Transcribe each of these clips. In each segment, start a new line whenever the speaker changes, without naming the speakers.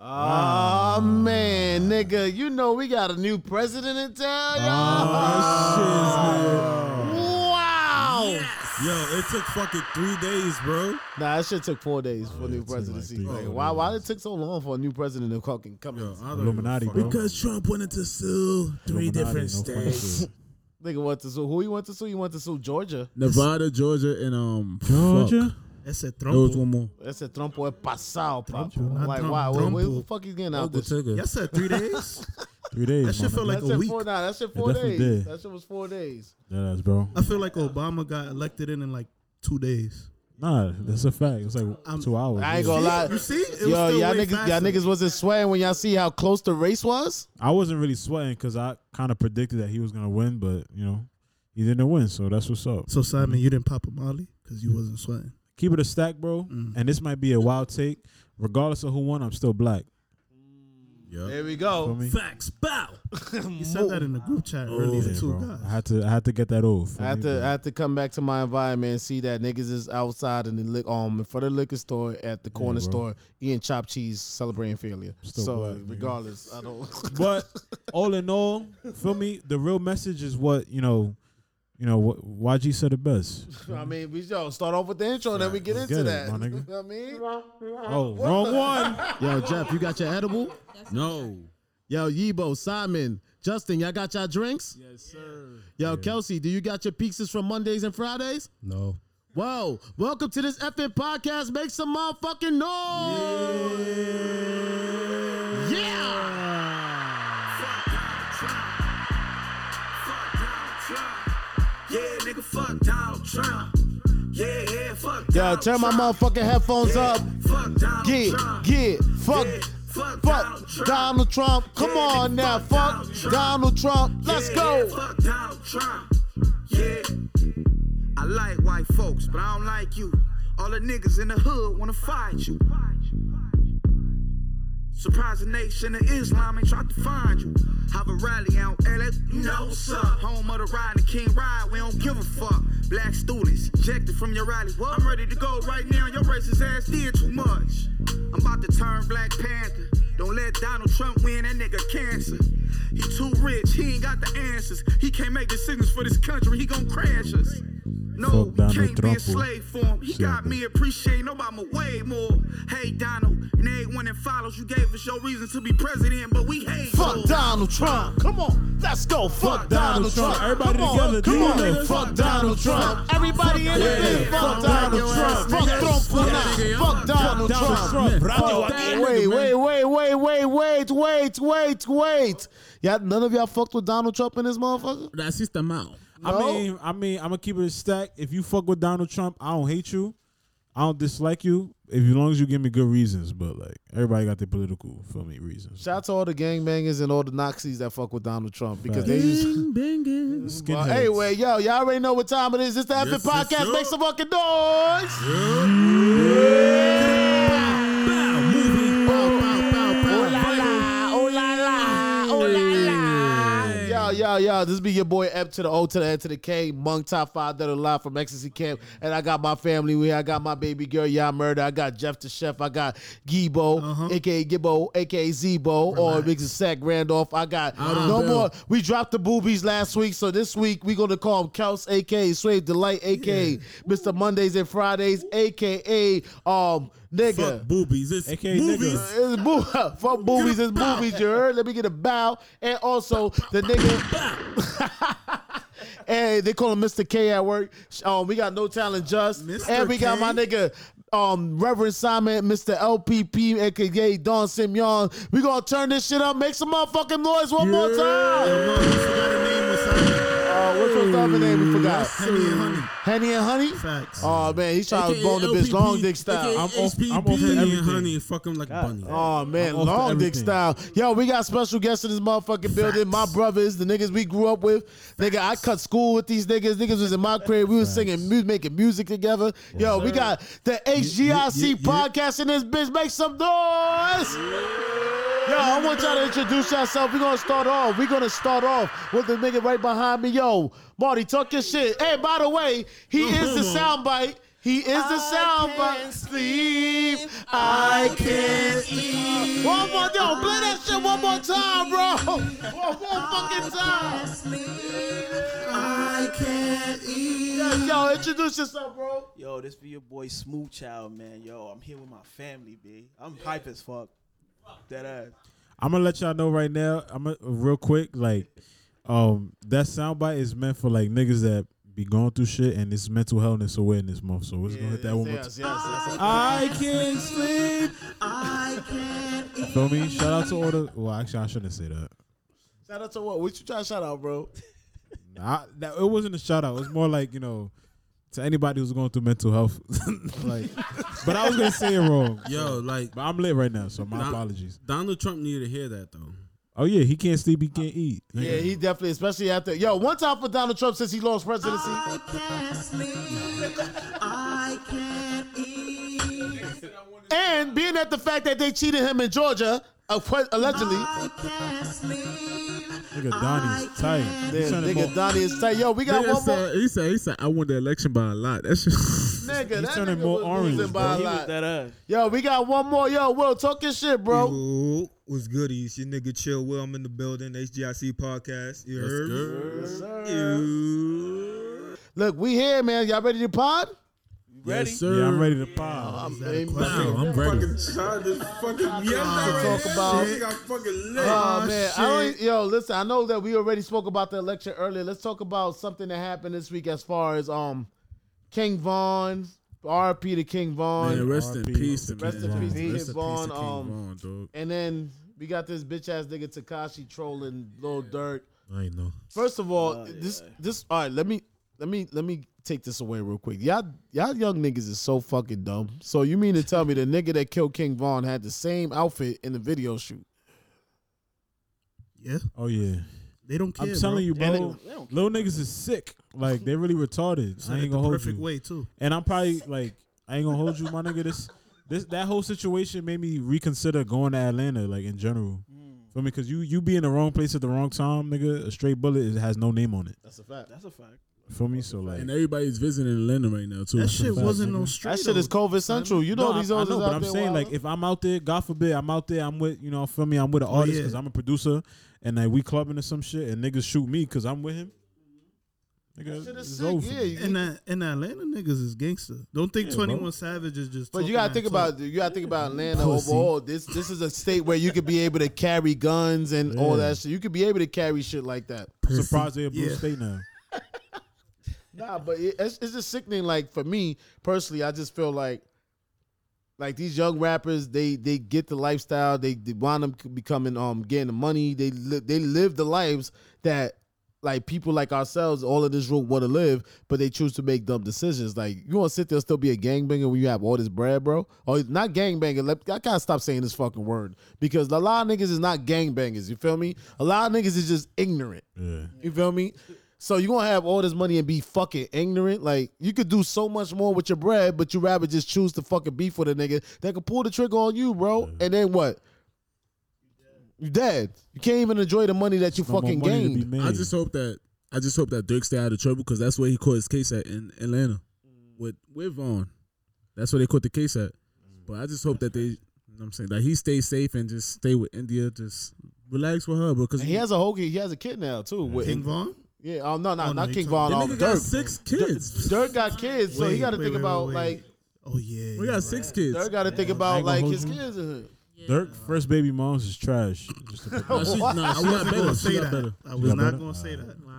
Oh, man, nigga, you know we got a new president in town, y'all.
Oh,
wow.
shit, man. Yo, it took fucking three days, bro.
Nah, that shit took four days for a
it
new
took like
presidency.
three
Like,
days.
why? Why it took so long for a new president to fucking come?
Yo,
in?
I don't
Illuminati,
even fucking-
bro.
Because Trump wanted to sue three different
Illuminati, no funny
states.
shit.
Nigga went to sue. Who he went to sue? He went to sue Georgia.
Nevada, Georgia, and um,
Georgia?
Fuck.
That's a
There was
Trump.
one more.
That's a Trumpo es pasado, papo.
not
Like,
Trump,
why? What, what the
Trumpo.
fuck he's getting out
Uncle
this? shit?
Tigger.
Yes, sir. Three days.
Three days.
That shit
my
felt
nigga.
like
That
a
shit
week.
four, nah, that shit four
definitely
days.
did.
That shit was four days.
Deadass, bro.
I feel like Obama got elected in in like two days.
Nah, that's a fact. It's like
I'm-
two hours.
I ain't gonna
See?
lie.
You see? It was
Yo,
still
y'all
way
niggas, y'all
faster.
niggas wasn't sweating when y'all see how close the race was.
I wasn't really sweating because I kind of predicted that he was gonna win, but you know, he didn't win, so that's what's up.
So Simon, you didn't pop a Molly because you wasn't sweating.
Keep it a stack, bro.
Mm.
And this might be a wild take. Regardless of who won, I'm still black.
Yep.
There we
Feel
go.
me?
Facts, bow. You said that in the group chat earlier.
Yeah,
the two
bro.
guys.
I had to, I had to get that off.
I have to, I have to come back to my environment and see that niggas is outside in the lick, um, in front of the liquor store at the corner
bro.
store eating chopped cheese, celebrating failure.
Still
so
black, nigga.
regardless, I don't.
But all in all, feel me. The real message is what you know. You know what YG said it best.
I mean, we yo start off with the intro, then we get
let's
into
get it,
that.
my
you
nigga.
know what I mean,
Oh, wrong one.
Yo, Jeff, you got your edible?
No.
Yo, Yibo, Simon, Justin, y'all got y'all drinks? Yes, sir. Yo, Kelsey, do you got your pizzas from Mondays and Fridays?
No.
Whoa, welcome to this effing podcast. Make some motherfucking noise. Yeah.
Yeah, nigga, fuck Donald Trump. Yeah, yeah, fuck
Yo, turn my motherfucking headphones up.
Fuck Donald
Get, get, fuck,
fuck
fuck Donald Trump. Come
Yeah,
on
nigga,
now,
fuck
fuck
Donald Trump.
Donald Trump. Let's
Yeah,
go.
yeah, fuck Donald Trump. Yeah.
I like white folks, but I don't like you. All the niggas in the hood wanna fight you. Surprise the nation of Islam ain't tried to find you. Have a rally out LA, no sir. Home of the ride and King Ride, we don't give a fuck. Black students ejected from your rally. What? I'm ready to go right now. Your racist ass did too much. I'm about to turn Black Panther. Don't let Donald Trump win. That nigga cancer. He too rich. He ain't got the answers. He can't make decisions for this country. He gon' crash us. No,
Fuck
we
Donald
can't be a
Trump.
slave for him. He
Shit,
got
bro.
me appreciating nobody way more. Hey Donald, and everyone that follows, you gave us your reason to be president, but we hate you.
Fuck Donald Trump. Come on, let's go. Fuck Donald Trump.
Everybody
Come on,
together,
Come
do
on,
it.
nigga. Fuck Donald Trump. Everybody in the thing. Fuck Donald Trump. Fuck Trump. Fuck Trump. Fuck Donald Trump. Fuck that. Wait, wait, wait, wait, wait, wait, wait, wait, wait. Y'all, none of y'all fucked with Donald Trump in this motherfucker.
That's just the mouth.
I
No.
mean, I mean, I'm gonna keep it a stack. If you fuck with Donald Trump, I don't hate you. I don't dislike you. If as long as you give me good reasons, but like everybody got their political for me reasons.
Shout out to all the gangbangers and all the Noxies that fuck with Donald Trump because they use.
Skinheads.
Well, anyway, yo, y'all already know what time it is. It's the Effing
Yes, yes,
Podcast.
sir.
Make some fucking noise. Oh la la, oh la la, oh la la. Yo, yo, yo, this be your boy Ep to the O to the N to the K, Monk Top 5 that are live from Ecstasy Camp. And I got my family here. I got my baby girl, Y'all Murder. I got Jeff the Chef. I got Gibo, aka Gibbo, aka Zebo, or Mix and Sack Randolph. I got
on
no
Bill.
more. We dropped the boobies last week, so this week we gonna call him Kels, aka Swave Delight, aka Mr. Mondays and Fridays, aka um nigga.
Fuck boobies. It's
AKA
movies.
nigga.
It's boo- fuck boobies, it's boobies, you heard? Let me get a bow. And also, the nigga. and they call him Mr. K at work. Um, we got No Talent Just.
Mr.
And we got
K?
my nigga, um, Reverend Simon, Mr. LPP, aka Don Simeon. We gonna turn this shit up. Make some motherfucking noise one more time.
Come on, you forgot a name or something.
Uh, what's your other name? We forgot.
Henny and Honey.
Henny and Honey?
Facts.
Oh, man, he's trying to bone the bitch long dick style.
I'm off, I'm off
HPP.
to everything. Honey, fuck him like a bunny.
Oh man,
I'm off to
long dick
everything.
style. Yo, we got special guests in this motherfucking building. My brothers, the niggas we grew up with. Nigga, I cut school with these niggas. Niggas was in my crib. We was singing, mu- making music together. Yo, we got the HGIC
yeah, yeah.
podcast in this bitch. Make some noise. Yo, I want y'all to introduce yourself. We're gonna start off. We're gonna start off with the nigga right behind me. Yo, Marty, talk your shit. Hey, by the way, he is the soundbite. He is the soundbite. Sleep, I can't sleep. One more, yo, play that shit one more time, bro. One more fucking time.
I can't eat.
Yo, introduce yourself, bro.
Yo, this be your boy Smooth Child, man. Yo, I'm here with my family, B. I'm hype as fuck. That ass.
I'm gonna let y'all know right now. I'm gonna, real quick, like, um, that soundbite is meant for like niggas that be going through shit, and it's mental health awareness month. So we're just gonna hit that one more time.
Yes, yes, yes.
I can't sleep. Feel me? Shout out to all the. Well, actually, I shouldn't say that.
Shout out to what? What you trying to shout out, bro?
I, that it wasn't a shout out. It was more like you know, to anybody who's going through mental health. like, but I was gonna say it wrong.
Yo, like
But I'm lit right now, so my
Nah.
apologies.
Donald Trump needed to hear that though.
Oh yeah, he can't sleep. He can't eat.
Yeah, he definitely, especially after. Yo, one time for Donald Trump since he lost presidency.
Ah.
I can't sleep. I can't eat.
And being at the fact that they cheated him in Georgia, uh, que- allegedly.
Ah.
I can't sleep.
Nigga, Donnie's tight. He
Damn,
turning
nigga,
more,
Donnie is tight. Yo, we got
Nigga
one more.
said- he said, he said, I won the election by a lot. That's just.
Nigga, that
turning
nigga
more
was
orange,
losing
bro.
by a
He
lot.
That ass.
Yo, we got one more. Yo, Will, talk your shit, bro.
Yo, what's goodies? Your nigga Chill Will, I'm in the building. HGIC podcast. You heard me?
Look, we here, man. Y'all ready to pod?
Ready?
yeah, I'm ready to pop.
I'm ready.
Wow, I'm ready.
Fucking child is fucking
to talk about.
I fucking lit.
Oh man, I don't, yo, listen. I know that we already spoke about the election earlier. Let's talk about something that happened this week as far as um, King Vaughn, RP to King Vaughn,
Man, rest in
RP.
peace, to
Rest in
King
peace to
Von. Rest in peace
King Von,
to King
um,
Von, dog.
and then we got this bitch ass nigga Takashi trolling Lil Dirt.
I ain't know.
First of all, this this all right. Let me let me let me take this away real quick. Y'all y'all young niggas is so fucking dumb. So you mean to tell me the nigga that killed King Vaughn had the same outfit in the video shoot?
Yeah,
Oh yeah,
they don't care.
I'm telling you,
And
bro. Little niggas is sick. Like they really retarded. I ain't gonna hold
perfect
you.
way too.
And I'm probably like, I ain't gonna hold you, my nigga. This, this, that whole situation made me reconsider going to Atlanta, like in general.
Mm.
For me, cause you you be in the wrong place at the wrong time, nigga. A straight bullet is, has no name on it.
That's a fact.
That's a fact.
For me, so like,
And everybody's visiting Atlanta right now too.
That shit wasn't no street.
That shit is COVID central. You know
No, I-
these
I,
old is
know,
out
but I'm
there
saying
wildin'. Oh,
like, if I'm out there, God forbid, I'm out there, I'm with you know, feel me, I'm with an artist
yeah.
because I'm a producer, and like we clubbing or some shit, and niggas shoot me because I'm with him. Nigga,
Mm-hmm. Shit is
it's
sick,
over.
yeah, you-
And that and Atlanta niggas is gangster. Don't think
Yeah, bro.
Twenty One Savage is just.
But
talking
you gotta
that
think
talk.
about you gotta think about Atlanta
Pussy.
overall. This this is a state where you could be able to carry guns and all
Yeah.
that shit. You could be able to carry shit like that.
I'm surprised they a blue
Yeah.
state now.
Nah, but it, it's, it's just sickening. Like for me personally, I just feel like like these young rappers, they they get the lifestyle, they, they wind up becoming um getting the money. They li- they live the lives that like people like ourselves, all of this room want to live, but they choose to make dumb decisions. Like you want to sit there and still be a gangbanger when you have all this bread, bro? Or not gangbanger. Let, I gotta stop saying this fucking word because a lot of niggas is not gangbangers. You feel me? A lot of niggas is just ignorant.
Yeah.
You feel me? So you gonna have all this money and be fucking ignorant? Like you could do so much more with your bread, but you rather just choose to fucking beef with a nigga that could pull the trigger on you, bro. And then what? You dead. You can't even enjoy the money that you
No more
fucking
money to be
gained.
made.
I just hope that I just hope that Dirk stay out of trouble because that's where he caught his case at in Atlanta with with Vaughn. That's where they caught the case at. But I just hope that they, you know what I'm saying, that he stays safe and just stay with India. Just relax with her because
And he has a whole kid. He has a kid now too. With,
King Von.
yeah. Oh no, no,
Oh, no,
not
he
King
took-
Von.
that
Um,
nigga got
Dirk.
six kids.
Dirk got kids, so he
Wait,
got to
wait,
think
wait,
about
wait.
like
Oh yeah.
we got six kids.
Dirk got to think
I
about
ain't gonna
like
hold
his
you.
kids in hood.
Dirk first baby moms is trash. Just to put that
Nah, she, nah, she got
I
better.
was
She
not gonna say
got better.
that. I was
got
not
better?
gonna say that. Wow.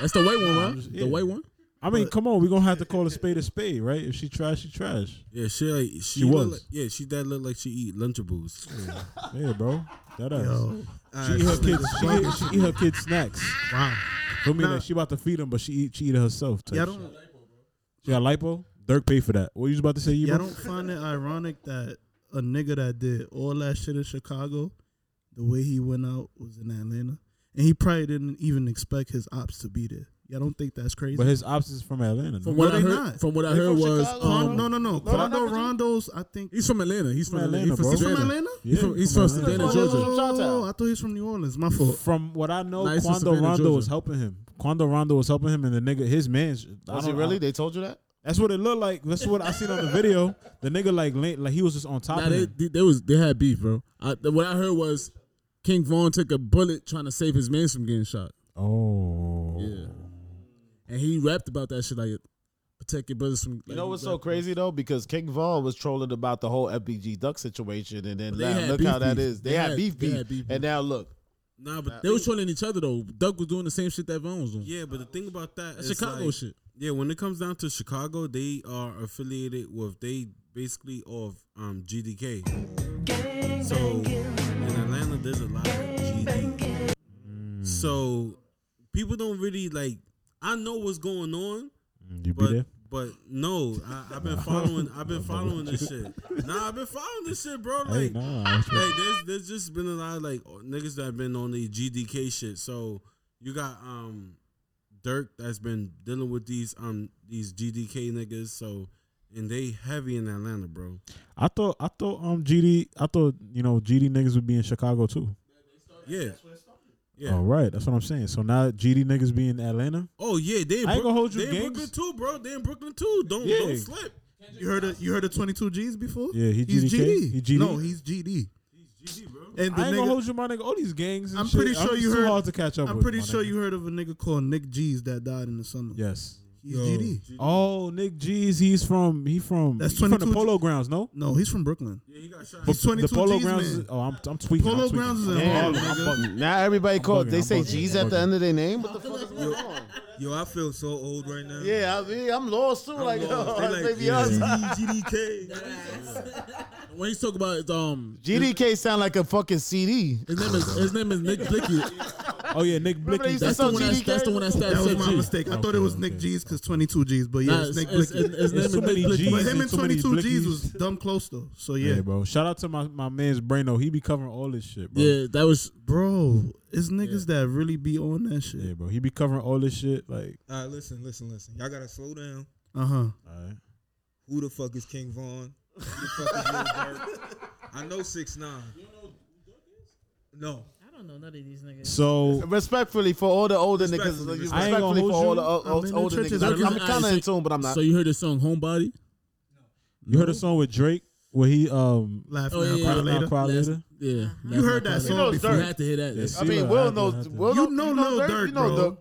That's the white one, right?
Yeah.
The white one.
I mean, come on, we gonna have to call a spade a spade, right? If she trash, she trash.
Yeah, she like, she,
look
was.
like-
yeah, she that look like she eat lunchables.
Yeah, bro. That ass.
Yo.
She eat her kids. She eat, she eat her kids snacks.
Wow.
For me, like she about to feed them, but she eat she eat it herself. Type
Y'all
shit.
don't.
She got lipo. Dirk paid for that. What you was about to say? You
Y'all
bro?
don't find it ironic that a nigga that did all that shit in Chicago, the way he went out was in Atlanta, and he probably didn't even expect his ops to be there. Y'all don't think that's crazy?
But his ops is from Atlanta.
From
From
what
No,
I
they
heard,
not.
from what I
They
heard
from
was,
Chicago.
um,
Quan- no, no, no.
they're not
Quando
from-
Rondo's, I think.
he's from Atlanta. He's from
From
Atlanta. He's from
Atlanta, bro.
He's from
Savannah.
Atlanta?
He's from, he's from Savannah,
Atlanta.
Georgia.
From Chi-Town.
Oh, I thought he was from New Orleans. My fault.
From what I know,
Nah, he's from
Quando
Savannah,
Rondo
Georgia.
was helping him. Quando Rondo was helping him, and the nigga, his man's. I
Was he
don't-
really?
I-
They told you that?
That's what it looked like. That's what I seen on the video. The nigga like lay- like he was just on top
Nah,
of
they,
him.
they, they was they had beef, bro. I, th- what I heard was King Vaughn took a bullet trying to save his mans from getting shot.
Oh.
Yeah, and he rapped about that shit like protect your brothers from.
You know what's so crazy though? Because King Vaughn was trolling about the whole FBG Duck situation, and then
They
now
had
look
beef
how that
beef.
is. They,
They
had,
had-
beef
they
beef,
had beef
and
beef.
now look.
Nah, but
They was trolling each other though. Duck was doing the same shit that Vaughn was doing.
Yeah, but the thing about that
That's
is
Chicago
like-
shit.
Yeah, when it comes down to Chicago, they are affiliated with they basically of um GDK. So in Atlanta, there's a lot of GD. So people don't really like. I know what's going on,
You be
but
there?
but no, I, I've been following. I've been following this shit. Nah, I've been following this shit, bro.
Hey,
Like,
nah. I was-
like there's there's just been a lot of like niggas that have been on the GDK shit. So you got um Dirk that's been dealing with these um these GDK niggas. So and they heavy in Atlanta, bro.
I thought I thought um GD I thought you know GD niggas would be in Chicago too.
Yeah. Yeah.
All right, that's what I'm saying. So now GD niggas be in Atlanta.
Oh yeah, they in,
I ain't
Brook-
gonna hold you,
they in Brooklyn
gangs.
too, bro. They in Brooklyn too. Don't
Yeah.
don't slip.
You heard of, you heard of 22 G's before?
Yeah, he
he's
GDK?
GD.
He GD?
No, he's GD. And the
I ain't gonna
nigga,
hold you, my nigga. All these gangs. And
I'm
shit,
pretty sure you
it's too
heard-
Hard to catch up
I'm
with,
pretty
my
sure
nigga.
you heard of a nigga called Nick G's that died in the summer.
Yes.
He's GD.
Oh, Nick G's. He's from. He from.
That's
he from the
22
Polo Grounds. No.
No, he's from Brooklyn.
The-
He's 22
the Polo
G's,
Grounds.
man.
Is, oh, I'm, I'm tweaking. I'm
Polo
tweaking.
Grounds is in
Damn,
Harlem.
I'm
nigga.
fucking- now everybody calls.
bugging,
They
I'm
say
bugging,
G's
I'm
at the
bugging.
end of their name. What the fuck is going on?
Yo, I feel so old right now.
Yeah, I mean, I'm lost too. like,
lost. They like,
maybe
yeah.
us.
GDK.
When he's talking about um,
GDK sound like a fucking CD.
his name is his name is Nick Blicky.
Oh yeah, Nick
Remember they
Blicky.
used to
That's the
sell
one. That's,
GDK?
that's the one
That
that stabbed
was my
Sub G.
mistake. I thought it was Nick G's because 22 G's, but yeah,
Nah,
it's
it's-
Nick
it's-
Blicky.
it's- his name
There's
is
too
Nick
many
Blicky.
G's.
But him
and
and
too many
22 G's
Blickies.
was dumb close though. So
Yeah,
yeah,
bro. Shout out to my, my man's Braino. He be covering all this shit, bro.
Yeah, that was
bro, it's niggas that really be on that shit.
Yeah, bro. He be covering all this shit. Like,
All right, listen, listen, listen. Y'all gotta slow down.
Uh huh.
Who the fuck is King Vaughn? Who the fuck is Lil Durk? I know six nine. No,
I don't know none of these niggas.
so
Respectfully for all the older niggas,
Respectfully,
like,
I
ain't gonna
respectfully for
hold
all
you.
the o-
I'm in the
older
trenches.
niggas. I'm,
Alright,
kind of
so-
in tune, but I'm not.
So you heard the song Homebody?
you heard a song with Drake where he um
Laugh
Oh,
now,
yeah,
cry
yeah.
Cry Now,
later.
Cry Later.
Yeah.
You heard that
know
song
it's
before?
You had to hear that.
Yes.
I mean,
Sheila, I
Will
had to- I
knows.
had to-
Will
You know Lil Durk,
You know
bro.
Durk.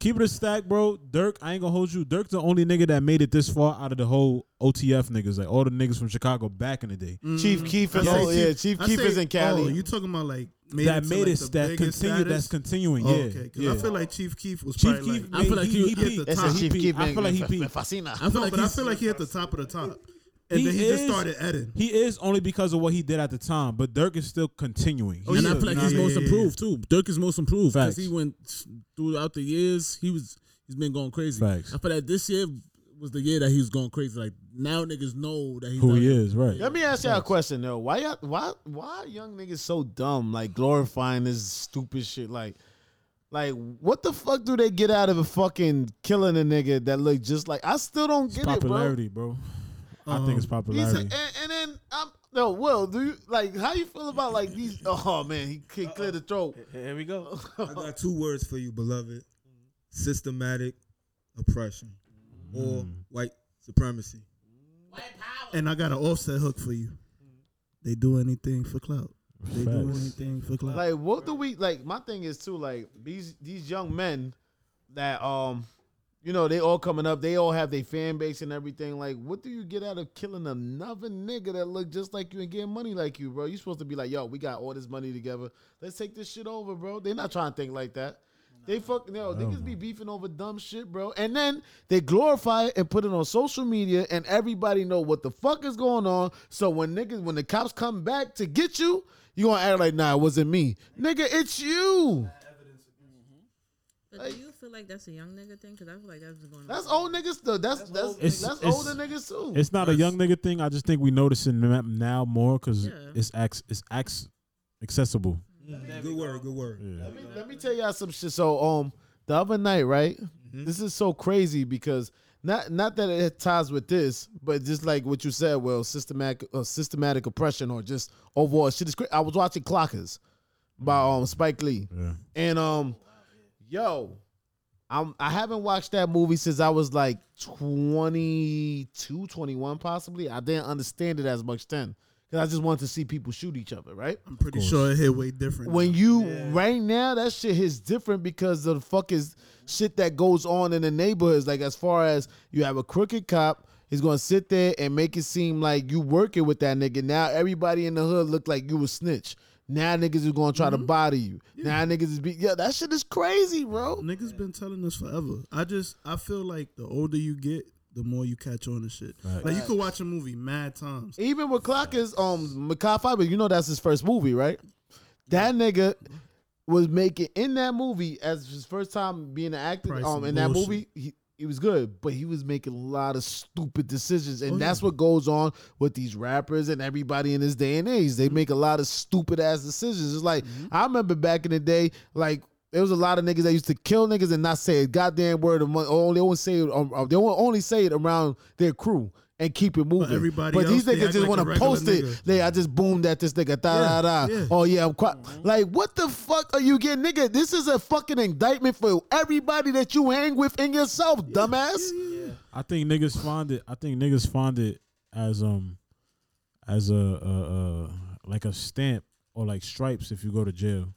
Keep it a stack, bro. Dirk, I ain't gonna hold you. Dirk, the only nigga that made it this far out of the whole OTF niggas, like all the niggas from Chicago back in the day.
Chief Keef is
I say
oh, yeah. Chief
I
Keef
say-
is in
Oh,
Cali.
you talking about like made
that
to,
made
like,
it
the
that
biggest
continue. That's
status?
continuing.
Oh,
yeah,
okay, 'cause
yeah.
I feel like Chief Keef was
Chief
probably
Keith,
like,
I feel like
he,
you-
he,
at the
peaked.
That's
That's
top.
a
He
Chief Keef.
peaked. I feel like he peaked.
I feel
no,
like
but I
he's,
feel like he at the top of the top, and then he just
is-
started adding.
He is only because of what he did at the time, but Dirk is still continuing.
Oh,
He's
and I
yeah,
feel like
nah,
he's
yeah,
most
yeah, yeah.
improved too. Dirk is most improved
Facts.
because he went throughout the years. He was he's been going crazy.
Facts.
I feel like this year was the year that he was going crazy. Like now niggas know that he's
who
out
he
here.
is, right?
Let me ask y'all a question though. Why y'all, why why are young niggas so dumb? Like glorifying this stupid shit. Like like what the fuck do they get out of a fucking killing a nigga that look just like I still don't get it,
popularity, bro. I think it's
bro. He's a, and,
popularity.
and then I'm no Will. Do you like how you feel about like these? Oh man, he can clear the throat.
Here we go.
I got two words for you, beloved: systematic oppression or
Mm.
white supremacy.
And I got an offset hook for you. They do anything for clout. They do
Facts.
anything for clout.
Like what do we like? My thing is too like these these young men that um you know they all coming up. They all have their fan base and everything. Like what do you get out of killing another nigga that look just like you and getting money like you, bro? You supposed to be like, yo, we got all this money together. Let's take this shit over, bro. They not trying to think like that. They fuck no, niggas be beefing over dumb shit, bro. And then they glorify it and put it on social media, and everybody know what the fuck is going on. So when niggas, when the cops come back to get you, you gonna act like nah, it wasn't me, nigga. It's you.
But do you feel like that's a young nigga thing? Because I feel like that's been going
That's
on.
old niggas. Though. That's that's that's,
It's- it's-
older niggas too.
It's not a young nigga thing. I just think we noticing them now more because
Yeah.
it's ac- it's ac- accessible.
Good word, good word.
Let me, let me tell y'all some shit. So um, the other night, right? This is so crazy because not not that it ties with this, but just like what you said, well, systematic uh, systematic oppression or just overall shit is crazy. I was watching Clockers by um Spike Lee, and um, yo, I'm I haven't watched that movie since I was like 22, 21 possibly. I didn't understand it as much then because I just wanted to see people shoot each other, right?
I'm pretty sure it hit way different.
When you right now, that shit is different because of the fuck is shit that goes on in the neighborhoods. Like as far as you have a crooked cop, he's gonna sit there and make it seem like you working with that nigga. Now everybody in the hood look like you a snitch. Now niggas is gonna try to body you. Now niggas is be yeah, that shit is crazy, bro.
Niggas been telling us forever. I just I feel like the older you get, the more you catch on to shit. Like you could watch a movie mad times.
Even with Clockers, um, Makai Fiber, you know that's his first movie, right? That nigga was making in that movie as his first time being an actor.
Price
um,
is
in that
bullshit.
movie, he, he was good, but he was making a lot of stupid decisions,
Oh,
and that's what goes on with these rappers and everybody in this day and age.
Mm-hmm.
They make a lot of stupid ass decisions. It's like I remember back in the day, like. There was a lot of niggas that used to kill niggas and not say a goddamn word. Of money. Only they won't say it. Um, uh, they won't only say it around their crew and keep it moving.
everybody
but these
else, they
niggas
act
just
like a
want to
regular
post it.
nigga.
They, I just boomed at this nigga. Da
Yeah,
da da.
yeah.
Oh yeah, I'm quiet. Like, what the fuck are you getting, nigga? This is a fucking indictment for everybody that you hang with and yourself, dumbass.
I think niggas find it. I think niggas find it as um as a, a, a like a stamp or like stripes if you go to jail.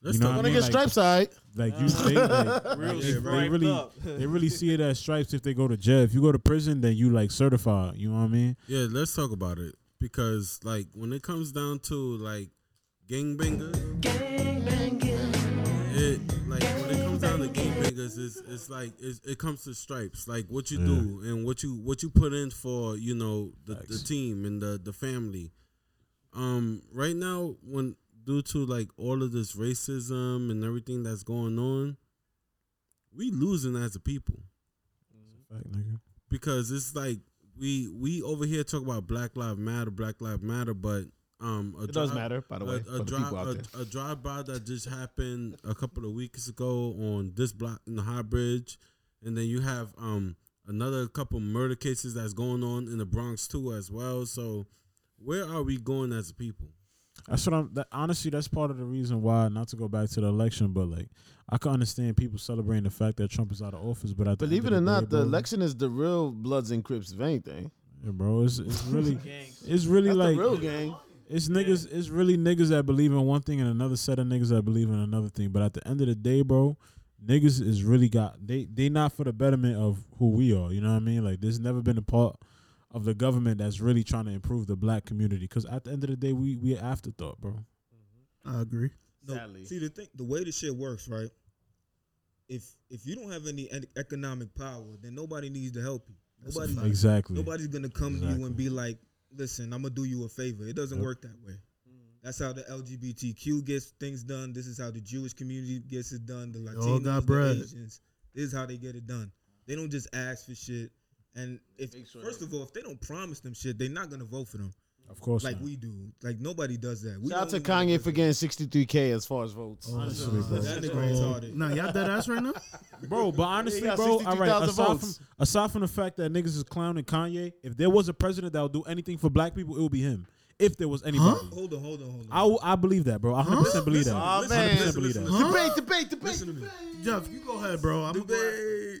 you know
When
what
I
I mean?
get stripes, alright.
Like you, they, like,
Real
like, they, they
striped
really,
up.
they really see it as stripes if they go to jail. If you go to prison, then you like certified. You know what I mean?
Yeah, let's talk about it because like when it comes down to like gangbangers, it like when it comes down to gangbangers, it's it's like it's, it comes to stripes, like what you do and what you what you put in for you know the, the team and the the family. Um, right now when due to like all of this racism and everything that's going on, we losing as a people
Like, nigga.
because it's like we we over here talk about Black Lives Matter, Black Lives Matter, but um, a
It does matter, by the way,
A,
for the
drive,
people out
a,
there.
a drive by that just happened a couple of weeks ago on this block in the High Bridge, and then you have um another couple murder cases that's going on in the Bronx too as well. So where are we going as a people?
That's what I'm. That, honestly, that's part of the reason why not to go back to the election, but like I can understand people celebrating the fact that Trump is out of office. But I
Believe it or not, the
bro,
election is the real Bloods and Crips vein thing.
yeah, bro, it's, it's really,
Gangs.
it's really
That's
like
the real gang.
It's niggas. It's really niggas that believe in one thing and another set of niggas that believe in another thing. But at the end of the day, bro, niggas is really got they they not for the betterment of who we are. You know what I mean? Like there's never been a part of the government that's really trying to improve the black community. Because at the end of the day, we we an afterthought, bro.
I agree.
No,
Sadly.
See the thing, the way this shit works, right? If if you don't have any e- economic power, then nobody needs to help you. Nobody,
Exactly.
nobody's gonna come to you and be like, "Listen, I'm gonna do you a favor." It doesn't work that way. That's how the LGBTQ gets things done. This is how the Jewish community gets it done. The
all got
Latinos,
bread.
the Asians. This is how they get it done. They don't just ask for shit. And if first of all, if they don't promise them shit, they're not gonna vote for them
Of course.
like
not.
we do. Like nobody does that. We
Shout out to
don't wanna
Kanye
do
for
that.
getting 63k as far as votes.
That nigga is hard.
Nah, y'all dead ass right now?
bro. But honestly,
got
bro, all right.
63,000
Aside from,
votes.
aside from the fact that niggas is clowning Kanye, if there was a president that would do anything for black people, it would be him. If there was anybody,
Hold on, hold on, hold on.
I, I believe that, bro. I 100 percent believe that.
Aw,
100%
man.
believe that.
Debate, debate, debate.
Jeff, you go ahead, bro. I'm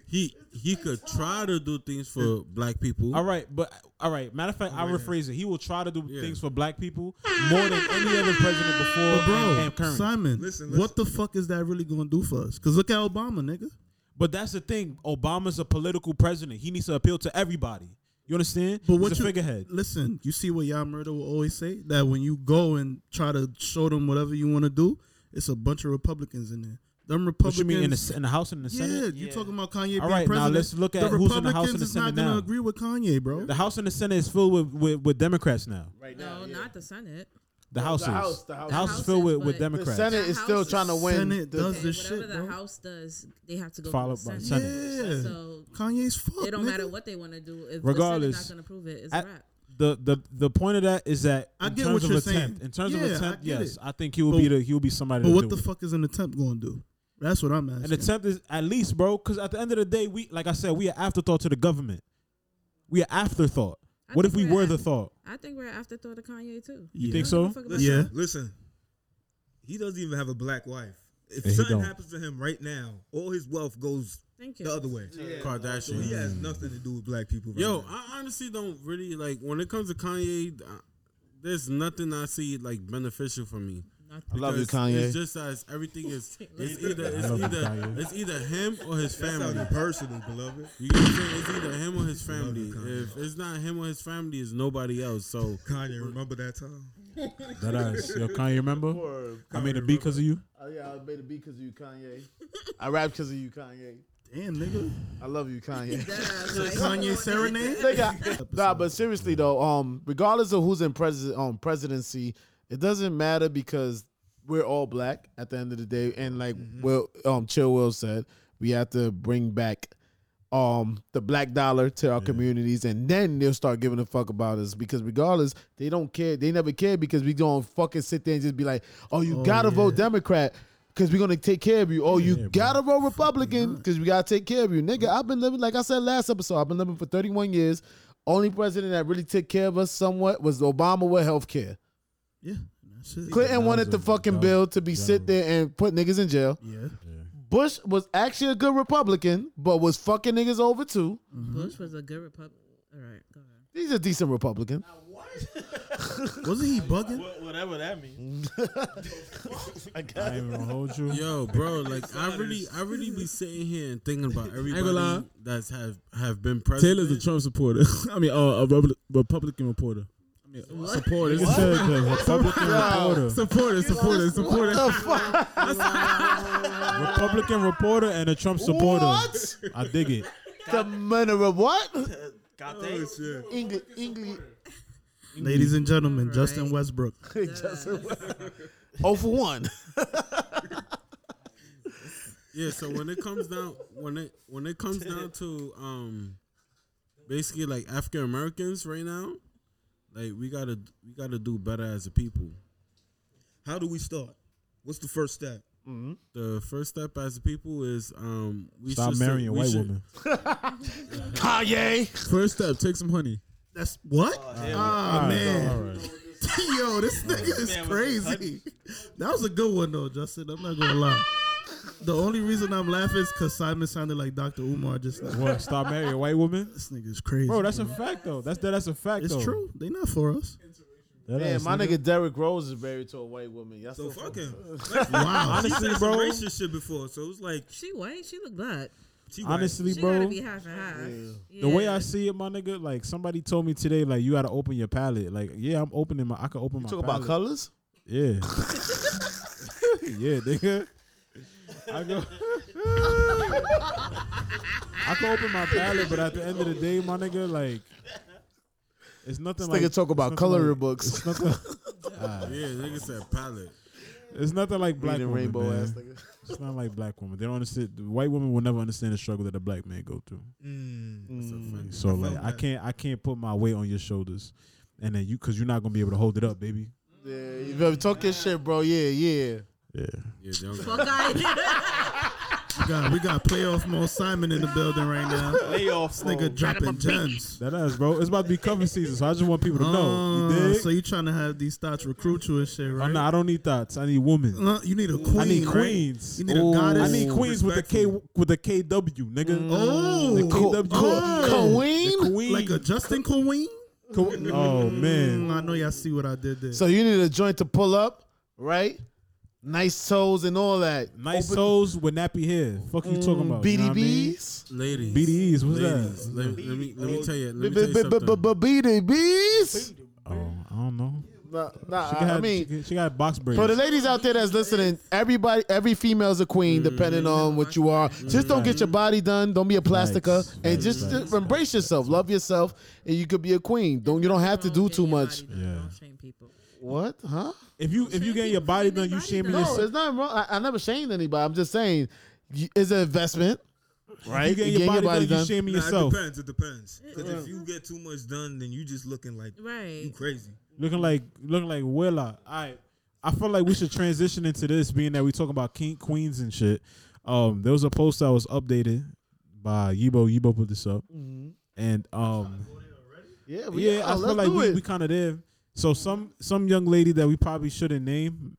He he could try to do things for black people.
All right, but all right. Matter of fact, I rephrase it. He will try to do things for black people more than any other president before
But
and,
bro,
and current.
Simon,
Listen,
what the fuck is that really gonna do for us? Cause look at Obama, nigga.
But that's the thing. Obama's a political president. He needs to appeal to everybody. You understand?
But
He's
what
a
you
figurehead?
Listen, you see what y'all murder will always say that when you go and try to show them whatever you want to do, it's a bunch of Republicans in there. Them
What
Republicans.
you mean in the, in the House and in the
yeah,
Senate?
you
Yeah.
talking about Kanye
All
being
right, now
president?
let's look at
the
who's in the House
Republicans
and the
is not
Senate
gonna
now.
agree with Kanye, bro.
The House and the Senate is filled with, with, with Democrats now.
Right
No, not the Senate.
The House is.
House, the
the
House.
House is
Houses,
filled with, with
but-
The
Democrats.
Senate is still
House-
trying to win.
Senate
the-
does
Okay,
this
whatever
shit,
the
bro.
House does, they have to go
Followed
through
by
the
the
Senate.
Yeah,
So
Kanye's fuck.
it don't
nigga.
matter what they want to do. If
Regardless,
the Senate's not going to prove it, it's
at-
a wrap.
the the the point of that is that
I
in
get
terms
what
of
you're
attempt,
saying.
in terms
Yeah, I
of attempt,
get
yes,
it.
I think he will
But-
be the he will be somebody.
But
to
what
do
the
it.
fuck is an attempt going to do? That's what I'm asking.
An attempt is at least, bro, because at the end of the day, we like I said, we are afterthought to the government. We are afterthought.
I
what if
think
we
we're
were the
after-
thought?
I think we're an afterthought of Kanye too.
You
I
think
don't give a
so?
fuck about
Listen,
Yeah.
listen. He doesn't even have a black wife. If
And he
something
don't.
happens to him right now, all his wealth goes
Thank
the
you.
other way.
Yeah.
Kardashian.
So he has nothing to do with black people. Right
Yo,
now.
I honestly don't really like when it comes to Kanye. I, there's nothing I see like beneficial for me.
I love you,
Because
Kanye.
It's just as everything is. It's either
I
it's
love you,
either
Kanye.
it's either him or his
that's how
family.
you personal, beloved.
You get what I'm saying? It's either him or his
I love
family.
you,
If it's not him or his family, it's nobody else. So
Kanye, remember that time?
That ass. Yo, Kanye, remember?
Word.
I made a beat because of you.
Oh, yeah, I made a beat because of you, Kanye. I rap because of you, Kanye.
Damn, nigga.
I love you, Kanye.
Kanye Serenade?
Nigga, nah, but seriously though, um, regardless of who's in president um, presidency, it doesn't matter because we're all black at the end of the day, and like well, um, Chillwell said, we have to bring back um the black dollar to our communities, and then they'll start giving a fuck about us because regardless, they don't care. They never care because we don't fucking sit there and just be like, oh, you gotta vote Democrat. Cause we're gonna take care of you. Oh, you gotta vote Republican because we gotta take care of you. Nigga, I've been living, like I said last episode, I've been living for 31 years. Only president that really took care of us somewhat was Obama with health care.
Yeah, that's it.
Clinton
was
wanted the
a
fucking
dumb
bill to be sit there and put niggas in jail.
Yeah.
Bush was actually a good Republican, but was fucking niggas over too.
Bush was a good Republican. All right, go ahead.
He's a decent Republican.
Wasn't he bugging?
Wha- Whatever that means.
I ain't even gonna hold you.
Yo, bro, like I really, I really be sitting here and thinking about
lie.
everybody that's have have been president.
Taylor's a Trump supporter. I mean, uh, a Repub- Republican reporter. I mean, supporter.
Nigga said the Republican reporter,
Supporter, supporter, supporter.
Republican reporter, and a Trump supporter.
What?
I dig it.
The manner of what?
Got that?
Engli- Engli-
Ladies and gentlemen,
Right.
Justin Westbrook.
Justin Oh for one.
Yeah, so when it comes down when it when it comes down to um basically like African Americans right now, like we gotta we gotta do better as a people.
How do we start? What's the first step?
The first step as a people is um we
Stop
should
marrying a
we
white
should-
woman.
Kanye.
First step, take some honey.
That's what? Ah, man.
All right.
Yo, this
Ah,
nigga is crazy. That was a good one though, Justin. I'm not gonna lie. The only reason I'm laughing is because Simon sounded like Dr. Umar just now.
What? Stop marrying a white woman,
This nigga's crazy.
bro. That's a fact though. That's that, that's a fact.
it's
though.
true. They not for us.
That
Man,
ass
my nigga Derrick Rose is married to a white woman. Y'all
So
still
fuck him.
Wow.
Honestly,
bro.
bro, racist shit before, so it's like
She white. She look black.
she white.
Honestly,
She
bro.
gotta be half and half.
The way I
Yeah.
see it, my nigga, like somebody told me today, like you gotta open your palate. Like, yeah, I'm opening my, I can open my.
Talk
palate.
about colors.
Yeah. yeah, nigga. I go. I can open my palate, but at the end of the day, my nigga, like, it's nothing
This
like.
nigga talk
it's
about
nothing
coloring
like-
books.
Yeah, nigga said palette.
It's nothing like black
Reading
woman,
rainbow
man.
ass nigga.
It's not like black women. They don't understand. The white women will never understand the struggle that a black man go through.
Mm.
Mm.
So like, I can't, I can't put my weight on your shoulders, and then you, cause you're not gonna be able to hold it up, baby.
Yeah, you better talk your shit, bro. Yeah, yeah.
Yeah.
Yeah, they don't
Fuck out
We got, we got playoff Mo Simon in the building right now.
Playoff.
This nigga dropping gems.
That ass, bro. It's about to be cover season, so I just want people to know.
Oh,
You dig?
so you trying to have these thoughts recruit you and shit, right?
Oh, no, I don't need thoughts. I need women.
Uh, you need a queen.
I need
right?
queens.
You need a
Ooh.
goddess.
I need queens with a K
Respectful.
with a KW, nigga.
Oh.
the
Co-
KW.
co-
The
Queen.
queen.
Like a Justin Queen?
Co- oh
Mm,
man.
I know y'all see what I did there.
So you need a joint to pull up, right? Nice toes and all that.
Nice
Open-
souls with nappy hair. Fuck you talking about? You know what I mean?
BDBs.
Ladies.
BDEs, what's
ladies,
that?
Let, let me let me tell you. Let me tell you something.
BDBs.
Oh, I don't know.
Nah, nah,
She got,
I mean,
she, got- she got box braids.
For the ladies out there that's listening, everybody, every female's a queen,
Mm-hmm.
depending on what you are. Just don't get your body done. Don't be a plastica,
Facts,
and
facts,
just
facts,
embrace yourself, love yourself, and you could be a queen. Don't you don't have to do too much.
Yeah.
Yeah. Don't shame people.
What? Huh?
if you if you
Shame
getting your
people,
body
shame
done, you
their body done.
shaming
No,
yourself.
it's not wrong. I, I never shamed anybody. I'm just saying, y- it's an investment, right?
You getting your body, done, you shaming
Nah,
yourself.
It depends. It depends.
Mm.
Because if you get too much done, then you just looking like you
Right.
crazy.
Looking like looking like Willa. I I feel like we should transition into this, being that we talking about king, queens and shit. Um, there was a post that was updated by Yibo. Yibo put this up, and um,
yeah, we,
yeah,
oh,
I feel
let's
like
do
we,
it.
we kind of there. So some some young lady that we probably shouldn't name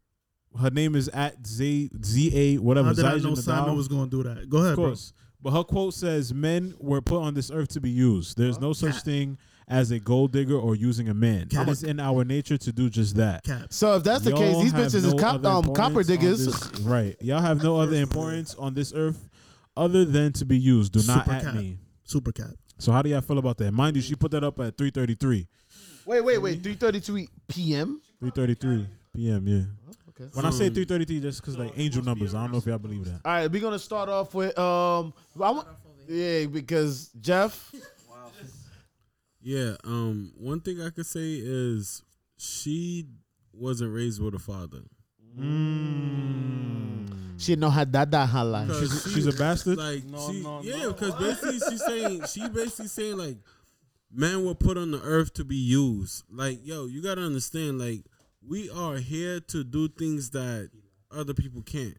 her name is at Z Z A whatever.
How did I
Zaja
know
Nadal.
Simon was gonna do that? Go ahead,
Of
bro.
course. But her quote says, "Men were put on this earth to be used. There's no such thing as a gold digger or using a man. It is in our nature to do just that."
So if that's the
Y'all
case, these
have
bitches
no
is cop,
other
um, copper
importance on
diggers.
this- right? Y'all have no other importance on this earth other than to be used. Do not
Super
at
cap.
me.
Super cap.
So how do y'all feel about that? Mind you, she put that up at three thirty three.
Wait, wait, wait. Three thirty-two p.m.
Three thirty three p.m. Yeah.
Okay.
When I say three thirty three, just because like angel numbers, I don't know if y'all believe that.
All right, we're gonna start off with um, I want, yeah, because Jeff.
Yeah. Um. One thing I could say is she wasn't raised with a father.
She know how dada hala.
Because she-
she's a bastard?
Like
No,
she,
no,
yeah, because basically she's saying she basically saying like man were put on the earth to be used. Like yo, you gotta understand. Like we are here to do things that other people can't.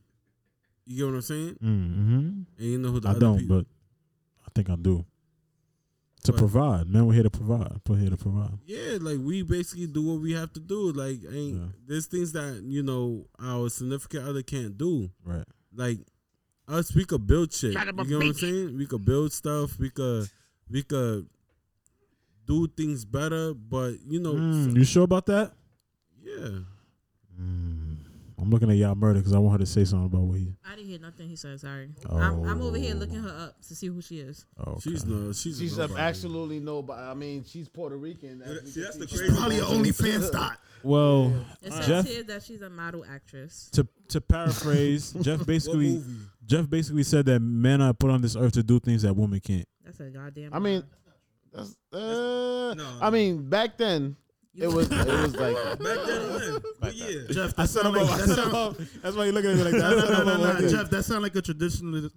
You get what I'm saying?
Mm-hmm.
And you know who the
I
other
don't,
people-
but I think I do. To
What?
provide, man, we're here to provide. We're here to provide.
Yeah, like we basically do what we have to do. Like, ain't, there's things that you know our significant other can't do.
Right.
Like, us, we could build shit.
Son
You
of
know
a
what I'm
bitch.
saying? We could build stuff. We could, we could do things better. But you know,
Mm, you sure about that?
yeah.
I'm looking at y'all murder because I want her to say something about what he.
I didn't hear nothing he said. Sorry. I'm, I'm over here looking her up to see who she is.
She's no, she's,
She's
a
a-
nobody.
absolutely nobody. I mean, she's Puerto Rican. See, that's the
crazy probably part. an OnlyFans star.
Well,
It says
Jeff,
here that she's a model actress.
to to paraphrase, Jeff
What
basically
movie?
Jeff basically said that men are put on this earth to do things that women can't.
That's a goddamn.
I mean, that's, uh, I mean, back then it was it was like
back then. yeah.
Jeff,
I
that
set
sound
him
like
up. I
that
set
sound-
him up. That's why you looking at me like that. I
No,
set
no,
him
no,
up
no,
like
no,
that.
Jeff, that sound like a traditional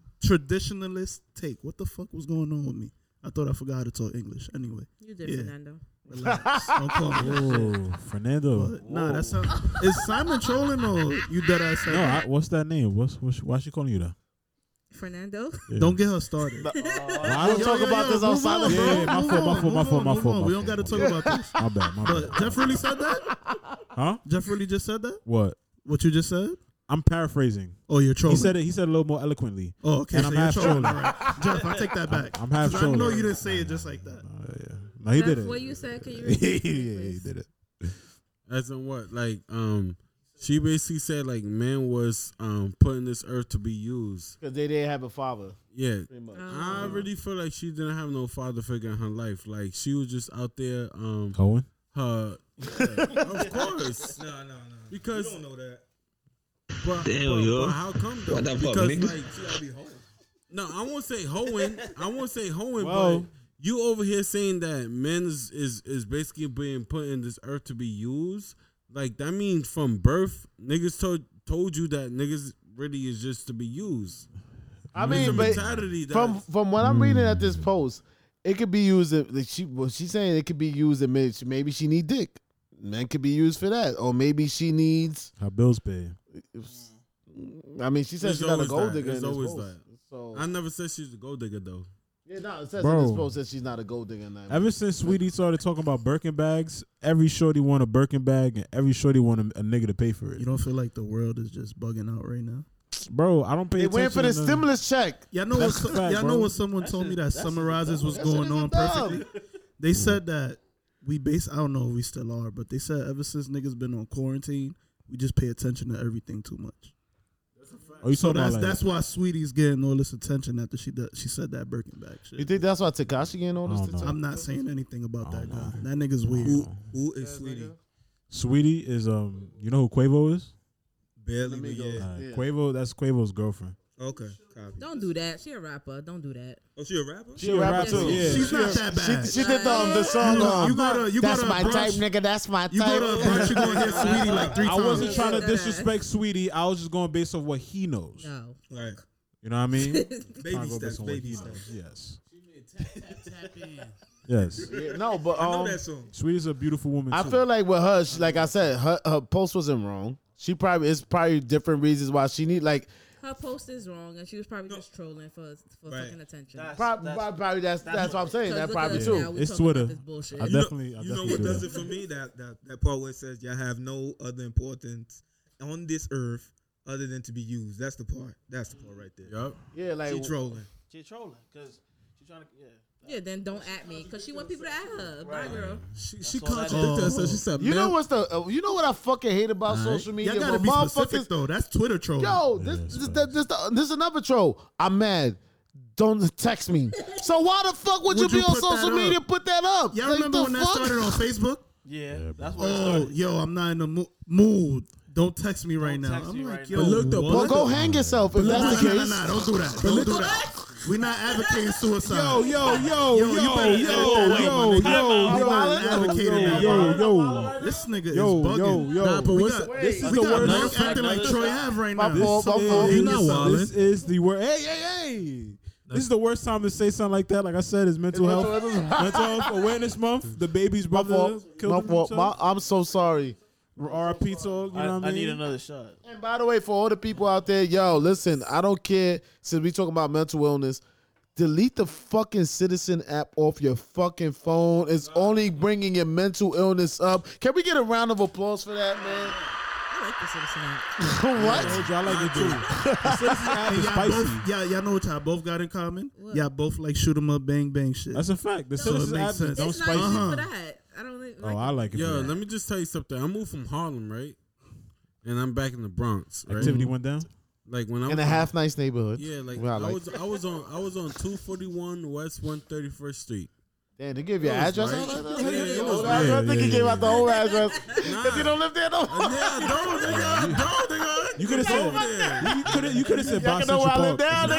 traditionalist take. What the fuck was going on with me? I thought I forgot how to talk English. Anyway,
You did,
Yeah.
Fernando.
Relax. Don't call me. that
Ooh, Fernando.
shit. Nah, that sound. Is Simon trolling or you dead ass?
No, I, what's that name? What's, what's why she calling you that?
Fernando.
Yeah.
Don't get her started.
I don't talk about this
move
outside
on,
of-
bro.
Yeah, my
Move
fault, my
on,
fault, my
move
fault,
on,
my
move
fault,
on.
my
We don't got to
fault,
talk
my
about this.
My bad, my bad.
But Jeff really said that?
Huh?
Jeff really just said that?
What?
What you just said?
I'm paraphrasing.
Oh, you're trolling.
He said it. He said it a little more eloquently.
Oh, okay.
And
so
I'm
you're
half
trolling.
trolling.
All right. Jeff, I take that back.
I'm half
'Cause I
trolling. Oh,
know you didn't say it just like that.
No, he
Jeff,
did it.
What you said? Can you
yeah,
repeat?
he did it.
As in what? Like, um, she basically said like man was um put in this earth to be used.
because they didn't have a father.
Yeah,
Pretty much.
I really feel like she didn't have no father figure in her life. Like she was just out there. Um,
Cohen?
Her, of course.
No, no, no.
Because
you don't know that.
But,
Damn,
but,
yo.
but how come though?
What the fuck,
because
nigga?
like, she gotta be hoeing. no, I won't say hoeing. I won't say hoeing.
Well-
but you over here saying that men is, is is basically being put in this earth to be used. Like that means from birth, niggas told told you that niggas really is just to be used.
I
It's
mean,
a
but
mentality that-
from from what I'm reading at this post, it could be used. if- Like she, well, she's saying it could be used. in Mitch, maybe she need dick. Men could be used for that, or maybe she needs.
Her bills paid.
I mean, she said
It's
she's not
always
a
that.
gold digger.
It's
in this
always
post.
that.
So
I never said she's a gold digger though.
yeah, no, it says in
Bro.
this post that she's not a gold digger. in that.
Ever since Sweetie started talking about Birkin bags, every shorty want a Birkin bag and every shorty want a, a nigga to pay for
You
it.
don't feel like the world is just bugging out right now?
Bro, I don't pay
They
attention.
went for
to-
the stimulus check.
Y'all know what?
That's a
Some,
fact,
y'all
bro.
know what someone told me that summarizes what's going on perfectly. They said that we base. I don't know if we still are, but they said ever since niggas been on quarantine, we just pay attention to everything too much.
Oh, you
So
talking
that's
about like,
that's why Sweetie's getting all this attention after she does, she said that Birkenback shit.
You think that's why Takashi getting all this?
I don't
attention?
I'm not saying anything about that guy. That nigga's weird.
Who, who is Sweetie?
Sweetie is um, you know who Quavo is?
Barely, but yeah.
Alright,
Yeah.
Quavo, that's Quavo's girlfriend.
Okay, copy.
Don't do that. She a rapper. Don't do that.
Oh, she a rapper?
She a rapper
too,
too.
yeah.
She's
She-
not that bad.
She, she did the, um, the song.
you, go-
um,
you go to you
that's
go to
my
brunch,
type, nigga. That's my
You go
type.
to a brunch, you gonna hear Sweetie like three
I
times.
wasn't trying to
Yeah.
disrespect Sweetie. I was just going based off what he knows.
No.
Right.
You know what I mean? Trying
Baby
to go
steps,
based on what he
baby
knows.
steps.
Yes. Yes.
Yeah, no, but
I know
um,
that song.
Sweetie's a beautiful woman.
I
too.
feel like with her, she, like I said, her, her post wasn't wrong. She probably it's probably different reasons why she need like
Her post is wrong, and she was probably just trolling for for
Right.
fucking attention.
That's-
probably
that's-
probably, that's that's, what I'm saying.
Because
That
look
probably
at us
too.
now, we
It's
talking about
Twitter.
this bullshit.
I
You know-
definitely, I
you know
definitely
what
do
does
that.
it for me? That that that part where it says y'all have no other importance on this earth other than to be used. That's the part. That's the part right there.
Yup.
Yeah, like
she trolling.
She trolling because she trying to yeah.
Yeah, then don't at me because she want people to at her. Bye, girl.
She, she
all that
contradicted
is.
herself. She said,
You know
"Man,
what's the? uh, You know what I fucking hate about
Alright.
social media?
Y'all gotta
When
be specific
motherfuckers-
though. That's Twitter troll.
Yo, this this, this, this, uh, this another troll. I'm mad. Don't text me. So why the fuck would,
Would
you,
you
be on
put
social
that up?
media? Put that up.
Y'all
Like,
remember
the
when that
fuck?
started on Facebook?
Yeah,
Yeah,
that's where it
Oh,
started.
yo, I'm not in the mo- mood. Don't text me right
Don't
now.
text
I'm
me
like,
right
yo,
now. But look though,
what?
Well, go hang yourself if
Nah,
that's the
nah, nah,
case.
nah, don't do that. Don't do that. We're not advocating suicide. Yo,
yo, yo, yo,
Yo, you better- yo,
yo,
wait,
yo,
my nigga.
yo,
I'm
yo,
wildin'.
yo,
Advocating that.
yo, yo,
Yo,
this nigga
Yo,
is bugging.
yo, yo.
Nah, but
We
what's
got-
the-
this
this
is
the
the
word-
word.
no,
Niggas acting like
no,
Troy have right
My
now.
fault, my fault.
is-
You not wildin'.
This is the worst. Hey, hey, hey. This is the worst time to say something like that. Like I said, is mental
Mental
health.
health is-
mental health awareness month. The baby's
My
brother
fault. My
killed
fault. My,
himself.
I'm so sorry.
RIP to all, you know
I,
what
I
I
need
mean?
another shot.
And by the way, for all the people out there, yo, listen, I don't care. Since we talking about mental illness, delete the fucking Citizen app off your fucking phone. It's only bringing your mental illness up. Can we get a round of applause for that, man?
I like this citizen app.
what?
Told you I like it too. The Citizen app is
Y'all
spicy.
both, y'all, y'all know what y'all both got in common?
What?
Y'all both like shoot 'em up, bang, bang shit.
That's a fact. The
it
Citizen
makes
app is
sense.
don't
It's not even
spice.
Uh-huh.
for that. I don't think.
Oh, I like it.
Yo,
for that.
let me just tell you something. I moved from Harlem, right? And I'm back in the Bronx, right?
Activity went down.
Like when I
In
was
a half nice neighborhood.
Yeah, like,
Well, I
I,
like
was I was on I was on 241 West 131st Street.
Damn, they give you an address.
right.
out
Yeah,
there? They give you
it
the
was
whole
right.
address? I think he
Yeah,
gave
yeah,
out the whole address.
Nah.
Cause you don't live there no more.
yeah, don't, nigga, don't, nigga.
You coulda
Don't
said-
there.
You could you could have said
Y'all
Bob
can
Central
know where I live
Park.
down,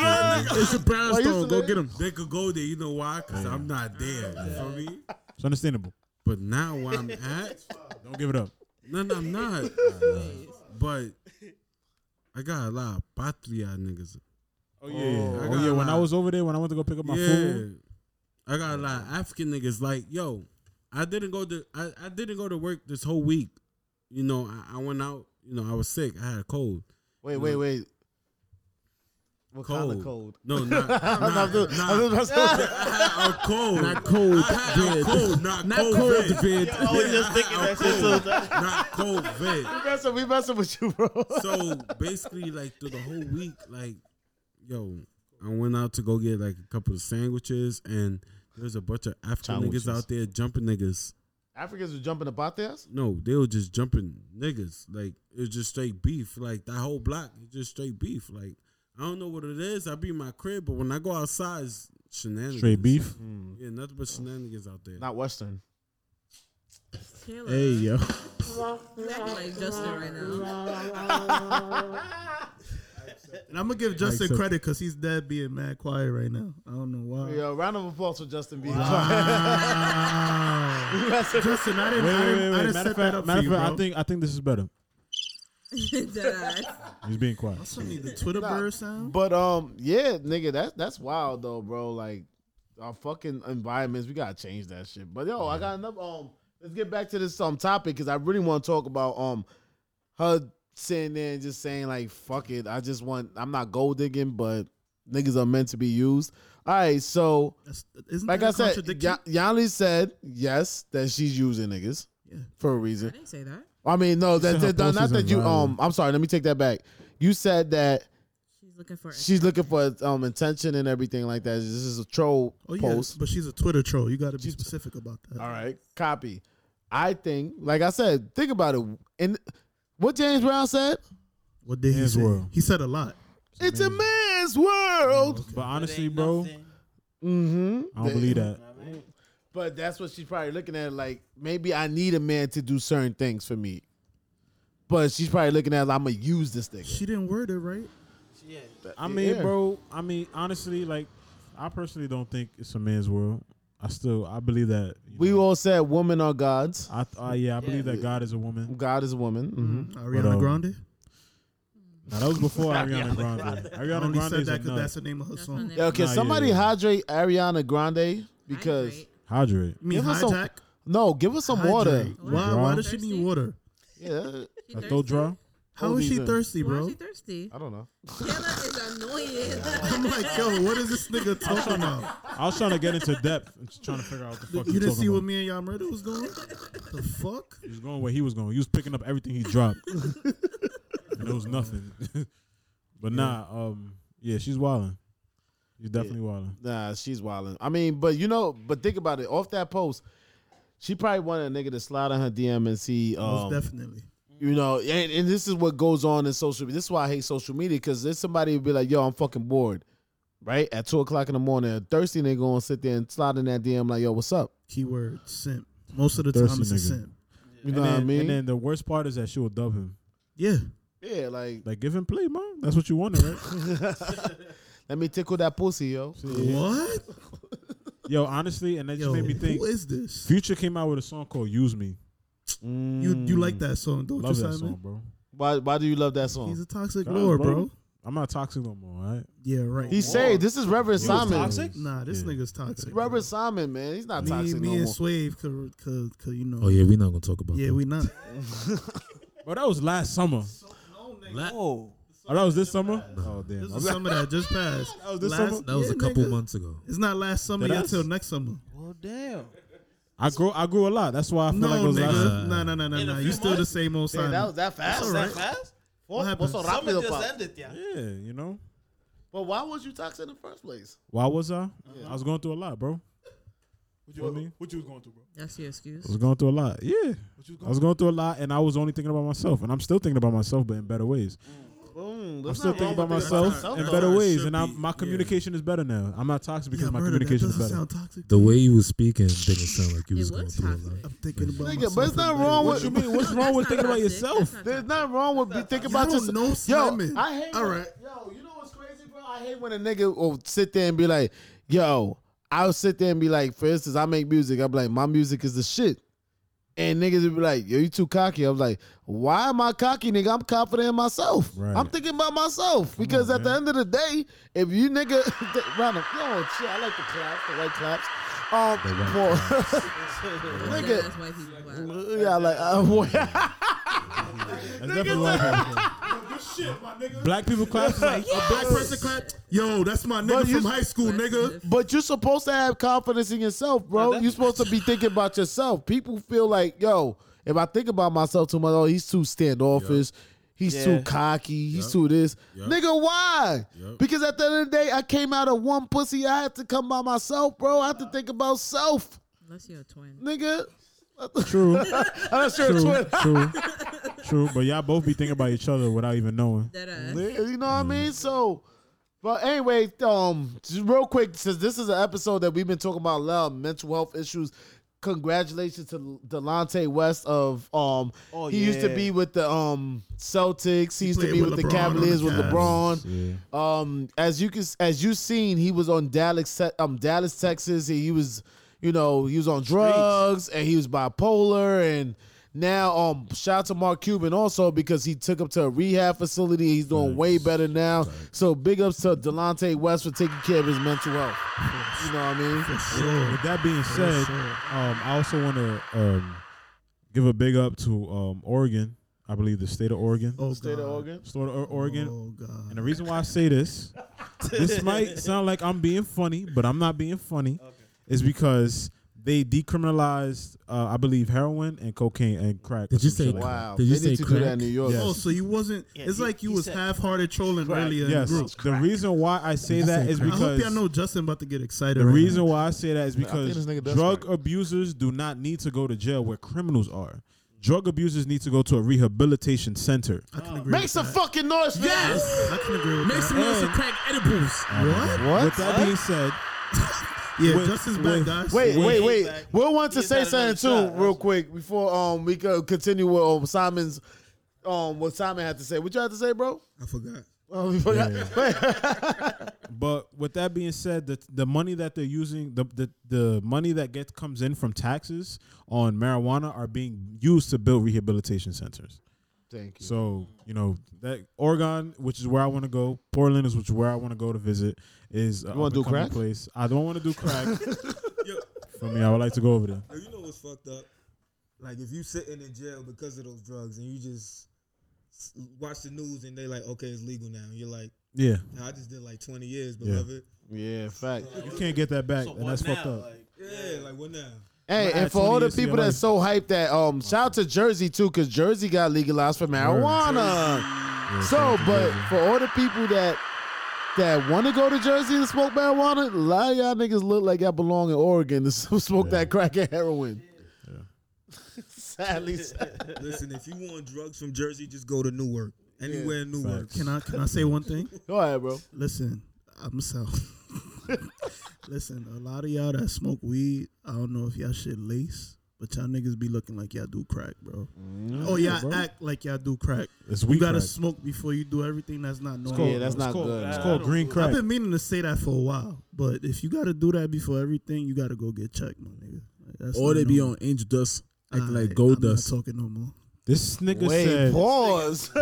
nigga.
It's a
Well, I
brownstone.
used to
Go
live-
get them. They could go there. You know why? Cause I'm not there. You feel me?
It's understandable.
But now where I'm at,
Don't give it up.
no, no, I'm not. but I got a lot of patria niggas.
Oh yeah.
I
Oh,
got
yeah. When
my-
I was over there, when I went to go pick up my
yeah,
food,
I got a lot of African niggas. Like, yo, I didn't go to I, I didn't go to work this whole week. You know, I, I went out. You know, I was sick. I had a cold.
Wait, wait, wait. What
Cold.
kind of cold?
No, not, not,
I'm just- I'm
not-
just about to-
I had a cold.
Not cold,
I had a
dead.
cold, not,
Not
COVID.
cold, dead.
Yeah,
I was
I
just
had
thinking
a
that shit
cold,
too.
Not COVID.
We messing- We messing with you, bro.
So basically, like through the whole week, like, yo, I went out to go get like a couple of sandwiches, and there's a bunch of African
Sandwiches.
niggas out there jumping niggas.
Africans were jumping about theirs?
No, they were just jumping niggas. Like it was just straight beef. Like that whole block is just straight beef. Like I don't know what it is. I be in my crib, but when I go outside, it's shenanigans.
straight beef.
Yeah, nothing but shenanigans out there.
Not Western.
Taylor,
Hey yo,
you acting like Justin right now.
and I'm gonna give Justin
so-
credit because he's dead being mad quiet right now. I don't know why.
Yeah, round of applause for Justin Bieber.
Wow. Justin, I didn't, I
Wait, wait,
didn't,
wait,
I
wait.
didn't
Matter
set that
of fact,
up for
matter of
you,
fact,
bro.
I think I think this is better.
Deadass.
He's being quiet.
Something the Twitter bird sound.
But um, yeah, nigga, that's that's wild though, bro. Like our fucking environments, we gotta change that shit. But yo, I got another um. Let's get back to this um topic because I really want to talk about um her sitting there and just saying like fuck it. I just want. I'm not gold digging, but niggas are meant to be used. All right, so
That's, isn't
like I
that a
said,
contradiction?
y- Yanni said yes that she's using niggas
Yeah.
for
I
a reason.
didn't say that.
I mean, no, that,
said her
that- no,
post
not
is
that you.
viral.
Um, I'm sorry. Let me take that back. You said that
She's looking for.
she's looking for um intention and everything like that. This is a troll
Oh yeah,
post.
but she's a Twitter troll. You got to be specific about that.
All right, copy. I think, like I said, think about it. And what James Brown said,
What did he
His
say?
world.
He said a lot.
"It's a man's
Mm-hmm.
world."
But honestly, bro,
Mm-hmm.
I don't believe that.
But that's what she's probably looking at. Like maybe I need a man to do certain things for me. But she's probably looking at, I'm gonna use this thing.
She didn't word it right.
Yeah,
I mean,
Yeah.
bro. I mean, honestly, like, I personally don't think it's a man's world. I still, I believe that. you
We
know,
all said women are gods.
I, th- uh, yeah, I believe that God is a woman.
God is a woman. hmm
Ariana
um,
Grande.
Now, that was before Ariana Grande.
I
Ariana
only
Grande
said
is a
that because that's
nut.
the name of her
That's my
song.
name.
Yo, can
Nah, yeah,
somebody
yeah.
hydrate Ariana Grande? Because
Hydrate.
Hydrate.
You mean
Give her some
hijack?
no, give us some water.
Hydrate. Why?
Draw.
Why does she
Oh, Thirsty?
need water?
Yeah,
She
I
thirsty?
throw draw.
How
Hold
is she
these in.
thirsty,
Why is
bro?
she thirsty?
I don't know.
Taylor is annoying.
I'm like, yo, what is this nigga talking about?
I was trying to get into depth and just trying to figure out what the fuck
You didn't see
what
what me and y'all murder was doing? The fuck?
he was going. Where he was going. He was picking up everything he dropped. and it was nothing. but nah, um, yeah, she's wilding. She's definitely wilding.
Nah, she's wilding. I mean, but you know, but think about it. Off that post, she probably wanted a nigga to slide on her DM and see. Um,
Most definitely.
You know, and, and this is what goes on in social media. This is why I hate social media because there's somebody who be like, yo, I'm fucking bored, right? At two o'clock in the morning, a thirsty nigga gonna sit there and slide in that DM like, yo, what's up?
Keyword simp. Most of the
Thirsty
time it's a
nigga.
simp.
You
And
know what I
then-
mean?
And then the worst part is that she will dub him.
Yeah.
yeah, like,
Like give him play, mom. That's what you wanted, right?
let me tickle that pussy, yo.
What?
Yo, honestly, and that just
Yo,
made me think.
who is this?
Future came out with a song called "Use Me."
You you like that song, don't
Love
you,
that
Simon?
song, bro.
Why, why do you love that
He's
song?
a toxic
God,
lord,
bro.
bro.
I'm not toxic no more, all right?
Yeah, right.
He say this is Reverend
He was
Simon.
toxic?
nah, this
Yeah.
nigga's toxic. bro.
Reverend Simon, man, he's not
me,
toxic
me
no
and
more.
Swave, cause, cause, cause you know.
Oh yeah, we're not gonna talk about.
Yeah,
that.
we not.
Bro, that was last summer.
Oh,
Oh, that was this summer. Oh damn.
This is summer that just passed.
was this
Last-
summer?
that was
yeah,
a couple
nigga.
months ago.
It's not last summer
That
yet
us?
till next summer.
well, damn.
I grew. I grew a lot. That's why I feel
No,
like it was last.
nigga. No, no, no, no,
In a
no.
few
You still the
months?
same old
Damn,
Simon.
that was that fast.
That's
alright.
that fast.
What
happened?
What's so
Summer
rápido,
just
pa?
ended, yeah.
Yeah, you know.
But why was you toxic in the first place?
Why was I? I was going through a lot, bro.
What
What I mean?
what you was going through, bro?
That's your excuse.
I was going through a lot. Yeah.
What you was
I was going through a lot, and I was only thinking about myself, and I'm still thinking about myself, but in better ways.
Mm.
Boom.
I'm
that's
still
not wrong
thinking about
with thinking about
myself
yourself,
in
though.
better
It
ways,
should
and I'm,
be,
my
yeah.
communication is better now. I'm not toxic because
Yeah,
my
murder,
communication
that
is
doesn't
better.
sound toxic.
The way you were speaking didn't sound like you
It
was
was
going through a lot.
toxic.
I'm thinking about
Nigga, but
myself.
it's not wrong
What
with-
you mean? What's
No,
wrong
that's
with
not
thinking about
toxic.
yourself?
That's
There's
not
nothing wrong with be thinking
Y'all
about
don't
yourself.
know Simon.
Yo, I hate.
All
when-
right.
Yo, you know what's crazy, bro? I hate when a nigga will sit there and be like, "Yo," I'll sit there and be like, for instance, I make music. I'm like, my music is the shit. And niggas would be like, yo, you too cocky. I'm like, why am I cocky, nigga? I'm confident in myself.
Right.
I'm thinking about myself. because
on,
at the end of the day, if you nigga round of, yo, shit, I like the claps, the white claps. Um for-
toxic.
nigga.
That's why people. Wow.
Yeah, like uh, boy.
That's definitely what Black people clap. is like,
A black person clap. Yo, that's my
But
nigga
you-
from high school, nigga.
But you're supposed to have confidence in yourself, bro.
that's-
you're supposed to be thinking about yourself. People feel like, yo, if I think about myself too much, oh, he's too standoffish. He's
Yeah.
too cocky. He's too this. Nigga, why? Because at the end of the day, I came out of one pussy. I had to come by myself, bro. I had to think about self,
Unless you're a twin.
nigga.
True,
I'm not sure it's
true,
what.
true, true. But y'all both be thinking about each other without even knowing.
That uh, ass.
Nigga, You know what I
Mm-hmm.
mean? So, but anyway, um, just real quick, since this is an episode that we've been talking about a lot of mental health issues. Congratulations to Delonte West of um
Oh,
he used to
yeah.
be with the um Celtics, he, used to
played
be with,
with
the
LeBron on
Cavaliers
the
with
Cavs.
LeBron.
Yeah.
Um as you can as you seen, he was on Dallas um Dallas, Texas. He, he was you know, he was on drugs and he was bipolar and now um shout out to Mark Cuban also because he took him to a rehab facility. He's doing way better now. So big ups to Delonte West for taking care of his mental health. You know what I mean?
With that being said, um, I also want to um, give a big up to um, Oregon. I believe the state of Oregon.
Oh
State
god.
of Oregon.
State of O- Oregon.
Oh
And
god.
the reason why I say this, this might sound like I'm being funny, but I'm not being funny. Is because they decriminalized, uh, I believe, heroin and cocaine and crack. or
Did you
some
say
shit like that.
Wow.
Did you
they need
say
to do that in
crack?
New York.
Yes.
Oh, so you wasn't. it's
he-
like you
he
was
said-
half-hearted trolling earlier
Yes.
in the group.
The reason why I say that is
I hope
because
y'all know Justin about to get excited.
the
right
reason why I say that is
I think
because
this nigga does
drug
crack.
abusers do not need to go to jail where criminals are. Drug abusers need to go to a rehabilitation center.
now. I can agree.
Make
with
some
that.
fucking noise for that.
Yes.
I can agree with
Make
that.
some noise for crack edibles.
What?
What?
With that being said,
Yeah,
With-
Justin's back,
with-
guys.
Wait,
Wait,
wait, wait.
like,
Will wants
he
to
just
say
had another
something too,
shot.
real quick, before um we could continue with um, Simon's um what Simon had to say. What you had to say, bro?
I forgot.
Oh, we forgot.
But with that being said, the the money that they're using, the the, the money that gets comes in from taxes on marijuana are being used to build rehabilitation centers.
Thank you.
So you know that Oregon, which is where I want to go, Portland is which where I want to go to visit. Is you
wanna do crack?
Place I don't want to do crack.
Yo,
For me, I would like to go over there.
yo, you know what's fucked up? Like if you sitting in jail because of those drugs and you just s- watch the news and they like, okay, it's legal now. And you're like,
Yeah,
nah, I just did like 20 years,
Yeah.
beloved.
Yeah, fact.
you can't get that back,
So
and
what
that's
now?
fucked up.
Like,
Yeah, like what now?
Hey,
add
and for
20
all the
years to your
people that's so hyped that um shout out to Jersey too, cause Jersey got legalized for marijuana. so, but for all the people that that want to go to Jersey and smoke marijuana, a lot of y'all niggas look like y'all belong in Oregon to smoke that crack and heroin. Sadly,
Listen, if you want drugs from Jersey, just go to Newark. Anywhere in Newark.
Can I can I say one thing?
Go ahead, bro.
Listen, I'm so. Listen, a lot of y'all that smoke weed, I don't know if y'all shit lace, but y'all niggas be looking like y'all do crack, bro. oh,
Mm-hmm. yeah,
y'all
bro.
act like y'all do crack.
It's
you
weed
gotta
crack.
smoke before you do everything that's not normal.
Yeah, that's not
called,
good.
It's
man.
called green crack.
I've been meaning to say that for a while, but if you gotta do that before everything, you gotta go get checked, my nigga. Like, that's
Or
not
they be
normal.
on angel dust, acting
Aight,
like gold
I'm
dust.
Not talking no more.
this nigga
Wait,
said,
pause.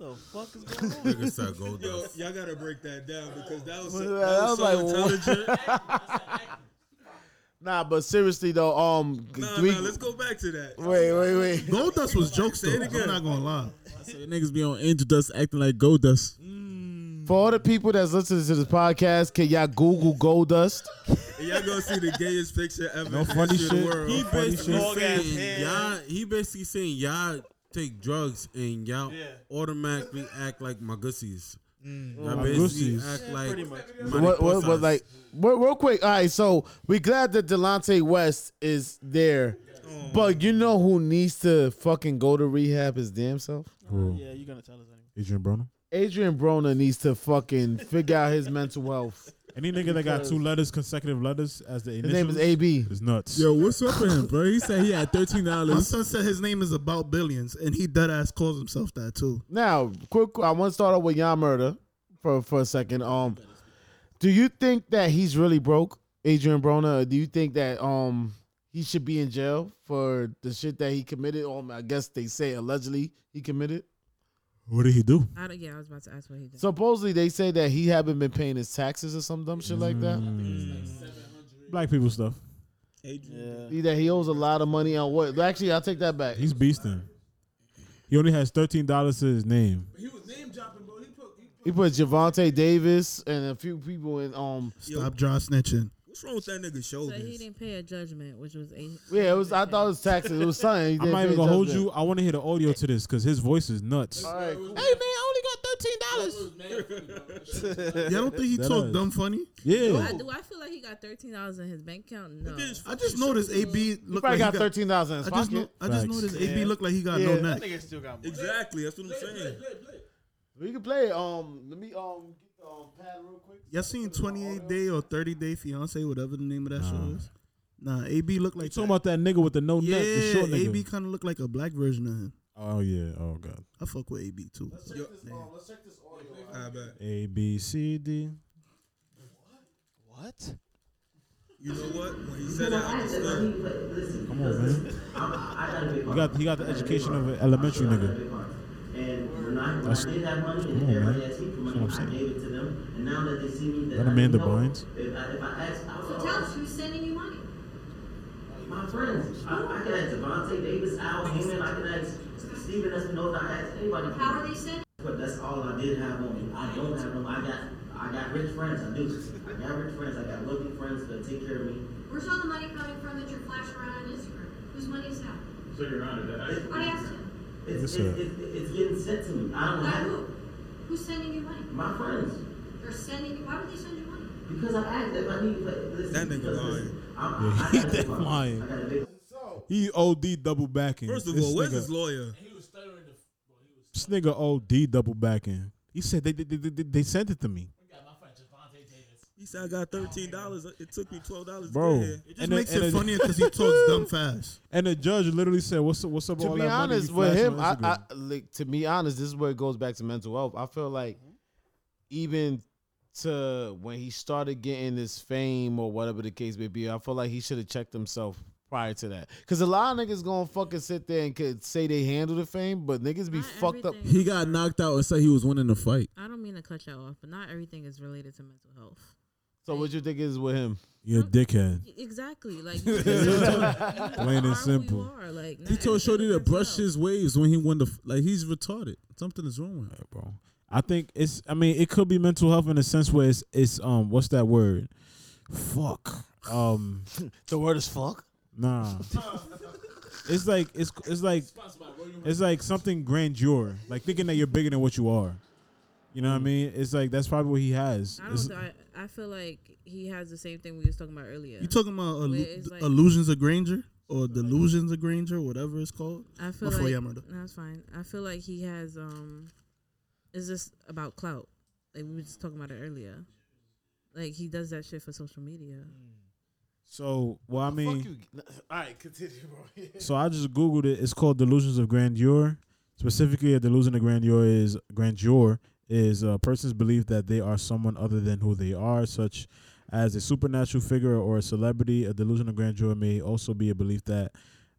the fuck is going on?
Nigga said gold
Yo,
dust.
y'all gotta break that down because that was, so-
That
that was
was like,
so
what?
intelligent.
nah, but seriously though, um,
nah,
do we-
nah, let's go back to that.
wait, wait, wait.
Gold dust was jokes though. I'm not gonna lie.
I said, niggas be on angel dust, acting like gold dust.
For all the people that's listening to this podcast, can y'all Google Gold Dust?
And y'all gonna see the gayest picture ever.
No
in the
funny
history of the
shit.
world.
He basically
Long ass
saying
hair.
y'all. He basically saying y'all take drugs and y'all
Yeah.
automatically act like magussies.
Mm.
Y'all
My
basically
gussies.
act like
pretty much.
Monte
What, what, what,
Posas.
like, real, real quick. All right, so we glad that Delonte West is there,
Oh.
but you know who needs to fucking go to rehab his damn self?
Bro,
Yeah, you're gonna tell us anyway.
Adrian Broner.
Adrian Broner needs to fucking figure out his mental health.
Any nigga that got two letters, consecutive letters as the
His
initials,
name is AB.
is nuts.
Yo, what's up with him, bro? He said he had thirteen
My
dollars.
son said his name is about billions, and he dead ass calls himself that too.
Now, quick, I want to start off with Jan Murder for for a second. Um, do you think that he's really broke, Adrian Broner? Or do you think that um he should be in jail for the shit that he committed? Um, I guess they say allegedly he committed.
What did he do?
I don't, yeah, I was about to ask what he did.
Supposedly they say that he haven't been paying his taxes or some dumb shit like
Mm.
that.
Black people stuff.
Adrian.
That he owes a lot of money on what? Actually, I'll take that back.
He's beasting. He only has thirteen dollars to his name.
He put Javante Davis and a few people in. Um,
Stop dry snitching.
What's wrong with that nigga's
So he
shoulders?
didn't pay a judgment, which was eight.
yeah, it was. I thought it was taxes. It was something. He
I'm
didn't
not
pay
even gonna hold
judgment. Uh,
you. I want to hear the audio to this because his voice is nuts.
All right.
Yeah, I don't think he
That
talked
is.
dumb funny.
I,
Yeah,
do I feel like he got thirteen dollars in his bank account? No.
I just noticed AB
He
looked
probably
like
got
he
thirteen thousand in his
I just, know,
pocket.
I just
Facts.
noticed AB looked like he got
Yeah.
no
That
neck.
nigga still got money.
Exactly, that's what I'm saying.
We can play. Um, let me um get um pad real quick.
Y'all seen 28 Day or 30 Day Fiance, whatever the name of that show is? Nah, AB looked
you
like
talking about that nigga with the no
yeah,
neck, the short nigga?
AB kind of looked like a black version of him.
oh yeah. Oh god.
I fuck with AB too.
I bet.
A B C D.
What?
You know what? When he said that, I understood.
Come on, man. He got he got the education of an elementary nigga. That's, come on, man. That's what I'm saying. That Amanda Bynes.
So tell us who's sending you money. My friends. I, I can ask Devontae Davis, Al Heyman, I can ask Steven Espinosa, I can ask anybody. How are they sending? But that's all I did have on me. I don't have them. I got I got rich friends, I do. I got rich friends, I got lovely friends that take care of me. Where's all the money coming from that you're flashing around on Instagram? Whose money is that? So you're on it. I asked him.
What's
It's, it's,
that?
it's, it's getting sent to me. I don't have it. Who's sending you money? My friends. They're sending you, why would they send you money? Because I asked if I need, but listen.
That nigga lying.
He that lying. He OD double backing.
First of
This
all, where's
nigga-
his lawyer?
This nigga OD double backing. He said they they, they, they- they sent it to me,
He said I got thirteen dollars. It took me twelve dollars to
bro.
get here.
It just
and
makes
the, and
it
the-
funnier because he talks dumb fast.
And the judge literally said, "What's up? What's up?" with
To
all
be
that money
honest
you
with
flashing
him, I,
on
I
Instagram?"
like to be honest. This is where it goes back to mental health. I feel like even to when he started getting his fame or whatever the case may be, I feel like he should have checked himself prior to that. Cause a lot of niggas gonna fucking sit there and could say they handle the fame, but niggas be
Not
fucked up.
everything-
He got knocked out and said he was winning the fight.
I don't mean to cut y'all off, but not everything is related to mental health.
So what you think is with him?
you're a dickhead.
Y- Exactly. Like you are
Plain and
who
simple.
You are. Like
He told Shorty to brush his waves when he won the f- like. He's retarded. Something is wrong with him.
bro. I think it's. I mean, it could be mental health in a sense where it's. It's um. What's that word? Fuck. Um.
The word is fuck.
Nah. it's like it's it's like it's like something grandeur, like thinking that you're bigger than what you are. You know what I mean? It's like that's probably what he has.
Mm. I
It's-
don't. know, I, I feel like he has the same thing we was talking about earlier.
You talking about
Where
illu-
it's like-
illusions of Granger or delusions of Granger, whatever it's called?
I feel
Before
like
y'all murder.
that's fine. I feel like he has um, it's just about clout. Like we were just talking about it earlier. Like he does that shit for social media.
so well, I mean,
All right, continue, bro.
So I just googled it. It's called Delusions of Grandeur. Specifically, a delusion of grandeur is grandeur is a person's belief that they are someone other than who they are, such as a supernatural figure or a celebrity. A delusion of grandeur may also be a belief that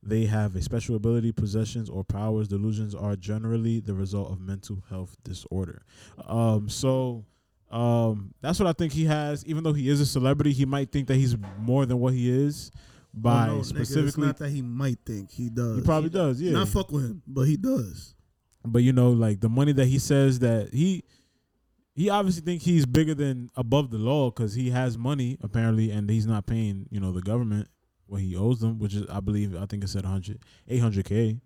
they have a special ability, possessions, or powers. Delusions are generally the result of mental health disorder. Um, so um, that's what I think he has. Even though he is a celebrity, he might think that he's more than what he is by
Oh, no, nigga, it's
specifically
not that he might think he does.
He probably does, yeah.
Not fuck with him, but he does.
But you know, like the money that he says that he he obviously think he's bigger than above the law because he has money apparently, and he's not paying you know the government what he owes them, which is I believe I think it said 100 800 k.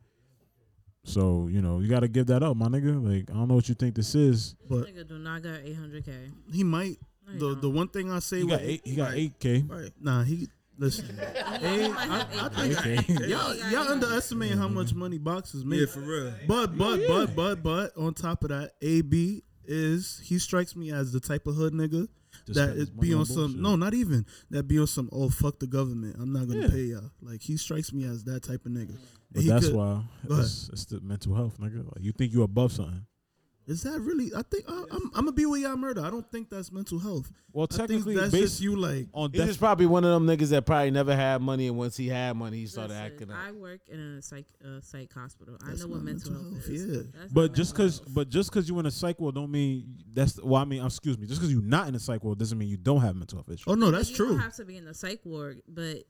So you know you got to give that up, my nigga. Like I don't know what you think this is.
But
Nigga do not got 800k.
he might.
No, he
the the one thing I say
He got
with-
eight- he got 8K.
Right. Nah, he listen. Hey, I, I think
Okay. Mm-hmm.
y'all y'all underestimate how much money boxers make.
Yeah, for real.
But but
Yeah.
but but but on top of that, AB is he strikes me as the type of hood nigga
Just
that
spend his
it be
money on
on some
bullshit.
no, not even that be on some oh fuck the government. I'm not gonna
Yeah.
pay y'all. Like he strikes me as that type of nigga.
But
He
that's
could-
why
Go ahead.
it's, it's the mental health, nigga. Like you think you above something.
Is that really? I think I, I'm, I'm gonna be with y'all murder. I don't think that's mental health.
Well,
I think
technically,
that's
based
just you like
on
He's just probably one of them niggas that probably never had money, and once he had money, he started acting up.
I work in a psych uh, psych hospital. I
That's
know what
not
mental,
mental
health
health,
is.
yeah.
That's
But
not
just
mental
because, but just because you in a psych ward don't mean that's. Well, I mean, uh, excuse me. Just because you're not in a psych ward doesn't mean you don't have mental health issues.
Oh no,
Like,
that's
you
true.
Don't have to be in the psych ward, but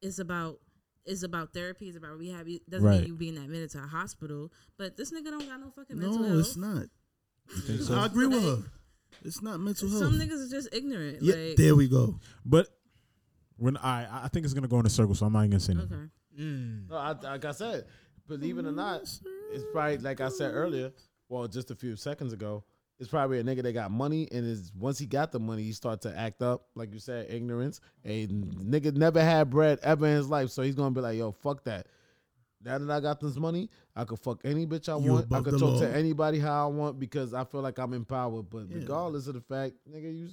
it's about it's about therapy. It's about rehab. It doesn't
Right.
mean you being admitted to a hospital. But this nigga don't got no fucking mental
No,
health.
it's not.
think so?
I agree with her. It's not mental health.
Some niggas are just ignorant.
yeah,
like,
there we go.
But when I, I think it's gonna go in a circle, so I'm not even gonna say nothing.
Okay.
No, I, like I said, believe it or not, it's probably like I said earlier. Well, just a few seconds ago, it's probably a nigga that got money, and is once he got the money, he start to act up, like you said, ignorance. A nigga never had bread ever in his life, so he's gonna be like, "Yo, fuck that." Now that I got this money, I could fuck any bitch I
You
want. I
above
could
the
talk
law.
to anybody how I want because I feel like I'm empowered. But
Yeah.
regardless of the fact, nigga, you,
You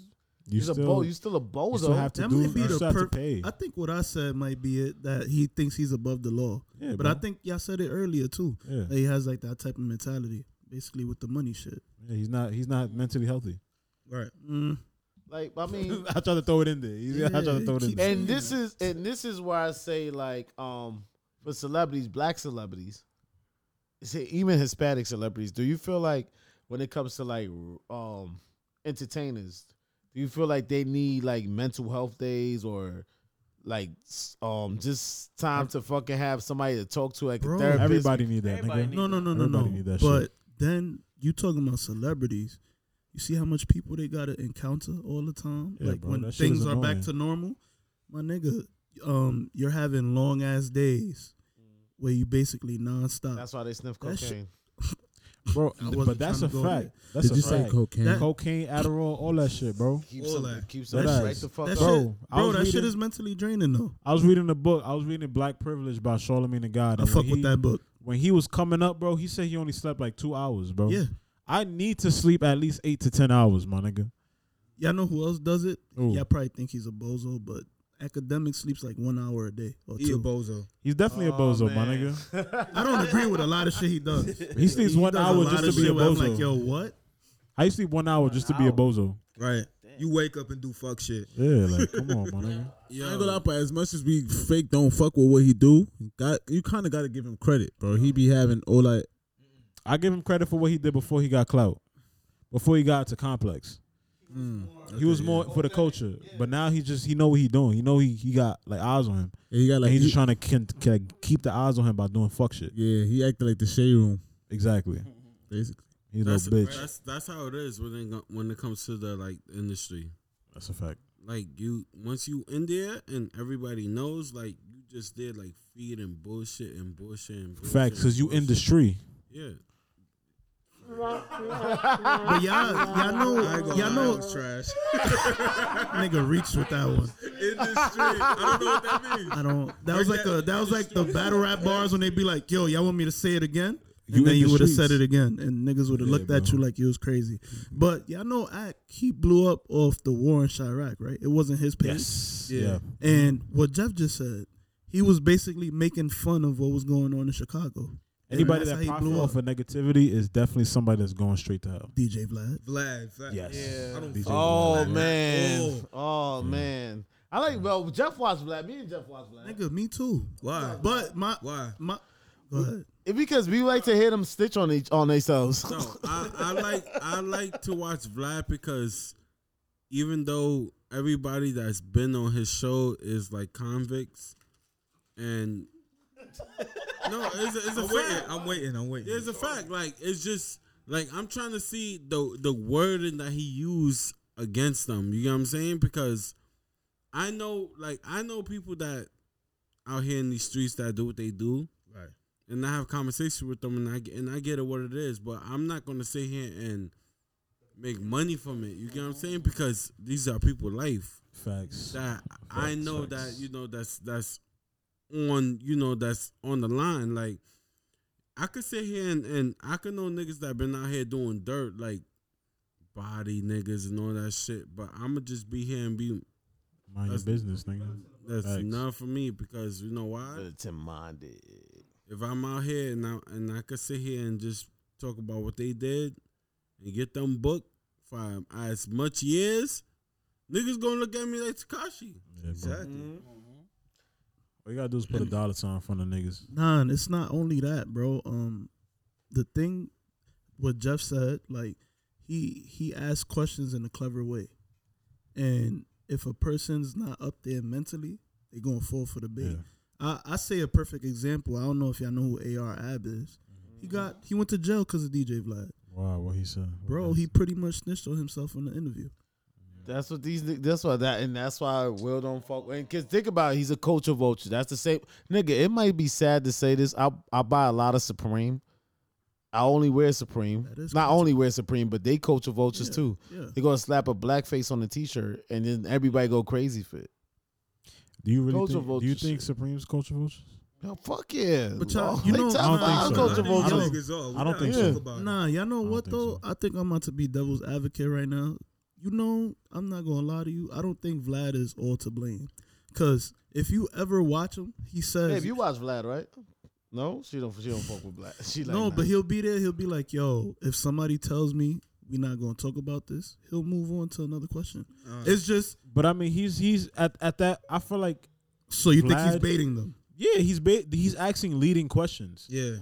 you a
still-
bo- you still a bozo.
still have to
That
do-
might be
you
the
still have to
per-
pay.
I think what I said might be it that he thinks he's above the law.
Yeah,
but
bro.
I think y'all said it earlier too.
Yeah.
That he has like that type of mentality, basically with the money shit.
Yeah, he's not. He's not mentally healthy.
Right.
Mm.
like I mean,
I tried to throw it in there. He's, I tried
Yeah,
to throw it in
keep
there.
and this is and this is where I say like um for celebrities, black celebrities, say even Hispanic celebrities, do you feel like when it comes to like um entertainers, do you feel like they need like mental health days or like s- um just time to fucking have somebody to talk to like
Bro,
a therapist?
Everybody need that, nigga.
No, no, no, no,
Everybody
no.
need that
but
shit.
then you talking about celebrities. You see how much people they gotta encounter all the time.
Yeah,
like
bro,
when
that shit is
things are back
annoying.
to normal, my nigga, um, you're having long ass days where you basically nonstop.
That's why they sniff
That shit-
cocaine.
bro.
I wasn't
But that's
trying
a
to go
fact.
there.
That's
Did
a
you say
fact.
cocaine?
That-
Cocaine, Adderall, all that shit, bro.
Keeps
All
them,
that.
keeps
That
them right
is-
the fuck
that
up.
Bro,
shit,
I
bro,
was
that shit
reading-
is mentally draining though.
I was reading a book. I was reading Black Privilege by Charlemagne the God.
I
and
fuck
when
with
he-
that book.
When he was coming up, bro, he said he only slept like two hours, bro.
Yeah.
I need to sleep at least eight to ten hours, my nigga.
Y'all know who else does it?
Who?
Y'all probably think he's a bozo, but academic sleeps like one hour a day or
He a
two.
bozo.
He's definitely
Oh,
a bozo, my nigga.
I don't agree with a lot of shit he does.
He sleeps
He
one
does a
hour
lot
just
of
to be a
shit where I'm
bozo.
like, yo, what?
I used to sleep one hour just to be a bozo.
Right. You wake up and do fuck shit.
Yeah, like come on, my nigga.
I ain't gonna lie, but as much as we fake don't fuck with what he do, got you kind of got to give him credit, bro. He be having all that.
I give him credit for what he did before he got clout, before he got to complex.
Mm.
he was more for the culture, but now he just he know what he doing. He know he, he got like eyes on him.
Yeah, he got
Like
like
he's
he,
just trying to can, can keep the eyes on him by doing fuck shit.
yeah, he acted like the shade room
Exactly.
basically.
He's a
That's,
little bitch.
that's that's how it is when it, go- when it comes to the like industry.
That's a fact.
like you once you in there and everybody knows, like you just did like feed and bullshit and bullshit and bullshit
Facts, cause you industry.
Yeah.
But y'all, y'all know,
I ain't gonna
y'all
lie,
know,
that was trash.
nigga reached with that one.
Industry. I don't know what that means.
I don't. That was like a. That was like the battle rap bars when they be like, "Yo, y'all want me to say it again?" And
You
then
in
you
the
would have
streets.
said it again, and niggas would have looked at you like you was crazy. But y'all know, Act he blew up off the war in Chirac, right? It wasn't his page.
Yes. Yeah.
And what Jeff just said, he was basically making fun of what was going on in Chicago. And
Anybody
that's
that
how he
profits
blew
off of negativity is definitely somebody that's going straight to hell.
DJ Vlad.
Vlad, Vlad.
Yes.
I don't
Yeah.
fuck
Oh
with Vlad.
man.
Oh.
Oh man. I like well Jeff watched Black. Me and Jeff watched Black.
Nigga, me too.
Why?
But my
Why?
my. Go ahead.
It because we like to hear them stitch on each on themselves.
No, I, I like I like to watch Vlad because even though everybody that's been on his show is like convicts, and no, it's a, it's a
I'm waiting.
fact.
I'm waiting. I'm waiting.
It's a fact. Like it's just like I'm trying to see the the wording that he used against them. You know what I'm saying? Because I know like I know people that out here in these streets that do what they do
Right.
and I have conversation with them, and I get- and I get it what it is, but I'm not gonna sit here and make money from it. You get what I'm saying? Because these are people life
Facts.
that I know
Facts.
that you know that's that's on you know that's on the line. Like I could sit here and and I could know niggas that been out here doing dirt like body niggas and all that shit, but I'ma just be here and be
Mind your
That's-
business, nigga.
that's
Facts.
not for me because you know why?
It's in minded.
if I'm out here and I and I could sit here and just talk about what they did and get them booked for as much years, niggas gonna look at me like Takashi.
Yeah, bro.
Exactly.
All you gotta do is put a dollar sign in front of niggas.
Nah, and it's not only that, bro. Um, the thing, what Jeff said, like he he asked questions in a clever way, and if a person's not up there mentally, they gonna fall for the bait.
Yeah.
I I say a perfect example. I don't know if y'all know who Ar Ab is. He got he went to jail because of DJ Vlad,
Wow, what he said,
bro. He pretty much snitched on himself in the interview.
That's what these. ni- That's why that, and that's why Will don't fuck. And cause think about it, he's a culture vulture. That's the same nigga. It might be sad to say this. I I buy a lot of Supreme. I only wear Supreme.
That is
Not
culture.
only wear Supreme, but they culture vultures too.
Yeah,
They're gonna slap a black face on a T-shirt, and then everybody go crazy for it.
Do you really
Culture
think, do you
vultures
think
shit.
Supreme's culture vultures?
No, fuck yeah.
But y'all-
Lord,
you
they
know-
talk
I
about
don't think so.
culture
I don't-
vultures.
don't-
Niggas are. We
I don't
not
think
talk
so.
about it.
Nah, y'all know
don't
what
think
though?
so.
I think I'm about to be devil's advocate right now. You know, I'm not gonna lie to you. I don't think Vlad is all to blame. Cause if you ever watch him, he says
Babe, you watch Vlad, right? No, she don't. She don't fuck with black. She like
no,
nah.
but he'll be there. He'll be like, "Yo, if somebody tells me we're not gonna talk about this, he'll move on to another question."
Uh,
it's just
But I mean, he's he's at, at that. I feel like
so you think he's
Vlad-
baiting them,
yeah, he's ba- he's asking leading questions.
Yeah.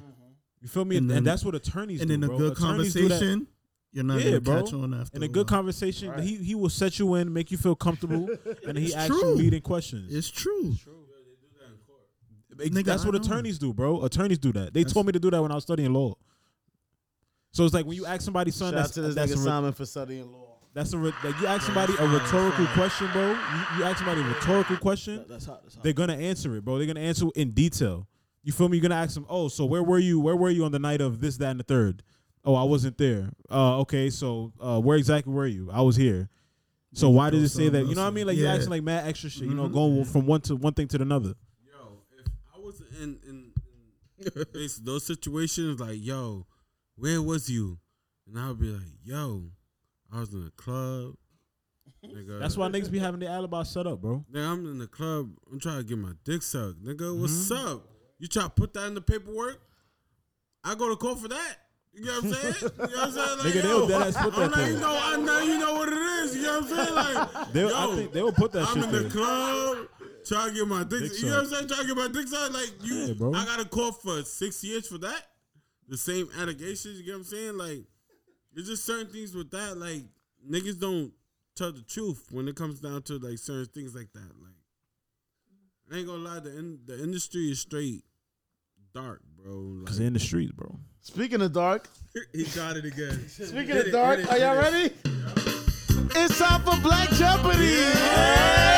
You feel me?
And
And,
then-
that's what attorneys
and
do.
in a
bro.
good
Attorneys do that.
conversation, you're not
Yeah,
gonna
bro.
catch on after.
In a good
while.
conversation, he he will set you in, make you feel comfortable, and he
It's
asks you
true.
leading questions.
It's true.
Ex-
Nigga,
that's
I
what
know.
attorneys do, bro. Attorneys do that. They told me to do that when I was studying law. So it's like when you ask somebody, son,
shout out
that's
to this
that's
nigga
a re-
Simon for studying law.
That's a re- like you ask somebody a rhetorical question, bro. You, you ask somebody a rhetorical question,
That- that's hot. That's hot.
they're gonna answer it, bro. They're gonna answer in detail. You feel me? You're gonna ask them, oh, so where were you? Where were you on the night of this, that, and the third? Oh, I wasn't there. Uh, okay, so uh, where exactly were you? I was here. So why did it say that? You know what I mean? Like you're
Yeah.
asking like mad extra shit. You know, going from one to one thing to another.
Yo, if I was in in, in these- those situations, like yo, where was you? And I would be like, yo, I was in the club. Nigga,
That's why niggas be having the alibi set up, bro.
Nigga, I'm in the club. I'm trying to get my dick sucked. Nigga, what's
Mm-hmm.
up? You try to put that in the paperwork? I go to court for that. You know what I'm saying? You know what I'm saying? Like,
Nigga, they'll
yo,
dead ass put
I'm
that
like, you
there.
know, I know you know what it is. You know what I'm saying? Like,
They'll,
yo,
I think they will put that
I'm
shit
in
there.
the club trying to get my dick,
Dick
You know what I'm saying? Trying to get my dick sucked. Like, you,
Yeah, bro.
I got to court for six years for that. The same allegations. You get what I'm saying? Like, there's just certain things with that. Like, niggas don't tell the truth when it comes down to like certain things like that. Like, I ain't gonna lie, the in, the industry is straight dark, bro. Like,
Cause they're in the streets, bro.
Speaking of dark,
He got it again.
speaking of dark, are y'all ready? It's time for Black Jeopardy.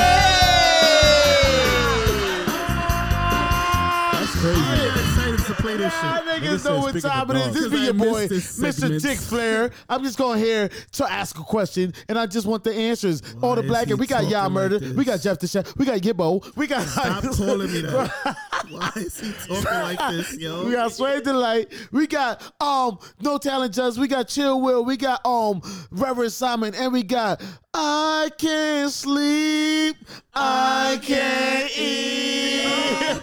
That's crazy. I'm excited to play this shit.
Niggas know what time it is. This be your boy, Mr. Dick Flair. I'm just going here to ask a question, and I just want the answers. All the
is
black,
he
and we got
talking
Y'all
like
Murder,
this?
we got Jeff the Chef, we got Gibbo, we got.
Stop calling me that. Why is he talking like this, yo?
We got Sway Delight. We got um No Talent Judge. We got Chill Will. We got um Reverend Simon, and we got I can't sleep. I can't eat.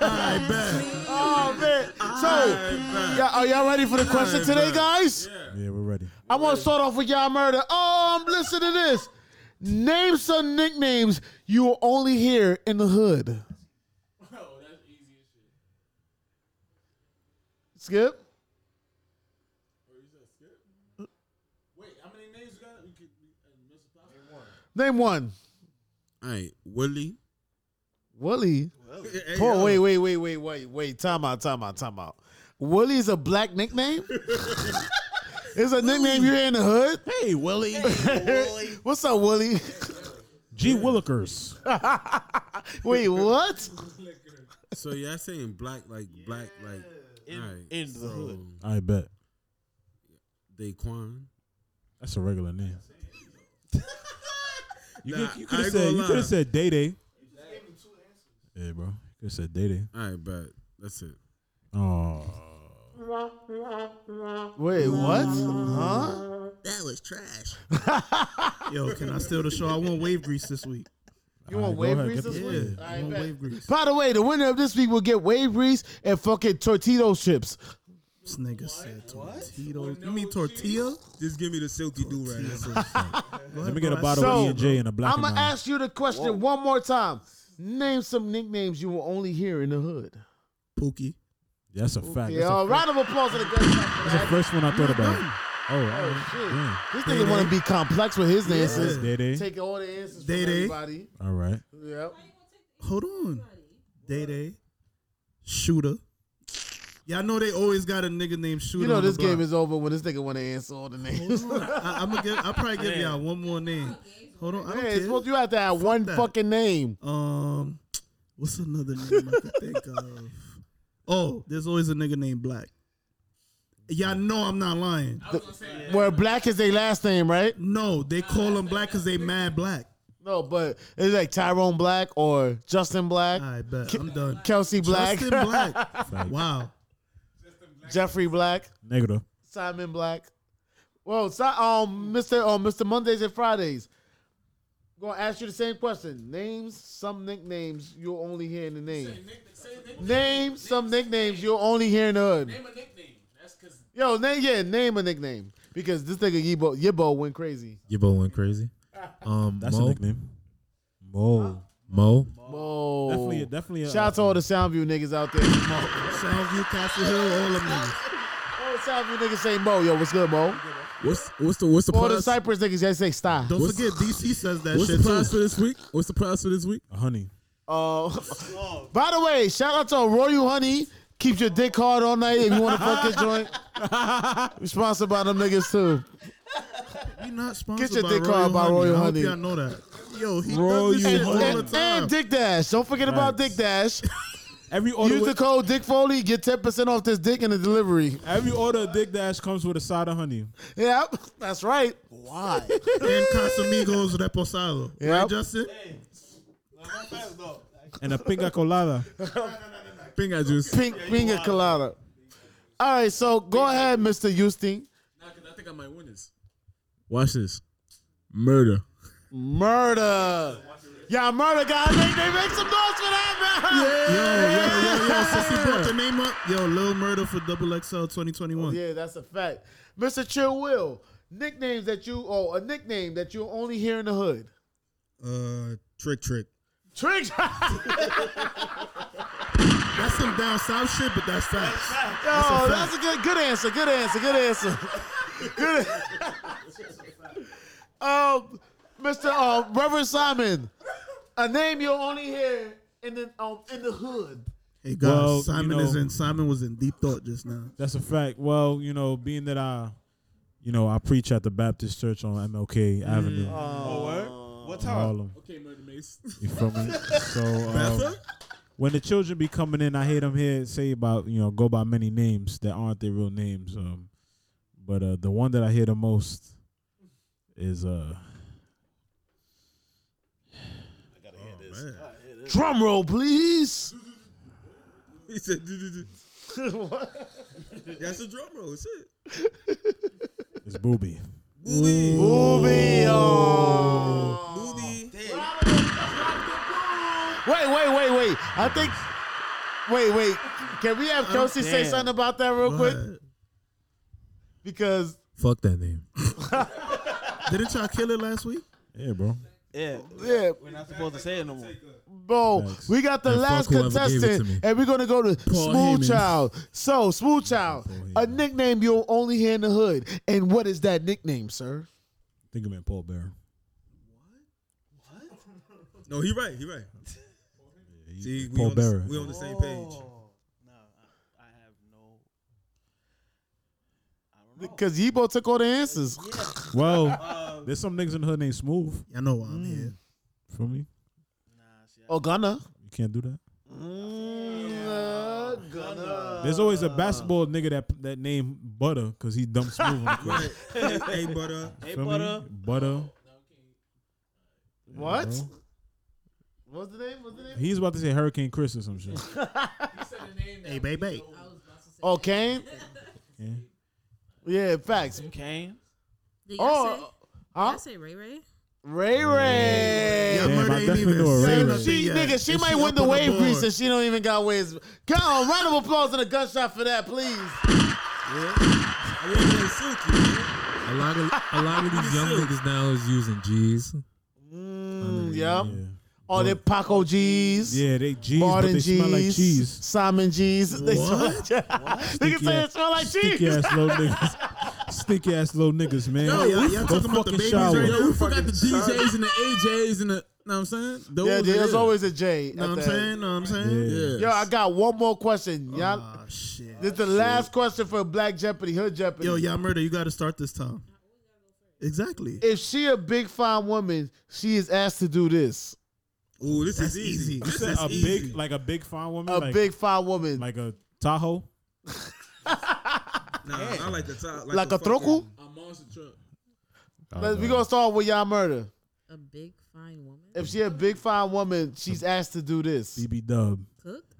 I bet. Oh man. So, yeah, are y'all ready for the question today, guys?
Yeah, we're ready.
I want to start off with y'all murder. Um, listen to this. Name some nicknames you will only hear in the hood. Skip. Name one.
All right, Willie.
Willie.
Hey,
Paul,
yo.
wait, wait, wait, wait, wait, wait. Time out, time out, time out. Willie's a black nickname? it's a nickname you hear in the hood?
Hey, Willie.
What's up, Willie?
G Willikers.
wait, what?
So yeah, I saying black like black like
In-
all right,
in the
so
hood.
I bet.
Daquan.
That's a regular name. You
Nah,
could you
I
could
ain't gonna
have said you
lie.
could have said Day Day. Yeah, bro. You could have said Day Day.
All right, bet that's it.
Oh,
Wait, what? Huh?
That was trash. yo, can I steal the show? I want wave grease this week.
You want
All right,
wave
go ahead,
grease
get
this
Yeah,
week? All
I
right,
want
bet.
wave grease.
By the way, the winner of this week will get wave grease and fucking Tortito chips.
This nigga said tortito. You mean tortilla?
Just give me the silky do right. That's it.
let me get a
bro.
bottle
So,
of E and J and a black.
I'm
and
gonna
mild.
ask you the question one more time. Name some nicknames you will only hear in the hood.
Pookie.
That's a fact.
Yeah, all round of applause for the good
That's the first one I thought about. Oh, all right.
shit. This nigga want to be complex with his answers.
Day Day.
Take all the answers from
Day-Day.
everybody.
All right.
Yep.
Hold on. Day Day. Shooter. Y'all know they always got a nigga named Shooter.
You know
on the
this game
block.
is over when this nigga want to answer all the names.
I, I'm gonna give. I'll probably give y'all one more name. Hold on. I don't
Hey, it's
care.
supposed- you have to have one
that.
fucking name.
Um, what's another name I could think of? Oh, there's always a nigga named Black. Y'all know I'm not lying.
Where black is their last name, right?
No, they call him Black because they mad Black.
No, but it's like Tyrone Black or Justin Black,
I bet I'm done.
Kelsey Black,
Justin Black. Wow.
Jeffrey Black,
Negative.
Simon Black. Well, si- um, Mr. Um, Mr. Mondays and Fridays. Gonna ask you the same question. Name some nicknames you'll only hear in the name. Name some nicknames you'll only hear in the hood. Name a nickname. That's cause Yo, name yeah, name a nickname. Because this nigga Yibo Yibo went crazy.
You both went crazy. Um,
That's a
Mo,
nickname. Mo.
Mo,
Whoa.
Definitely, definitely. a-
Oh. Shout out to all the Soundview niggas out there. Mo.
Soundview, Castle Hill, all of them.
All the Soundview niggas say Mo. Yo, what's good, Mo?
What's what's the what's the
All the
prize?
Cypress niggas they say style.
Don't forget DC says that
What's
shit
the prize
too.
for this week? What's the prize for this week?
a honey.
Oh. By the way, shout out to Royal Honey. Keeps your dick hard all night if you want to fuck his joint. We sponsored by them niggas too.
We not sponsored
Get your
by
dick
Royal
hard by
Honey.
Royal
I hope
Honey.
Y'all know that. Yo, he
Royal
does this shit
And,
all the
and,
time.
and Dick Dash. Don't forget about Dick Dash.
Every order,
Use the
with,
code Dick Foley. Get 10% off this dick in the delivery.
every order of Dick Dash comes with a side of honey.
Yep, that's right. Why?
and Casamigos Reposado.
Yep.
Right, Justin?
and a pina colada.
Finger juice.
Pink Pina Colada. All right, so go ahead, Mr. Houston.
I think I might win this. Watch this. Murder.
Murder. Yeah, murder, guys. They, they make some noise for that, man.
Yo, yo, yo, yo, since he brought the name up, yo, Lil Murder for Double XL 2021.
Oh, Yeah, that's a fact. Mr. Chill Will, nicknames that you oh a nickname that you only hear in the hood.
Uh, trick, trick.
Trick shot.
That's some down south shit, but that's facts.
Yo, that's a good good answer. Good answer. Good answer. Good. um, Mr. Uh, Reverend Simon, a name you'll only hear in the um in the hood.
Hey guys,
Well, you
Simon
know-
is in. Simon was in deep thought just now.
That's a fact. Well, you know, being that I you know, I preach at the Baptist Church on MLK Avenue.
Oh, word? What
in
time?
Harlem.
Mm. uh, Okay, Murder Mace.
You feel me? So um,
Bethel?
when the children be coming in, I hear them here say about you know go by many names that aren't their real names. Um, but uh, the one that I hear the most is uh.
Drum roll, please.
He said, "Do-do-do." That's a drum roll. It's it.
It's Booby.
Booby.
Booby. Oh. Wait, wait, wait, wait. I think. Wait, wait. Can we have
I'm
Kelsey say
dead.
something about that real quick? Because
Fuck that name.
Didn't y'all kill it last week?
Yeah, bro.
Yeah,
yeah.
We're not supposed to say it no more.
Bro, we got the
And fuck
last
whoever gave it to me.
contestant, and we're gonna go to
Paul
Smooth
Heyman.
Child. So, Smooth Child, a nickname you'll only hear in the hood. And what is that nickname, sir?
Think of it, Paul Bear.
No, he right. He right. See, we
Paul
on, the,
Bearer.
we on the same page.
Because Yibo took all the answers.
Well, there's some niggas in the hood named Smooth.
Um, I know why I'm
Mm.
here.
Feel me?
Oh, Ghana.
You can't do that.
Ghana.
There's always a
Uh,
basketball nigga that that named Butter because he dumb smooth. on the court.
Hey, butter.
Hey,
Feel me?
butter.
Butter.
What?
Bro.
What's the name? What's the name?
He's about to say Hurricane Chris or some shit.
Hey, baby.
Oh, Kane? Yeah, facts.
Kane?
Did y'all say?
Oh,
Did
huh?
y'all say Ray Ray?
Ray Ray.
Yeah, Murder ain't even said
Yo,
nothing
she,
yet.
nigga, she
Is
might
she
win
up
the
on the
wave
board?
grease and she don't even got waves. Come on, round of applause and a gunshot for that, please.
A lot of a lot of these young niggas now is using G's.
Mm, yep. Oh, they Paco G's.
Yeah, they G's, but they smell like cheese.
Simon G's. They smell
What?
like cheese. They can
Stinky
say they
ass-
smell like cheese.
Stinky ass little niggas. Stinky ass little niggas, man.
Yo, y'all- y'all
Go
talking about the
fucking
babies
shower.
right now? Yo, we forgot the DJs and the AJs and the. Know what I'm saying? Those
yeah,
are
there's
there.
always a J.
Know
at
what I'm
the-
saying? Know what I'm saying?
Yeah.
Yeah.
Yo, I got one more question. Y'all,
Ah,
shit.
this is the last question for Black Jeopardy, Hood Jeopardy.
Yo, y'all murder. You got to start this time. Exactly.
If she a big fine woman, she is asked to do this.
Ooh, this
That's easy.
You said a big, like a big fine woman,
A
like,
big fine woman,
like a Tahoe.
Nah, I like the top.
like, a troco.
A monster truck.
Let's- we gonna start with y'all murder.
A big fine woman
If she a big fine woman, she's asked to do this.
BB Dub.
cooked.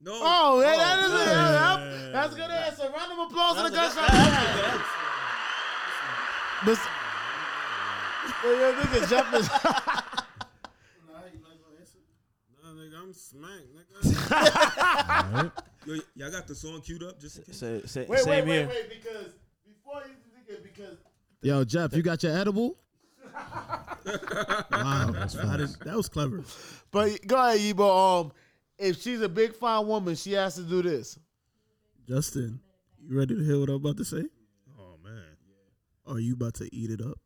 No.
Oh, yeah, that is it. That- That's a good answer. Round of applause for the gunshot. That, yo, nigga, jumping.
Nah, nigga, I'm smacked, nigga.
Yo, y'all got the song queued up? Just in case?
Say, say,
Wait,
same
wait,
here.
wait, wait, because before you nigga, because
Yo, Jeff, you got your edible?
Wow, that, is, that was clever.
but go ahead, Yibo. Um, if she's a big fine woman, she has to do this.
Justin, you ready to hear what I'm about to say?
Oh man.
Are you about to eat it up?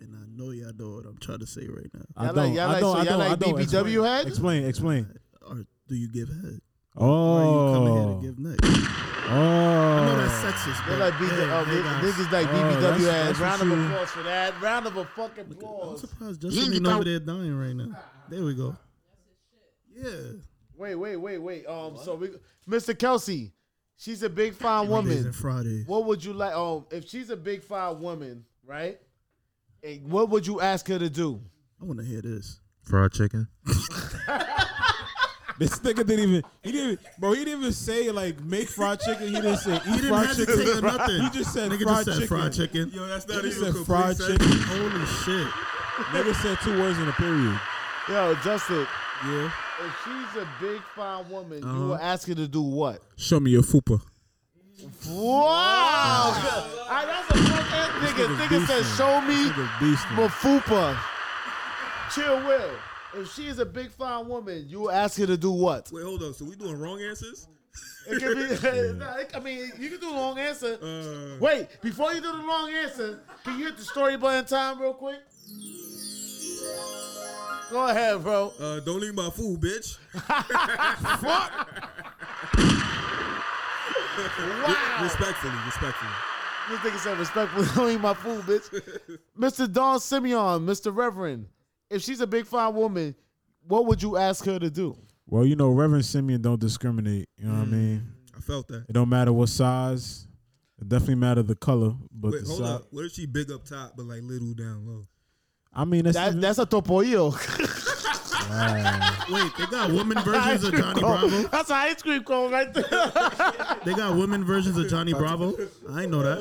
And I know y'all know what I'm trying to say right now.
Y'all like- y'all like- so y'all like BBW
explain,
head?
Explain, explain.
Or do you give head? Or are you coming here
Oh,
to give neck?
oh.
I know that's sexist.
They
but
like BB,
hey,
oh,
hey,
niggas-
guys.
niggas like
Oh,
BBW
that's-
ass.
that's
Round
what
of
you-
applause for that. Round of a fucking
I'm
applause.
surprised Justin ain't over there dying right now. There we go. Yeah.
Wait, wait, wait, wait. Um, so we, Mr. Kelsey, she's a big fine
Mondays
woman.
and Fridays.
What would you like? Um, if she's a big fine woman, right? And what would you ask her to do?
I want to hear this.
Fried chicken.
This nigga didn't even. He didn't, bro. He didn't even say like make fried chicken. He didn't say eat
He didn't
fried
hesitate
chicken.
or nothing.
He just said
Nigga just
fried
said
chicken.
fried chicken.
Yo, that's
He
not
just
even a
said
complete
fried
sentence.
chicken.
Holy shit.
Nigga said two words in a period.
Yo, Justin,
Yeah.
if she's a big fine woman, you will ask her to do what?
Uh-huh. Show me your fupa.
Wow, All right, that's a fuck ass
nigga
nigga. Nigga said,
beastin'.
"Show me
Nigga beastin'.
Mafupa." Chill, Will. If she is a big fine woman, you will ask her to do what?
Wait, hold on. So we doing wrong answers?
It could be. nah, it- I mean, you can do a long answer.
Uh,
Wait, before you do the long answer, can you hit the story button time real quick? Go ahead, bro.
uh, don't leave my food, bitch.
Fuck. wow.
Respectfully, respectfully.
This nigga said respectfully, don't eat my food, bitch. Mr. Don Simeon, Mr. Reverend, if she's a big fine woman, what would you ask her to do?
Well, you know, Reverend Simeon don't discriminate. You know
Mm.
what I mean?
I felt that.
It don't matter what size. It definitely matter the color, but
Wait,
the
hold
size.
up. What if she big up top but like little down low?
I mean, that's
That, that's a topoillo.
Wait, they got woman versions of Johnny Bravo.
That's an ice cream cone right there.
They got women versions of Johnny Bravo. I ain't know that.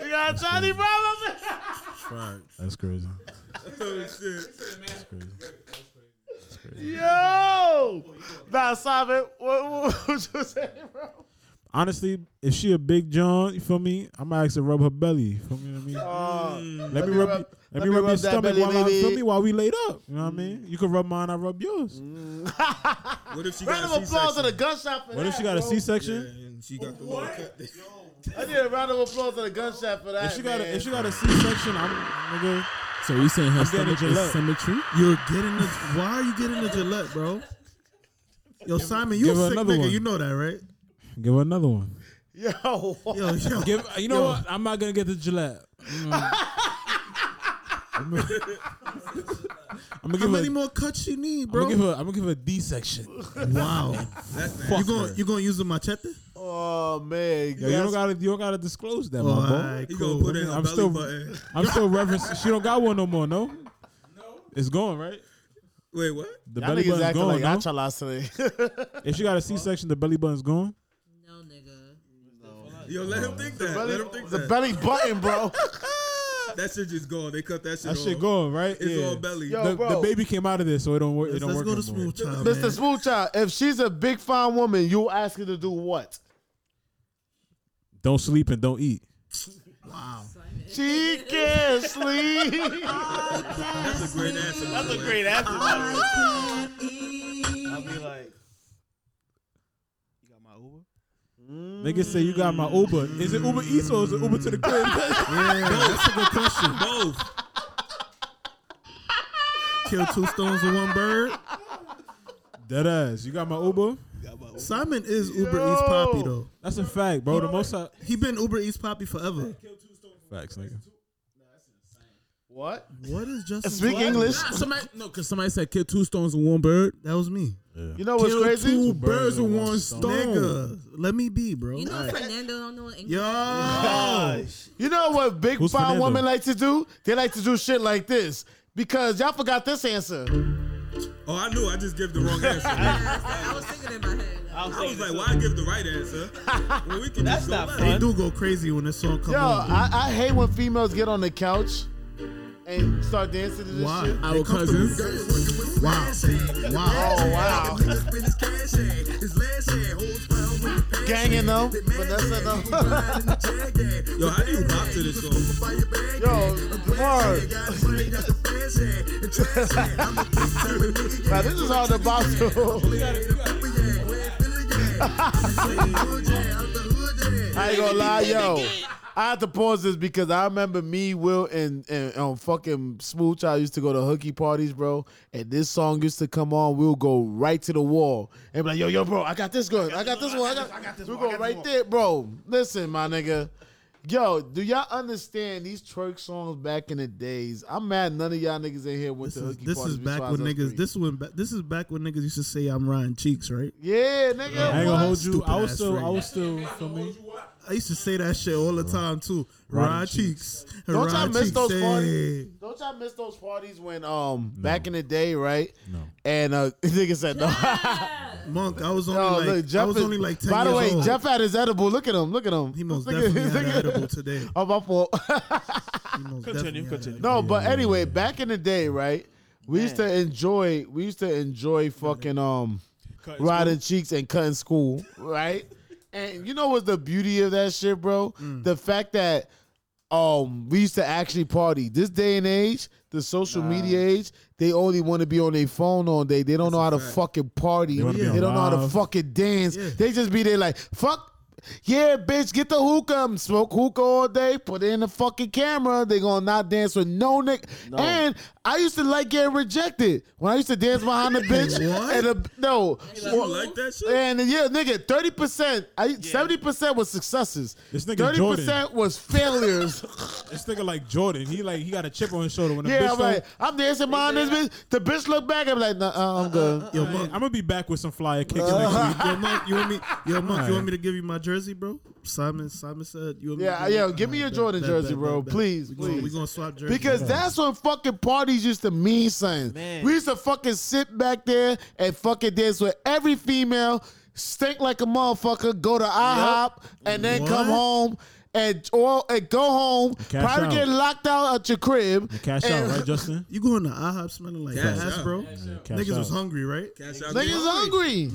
you got Johnny Bravo.
That's crazy.
oh shit.
Yo, nah, Simon, what, what, what you saying, bro?
Honestly, if she a big John, you feel me? I'm gonna ask her to rub her belly. You feel me? What I mean? Mm.
Uh,
let, me rub. let, me rub, your
that
stomach
belly,
while I, feel
baby.
me while we laid up. You know what I mean? You can rub mine. I rub yours.
What if she
Round
got
of
a
applause to
C-section?
the gunshot for
What
that.
if she got a
bro.
C-section?
And she got the little cut. that-
I need a round of applause to the gunshot for that.
If she got a,
man.
if she got a C-section, I'm nigga.
So you saying her
I'm getting a
stomach is
Gillette.
symmetry?
You're getting the. Why are you getting the Gillette, bro? Yo, Simon, you
give her
a sick
another
nigga.
one.
You know that, right?
Give her another one.
yo,
Yo, yo.
Give you know what? I'm not gonna get the Gillette. Mm. I'm gonna
How
give her.
many more cuts you need,
I'm
bro?
gonna give her. I'm gonna give her a D section.
wow.
That's nice.
you
Fuck
going
her.
you gonna use the machete?
oh man,
Yo, you don't gotta. You don't gotta disclose that,
Oh,
my boy.
alright,
He
cool.
gonna put in her
I'm
belly
still-
button.
I'm still referencing. She don't got one no more. No. No. It's gone right.
Wait, what?
The
Y'all
belly
niggas
button's
acting
gone.
like
no?
achalas today.
If she got a C-section, the belly button's gone.
No, nigga.
Yo, let him think that.
belly,
Let him think
the
that.
belly button, bro.
that shit just gone. They cut that shit
That
off.
shit gone right.
It's
yeah.
all belly.
Yo,
The, the
bro.
baby came out of this, so it don't work. It
Let's,
don't work.
go to
no more.
smooth time,
Mr.
man.
Smoochie, if she's a big fine woman, you ask her to do what?
Don't sleep and don't eat.
She can't sleep.
That's a great answer. by the way.
Oh
answer.
I'll be like, you got my Uber?
Niggas say you got my
Mm.
Uber. Is it Uber Eats or is it Uber to the crib?
Both.
Kill two stones with one bird.
Dead ass. You got my Uber.
Simon is Uber Eats Poppy though.
That's a fact, bro. The most I,
He been Uber Eats Poppy forever.
facts, nigga.
What?
What is Justin?
Speak English.
Somebody, no, because somebody said kill two stones with one bird.
That was me,
You know what's
kill two
crazy?
birds with one stone.
nigga. Uh, Let me be, bro.
You know
Alright.
Fernando don't know English.
Oh.
Yo,
You know what big
Who's
fine
Fernando?
women like to do? They like to do shit like this. Because y'all forgot this answer.
Oh, I knew. I just gave the wrong answer.
I was thinking in my head.
I was
I was
thinking,
like, why give the right answer? Well, we can
that's
just go
not
left.
they
fun.
do go crazy when this song comes
Yo,
on.
I, I hate when females get on the couch and start dancing to this
Why?
shit.
Our cousins.
Wow, wow.
Oh wow. Ganging though. Vanessa though.
Yo, how do you bop to this song?
Yo, word. Now this is all the box I ain't gonna lie, yo. I had to pause this because I remember me, Will, and and um, fucking Smooch. I used to go to hooky parties, bro. And this song used to come on. We'll go right to the wall and be like, "Yo, yo, bro, I got this girl. I got this one. I got, this one. We go right there, bro. Listen, my nigga. Yo, do y'all understand these twerk songs back in the days? I'm mad none of y'all niggas in here went
This
to
is,
hooky
this
parties.
is back
besides
when
us
niggas.
three.
This is when. ba- This is back when niggas used to say I'm Ryan Cheeks, right?
yeah, nigga.
I ain't gonna
what?
hold you. I was
Stupid-ass
still. I
phrase.
was still. Feel me?
I used to say that shit all the time too. Ryan,
Ryan
Cheeks.
Don't y'all
Ryan
miss
Cheeks,
those
hey.
parties? Don't y'all miss those parties when um back in the day, right?
No.
And uh nigga said no.
Monk, I was only
Yo,
like
look, Jeff
I was
is-
only like ten.
By the
years
way,
old.
Jeff had his edible. Look at him. Look at him.
he most
Look at-
definitely had
look
an
at-
edible today. He
Oh my fault.
most definitely
Continue,
had an
continue.
no, but anyway, back in the day, right? We used to enjoy. We used to enjoy fucking um riding cheeks and cutting school, right? and you know what's the beauty of that shit, bro? The fact that um we used to actually party. This day and age, the social media age, they only want to be on their phone all day. They don't know how to fucking party. They,
wanna be on
don't know how to
live.
fucking dance. They just be there like fuck. Yeah, bitch, get the hookah. and Smoke hookah all day. Put it in the fucking camera. They gonna not dance with no nick. And I used to like getting rejected when I used to dance behind the bitch. And a, no,
You like that shit?
and yeah, nigga, thirty percent, seventy percent was successes.
This nigga
Thirty percent
Jordan.
was failures.
This nigga like Jordan. He like he got a chip on his shoulder when the
yeah,
bitch
I'm like,
like,
I'm dancing behind this bitch. The bitch look back. I'm like, nah, uh, I'm good.
Yo,
uh,
man, I'm gonna be back with some flyer kicks
Uh-huh.
next week.
yo, Monk, you want me? Yo, Monk,
Alright.
you want me to give you my jersey, bro? Simon, Simon said you. Want me to
Yeah,
give you-
yeah. Give me your
Alright,
Jordan
bet, bet,
jersey,
bet,
bro.
bet.
Please,
we
please.
Gonna, we gonna swap jerseys
Because that's when fucking parties used to mean something.
Man.
We used to fucking sit back there and fucking dance with every female, stink like a motherfucker, go to IHOP, and then come
What?
home and or and go home,
cash
probably
out.
get locked out at your crib.
Cash
and-
out, right, Justin?
You going to IHOP smelling like
Cash
ass,
out.
bro?
Yeah, cash
Niggas was
out.
hungry, right?
Cash
Niggas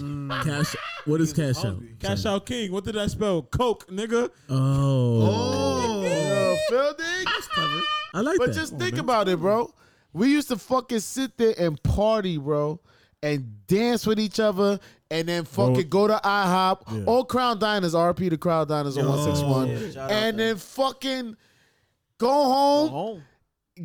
hungry.
Cash. What is cash out?
Cash out king. What did I spell? Coke, nigga.
Oh.
Yo, Phil Diggs.
I like
But
that.
just think about it, bro. We used to fucking sit there and party, bro, and dance with each other, and then fucking go to IHOP or Crown Diners, RP to Crown Diners on
Yo.
one six
Yeah,
one,
shout out
and then fucking go home.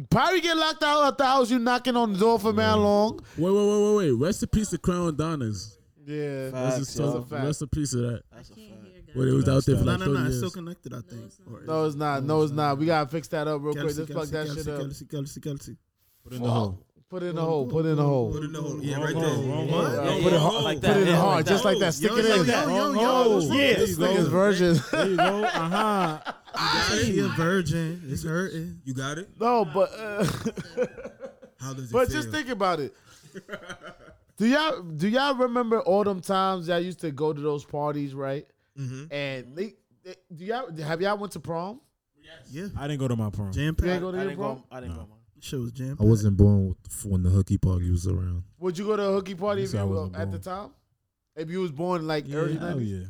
Probably get locked out of the house. You knocking on the door for man long.
Wait, wait, wait, wait, wait. Rest in peace of Crown Donna's.
Yeah,
Let's just talk. Rest in peace of that. Where it was
That's
out there for
No,
like
no, no.
30
It's
years.
still connected, I think. Or-
No, it's not. No, it's not. We gotta fix that up real quick.
Kelsey,
Let's plug that
Kelsey,
shit up.
Kelsey, Kelsey, Kelsey.
Put it in the hole.
Put it in the hole. Put it in the hole.
Put it in the hole. Yeah, right there. Yeah,
Yeah, put it
yeah, yeah.
hard. put it in
Yeah,
hard,
like
just
that.
like that. Stick
Yo,
it
yo, yo,
in.
yo, yo, what's wrong
yeah.
with
This
this
nigga's
nigga?
version.
There you go. Uh huh.
She a virgin. It's hurting.
You got it?
No, but uh,
How does it
but
feel?
just think about it. Do y'all do y'all remember all them times y'all used to go to those parties, right? And they, they- do y'all have y'all went to prom?
Yeah,
I didn't go to my prom.
jam
You ain't
packed.
go to
I
your
didn't
prom?
go. I didn't go. man.
Shit was jam.
I wasn't born with- when the hooky party was around.
Would you go to a hooky party if
Yes, I
you were
wasn't
at the time? If you was born like early
Hell
90s?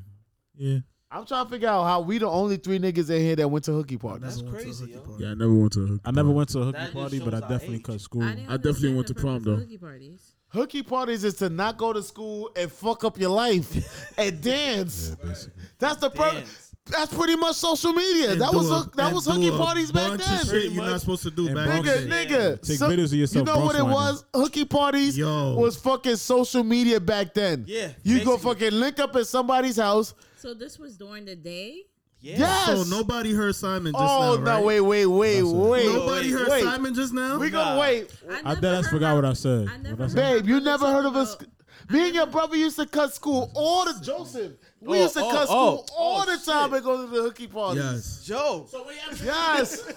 yeah.
Yeah.
I'm trying to figure out how we the only three niggas in here that went to hooky parties.
That's crazy, yo.
Yeah, I never went to a hooky.
I never went to a
That
hooky
just
party, but I
shows our
definitely
age.
cut school.
didn't
I definitely
understand
went
the
to prom,
purpose of
though.
Hooky parties.
Hooky parties is to not go to school and fuck up your life and dance. that's the per-
Dance.
That's pretty much social media.
And
that
do
was
a-
hook- that
and
was
do
hooky
a
parties back
bunch of
then.
shit You're not supposed to do
And
back
Bronx
Nigga,
then.
shit.
nigga.
Take videos of yourself
You know what
Bronx whining.
it was? Hooky parties
Yo.
was fucking social media back then.
Yeah,
You go
basically.
fucking link up at somebody's house.
So this was during the day.
Yeah.
Yes.
So Oh, nobody heard Simon just
oh
now,
no!
right?
Wait, wait, wait, wait.
Nobody
wait,
heard
wait.
Simon just now.
We gonna wait,
I
never
dead ass
heard
forgot
my-
what I said.
I
What
never
I said.
heard
babe. You
my
never
brother
heard of
talk
us.
about-
Me and your brother used to cut school all the Joseph. We used to
Oh,
cut
oh,
school
oh,
all
oh,
the time and go to the hooky parties.
Yes.
Joe.
Yes.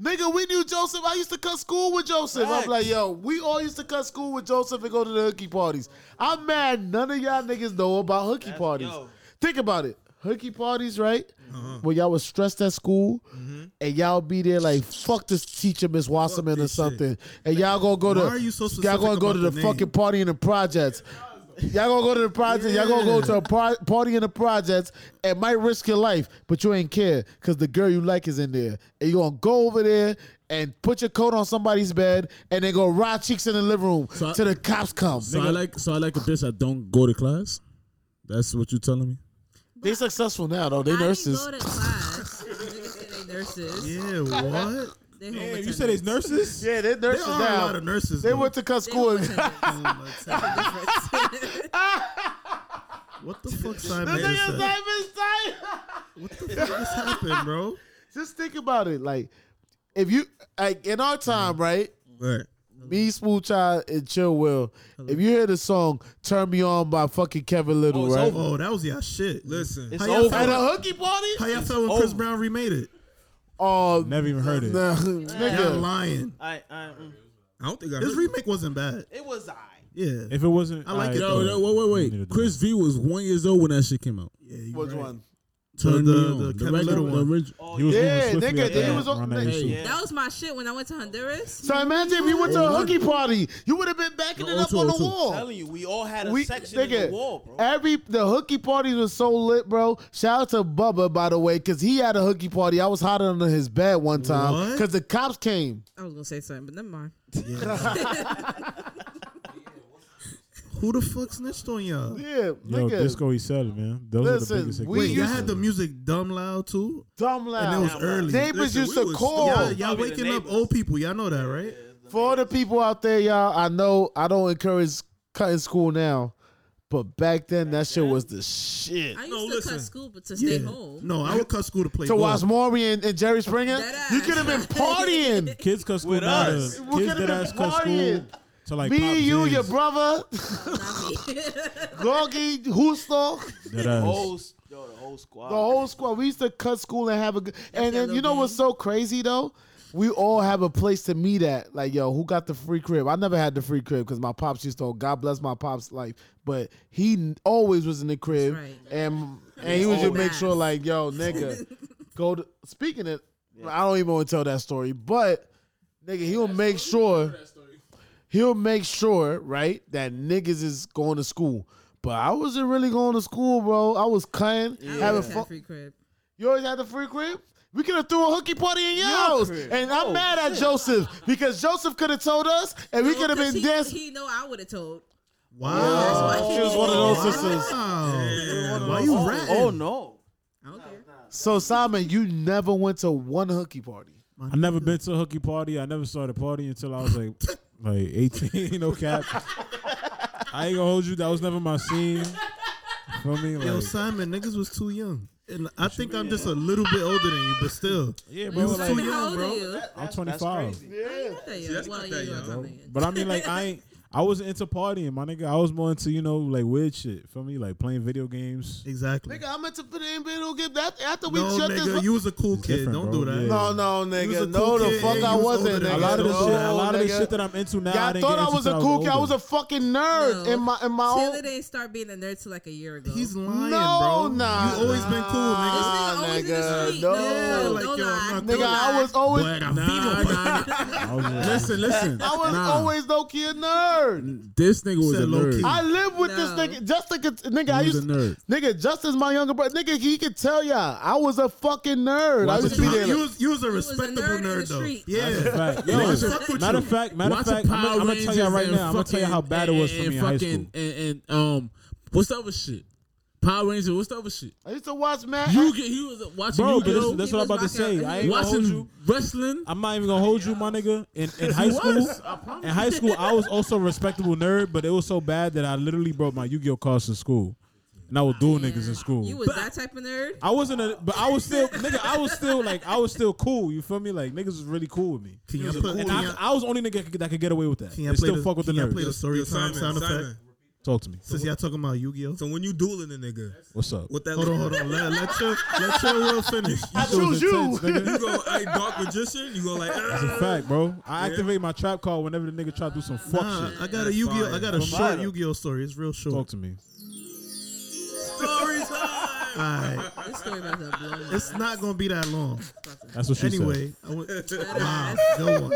Nigga, we knew Joseph. I used to cut school with Joseph. I'm
Facts.
like, yo, we all used to cut school with Joseph and go to the hooky parties. I'm mad none of y'all niggas know about hooky parties.
yo.
Think about it. Hooky parties, right? Where y'all was stressed at school and y'all be there like fuck this teacher, Miss Wasserman or
this shit.
something. And y'all gonna go to
Why are you so
y'all
specific
gonna go
about
to the,
the name?
fucking party in the projects. Y'all gonna go to the project. Y'all gonna go to a pro- party in the projects and might risk your life, but you ain't care because the girl you like is in there. And you gonna go over there and put your coat on somebody's bed and then go ride cheeks in the living room
So I-
till the cops come.
So I like. So I like a bitch that don't go to class. That's what you telling me.
they successful now though. They
I
nurses.
Didn't go to class. Niggas say they nurses.
Yeah, what?
They home
Damn, you
attendants.
said it's nurses?
yeah, they're
There
nurses
are a
now.
lot of nurses.
they
though.
went to cut
They
school.
home attendants.
What the fuck, Simon?
This
just
nigga's
said?
like, "Miss Ty-"
This happened, bro.
Just think about it. Like, if you like in our
Mm-hmm.
time, right?
Right.
Me, Smooth Child, and Chill Will. If you hear the song "Turn Me On" by fucking Kevin Little,
it's
right?
over.
Oh, that was y'all shit.
Listen.
It's
How y'all
over.
At a hooky party?
How y'all felt when Chris
over.
Brown remade it?
Oh,
Never even heard it.
nah,
Y'all
nigga.
lying.
I, I, mm,
I don't think I
This
heard
remake wasn't bad.
it was I.
Yeah.
If it wasn't,
I like
alright,
it
Yo,
though.
yo, wait, wait, wait. Chris V was one years old when that shit came out.
yeah you
Which
right.
one?
The, the,
Turn me on.
the,
The
Kevin
regular
Little
one.
one.
The orig-
Oh,
He was
Yeah,
moving swiftly
nigga,
at
they
that-
was on-
around that
they-
age.
yeah.
That was my shit when I went to Honduras.
So imagine if you went to a hooky party, you would have been backing
No,
it up
02,
on the
02.
wall.
telling you, we all had a
We,
section in the
nigga,
wall, bro.
every the hooky parties was so lit, bro. Shout out to Bubba, by the way, because he had a hooky party. I was hot under his bed one time
What?
because the cops came.
I was gonna say something, but never mind.
Who the fuck snitched on y'all?
Yeah,
Yo, disco, he said it, man. Those
Listen,
are the biggest.
we
examples.
y'all had the music dumb loud too.
Dumb
And
Loud.
it was
Dumb Loud.
early.
Neighbors used to
we was-
call.
Y'all, y'all
Probably the
waking up old people. Y'all know that, right?
For all the people out there, y'all, I know I don't encourage cutting school now, but back then that shit was the shit.
I used to cut school, but to stay home.
No, I would cut school to play.
To
ball.
watch Maury and, and Jerry Springer, you could have been partying.
Kids cut school
With
now. to-
us. We
Kids
could've
did
been
ass cut school
partying.
to like
me,
Pop
you,
J's.
your brother, Gorgie, Hoostalk,
That ass.
Oh,
Whole, s- yo, the whole squad.
the whole squad. We used to cut school and have a good. And then you know what's so crazy though? We all have a place to meet at. Like, yo, who got the free crib? I never had the free crib because my pops used to. God bless my pops' life, but he n- always was in the crib, and and he would just make sure, like, yo, nigga, go. to Speaking of, I don't even want to tell that story, but nigga, he will make sure he'll make sure, right, that niggas is going to school. But I wasn't really going to school, bro. I was cutting, having fun.
free crib.
You always had the free crib? We could have threw a hooky party in your, house.
crib.
And I'm
Oh,
mad at
shit.
Joseph because Joseph could have told us and we
No,
could have
'cause
been
he,
dancing.
He know I would have told.
Wow. She was one of those sisters.
Why you ratting?
Oh no.
So, Simon, you never went to one hooky party.
I never been to a hooky party. I never started a party until I was like, like eighteen. No cap. I ain't gonna hold you. That was never my scene. Feel me? Like,
Yo, Simon, niggas was too young. And I think I'm just a little bit older than you, but still.
Yeah,
You
bro.
was
Like,
too young, bro.
I'm 25. But I mean, like, I ain't. I wasn't into partying, my nigga. I was more into you know like weird shit. Feel me? Like playing video games.
Exactly.
Nigga, I meant to put in bit. Don't get that after we
No,
shut
nigga,
this.
you was a cool kid. Don't
different,
do
bro.
that.
Yeah.
no, Oh, no,
You was a
nigga.
cool
No, the
kid
fuck
and
I
you was
wasn't.
older than
nigga.
a lot of the shit, a
No,
lot of the
nigga.
shit that I'm into now.
Yeah, I,
I didn't
thought
get
I
into
was a
till
cool kid. I
older.
was a fucking nerd in my in my own.
Taylor didn't start being a nerd till like a year ago.
He's lying,
No,
bro.
nah,
you always been cool, nigga.
Nah, nigga.
No,
No,
no, no, lie.
nigga, I was always.
Listen, listen.
I was
Nah.
always low key a nerd.
This nigga was a
said low-key.
nerd.
I live with this nigga. Just like it's- nigga, I
He was
used
a nerd.
nigga. Just as my younger brother, nigga, he could tell y'all I was a fucking nerd. I used to be
You,
there.
you,
like-
was, you was a respectable
nerd in the
nerd, though.
street.
Yeah.
That's a fact. Yo,
Niggas fuck with
matter
you.
of fact, matter of
Watching
fact, I'm
Power
gonna tell
Rangers
y'all right
and
now. I'm gonna tell you how
fucking-
bad it was for
and
me in high school.
fucking- And, and um, what's the other shit? Power Ranger. What's the other shit?
I used to watch Matt.
You get he was watching
Bro,
you
but this, that's what I'm about to
rocking-
say. I ain't gonna hold you.
watching wrestling.
I'm not even gonna hold you, my nigga. In, in high
He
school,
was. I promise.
in high school, I was also a respectable nerd, but it was so bad that I literally brought my Yu-Gi-Oh cards to school, and I would duel niggas in school.
You was that type of nerd.
I wasn't a, but I was still, nigga. I was still like, I was still cool. You feel me? Like niggas was really cool with me.
Can you put,
And
can
I,
you-
I was the only nigga that could, that could get away with that.
can you
They
play
still
the,
fuck with the
can you play
nerds.
the story
Yo,
time
Simon,
sound effect?
Simon.
Talk to me.
Since y'all talking about Yu-Gi-Oh.
So when you dueling a nigga,
What's up?
what that?
Hold on, hold
look like?
on. Let, let your let your will finish.
I choose you.
You go, hey, dark magician. You go like. "Ah,
That's a fact, bro. I activate my trap card whenever the nigga try to do some fuck
Nah,
shit.
I got a Yu-Gi-Oh. I got a
That's
short
fire.
Yu-Gi-Oh story. It's real short.
Talk to me.
Story time.
All right.
This story about to blow my
It's not gonna be that long.
That's what she
Anyway, I went. Wow, good one.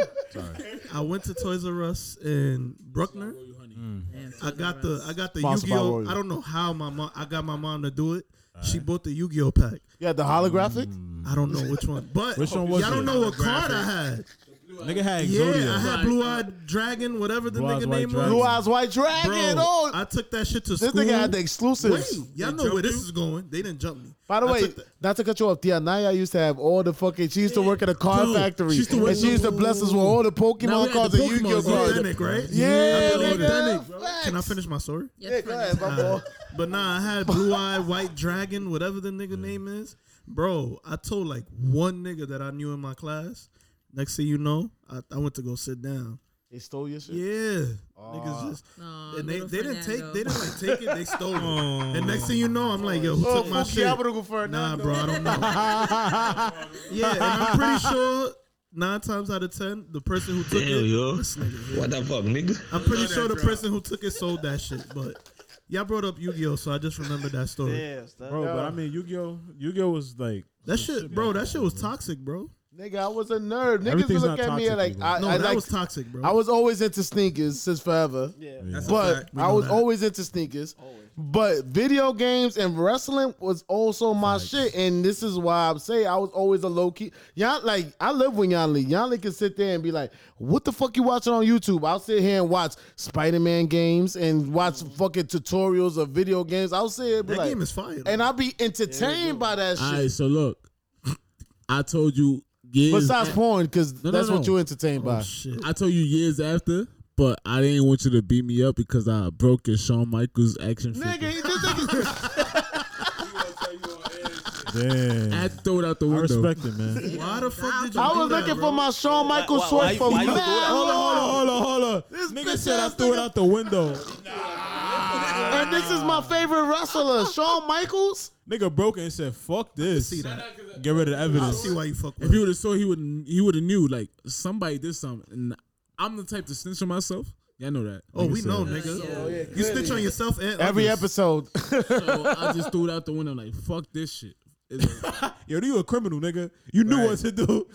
I went to Toys R Us in Bruckner.
Mm.
damn
I got the I got the
Sponsored by
Yu-Gi-Oh.
Royal.
I don't know how my mom. I got my mom to do it. She bought the Yu-Gi-Oh pack.
Yeah, the holographic.
I don't know which one, but
Mm. Which one was
y'all don't
it?
know what card I had.
said. Nigga had
Yeah,
Exodia.
I had Blue Eyed Dragon, whatever the
Blue-Eyed
nigga
White
name
Dragon.
Blue
was.
eyes, white dragon.
Bro,
oh,
I took that shit to
this
school.
nigga had the exclusives.
Wait, y'all know where this is going. They didn't jump me.
By the
I
way,
took the-
not to cut you off, Tia Naya used to have all the fucking. She used to work at a car
Bro,
factory,
she used to work-
and she used to bless us with all the
Now we
Pokemon
had
cards
the
and Yu Gi Oh
Pokemon cards.
cards.
organic, right?
Yeah,
I believe
nigga.
organic.
Facts.
Can I finish Uh, my story?
Yeah, go ahead, my boy.
But nah, I had blue eye, white dragon, whatever the nigga name is. Bro, I told like one nigga that I knew in my class. Next thing you know, I, I went to go sit down.
They stole your shit.
Yeah, niggas just
Aw,
and they,
little
they didn't take
Fernando.
they didn't like take it. They stole it. And next thing you know, I'm like, yo, who
Oh,
took my
fuck
shit?
yeah, I'm gonna go for it
Nah,
now.
bro, I don't know. yeah, and I'm pretty sure nine times out of ten, the person who took it, this nigga, yeah.
What the fuck, nigga?
I'm pretty sure the person who took it sold that shit. But y'all brought up Yu-Gi-Oh, so I just remembered that story.
Yes, that,
Bro, but I mean, Yu-Gi-Oh, Yu-Gi-Oh was like
That shit, bro, that shit was toxic, bro.
Nigga, I was a nerd. Niggas
Everything's
look
not
at me
toxic,
like
bro.
I,
No,
I
that
like-
was toxic, bro.
I was always into sneakers since forever. Yeah,
That's a
but
fact. We
I
know
was
that.
always into sneakers. But video games and wrestling was also my shit, and this is why I'm saying I was always a low key. Y'all like I live with Yanli. Yanli can sit there and be like, "What the fuck you watching on YouTube?" I'll sit here and watch Spider Man games and watch fucking tutorials of video games. I'll sit here and be
That
like,
game is fire, though.
and I'll be entertained by that shit.
All right, so look, I told you years.
Besides porn, 'cause that's what you
Oh,
entertained by.
I told you years after, but I didn't want you to beat me up because I broke your Shawn Michaels action figure.
Nigga, this nigga.
Damn.
I had to throw it out the
I
window.
respect it, man.
Why the fuck did you
I
do
was
that,
looking
bro?
for my Shawn Michaels
why-
sweat
why-
for
why you
mad
do that?
Hold on,
long.
hold on, hold on,
This
hold on.
bitch
Nigga said I
ass
threw it out the window.
And this is my favorite wrestler, Shawn Michaels.
Nigga broke it and said, "Fuck this." Get rid of the evidence.
fuck
If he would have saw, he would he would have knew like somebody did something. And I'm the type to snitch on myself. Y'all know that.
Oh, we
said-
know, nigga. you snitch on yourself and
Every
others.
episode.
So I just threw it out the window. Like fuck this shit. It's like,
Yo, you a criminal, nigga. You knew what to do.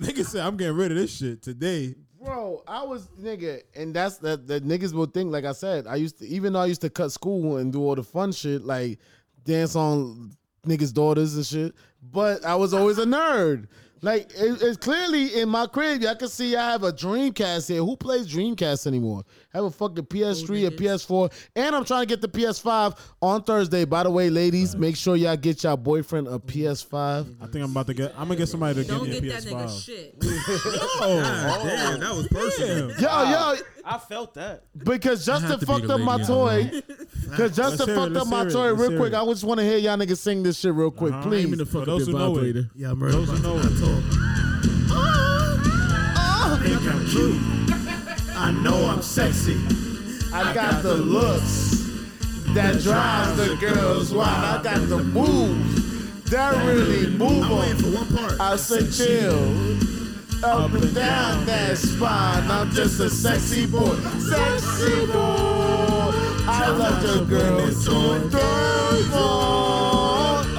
Nigga said, "I'm getting rid of this shit today."
Bro, I was nigga, and that's that the niggas will think. Like I said, I used to even though I used to cut school and do all the fun shit, like dance on niggas' daughters and shit. But I was always a nerd. Like it- it's clearly in my crib, y'all can see I have a Dreamcast here. Who plays Dreamcast anymore? I have a fucking PS3, a PS4, and I'm trying to get the PS5 on Thursday. By the way, ladies, make sure y'all get your boyfriend a PS5.
I think I'm about to get. I'm gonna get somebody to
Don't
give me
get
a
that
PS5.
nigga shit.
Oh,
Damn, that was personal.
Yo, yo,
I felt that.
Because Justin
to be
fucked
the
up my
lady.
toy. Because
Let's
Justin
hear it,
fucked
let's
up my
hear it,
toy
let's
real
hear
quick.
it.
I just want to hear y'all niggas sing this shit real quick,
I'm aiming
please.
to fuck up
those
your
who know it.
vibrator.
Yeah, I'm right
Those
about
who know
that.
it.
I know I'm sexy.
I got the looks that drives the girls wild. I got the moves that really move
I'm waiting
them.
for one part.
I said chill. Up and down that spine, I'm just a sexy boy. Sexy boy, I love your girls on third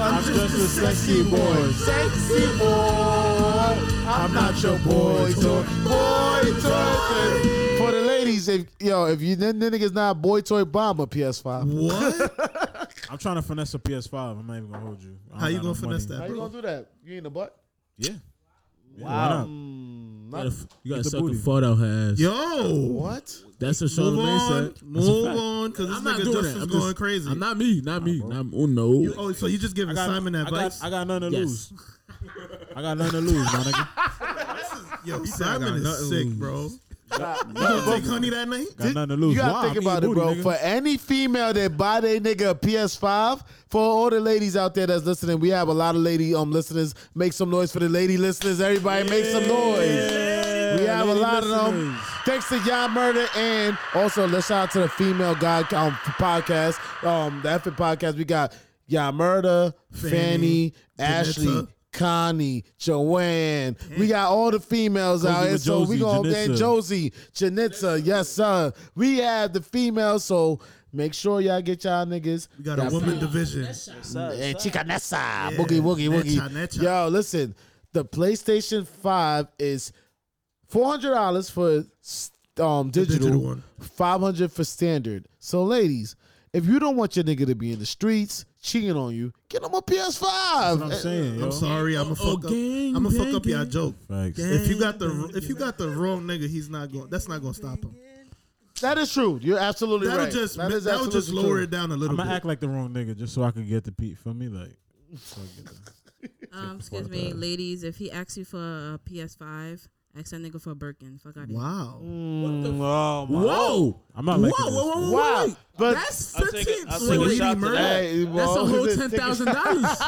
I'm just a sexy boy. Sexy boy, I'm not your boy toy. Boy toy. For the ladies, if yo, if you then then niggas not boy toy bomb a PS5.
What?
I'm trying to finesse a PS5. I'm not even gonna hold you. I don't
How you
got
gonna
no
finesse
money.
that, bro?
do that? You ain't a butt. Um,
Yeah. Yeah,
Wow.
Why
You gotta, you gotta
the
suck
booty.
the fart out her ass.
Yo,
What?
That's
move
what Charlamagne
on,
said.
move on, because this
I'm not
nigga
doing
Justin's
that. I'm
going
just-
crazy.
I'm not me. Not me. Not, oh no.
You- oh, so you just giving
not? I got,
Simon
I
advice?
got, I got nothing to
Yes.
lose. I got nothing to lose, my nigga.
Yo,
said I
Simon
got
is
nothing
sick,
loose.
bro. You gonna take honey that night?
Got nothing to lose.
You gotta
Why?
think
I'm eating
about it,
booty,
bro.
nigga.
For any female that buy their nigga a PS5, for all the ladies out there that's listening, we have a lot of lady um listeners. Make some noise for the lady listeners. Everybody make some noise. We have a
lady
lot of them.
listeners.
Thanks to Y'all Murder and also let's shout out to the female guy um, podcast. Um the effing podcast. We got Y'all Murder, Fanny,
Fanny,
Ashley.
Janetta.
Connie, Joanne, we got all the females out
Cozy
here,
with
so
Josie,
we gonna and
Janessa.
Josie. Josie, Janitza, yes sir. We have the females, so make sure y'all get y'all niggas.
We got a woman division.
Hey, chica Nessa, boogie woogie woogie.
necha, necha.
Yo, listen, the PlayStation Five is four hundred dollars for um digital,
digital one.
five hundred for standard. So ladies, if you don't want your nigga to be in the streets cheating on you, get him a PS Five.
That's what I'm saying, yo.
I'm sorry, I'm gonna
Oh,
fuck up.
gang,
I'm gonna fuck
bang,
up y'all
gang.
joke.
Facts.
If you got the if you got the wrong nigga, he's not going. That's not gonna stop him.
That is true. You're absolutely
That'll
right.
just
That
that
is
will just
absolutely
lower
true.
it down a
I'm
little
gonna
bit.
act like the wrong nigga just so I can get the peep for me, like. so I get the-
Um, excuse me, ladies. If he asks you for a PS5, ask that nigga for a Birkin. Fuck out of here.
Wow.
oh,
Whoa.
I'm not liking
whoa,
this.
whoa, whoa, whoa,
Wow.
wait.
But-
that's
I'll take
fifteen.
a- I'll
So
take a
wait,
shot to that.
Hey,
That's a
well,
whole
take
ten thousand dollars.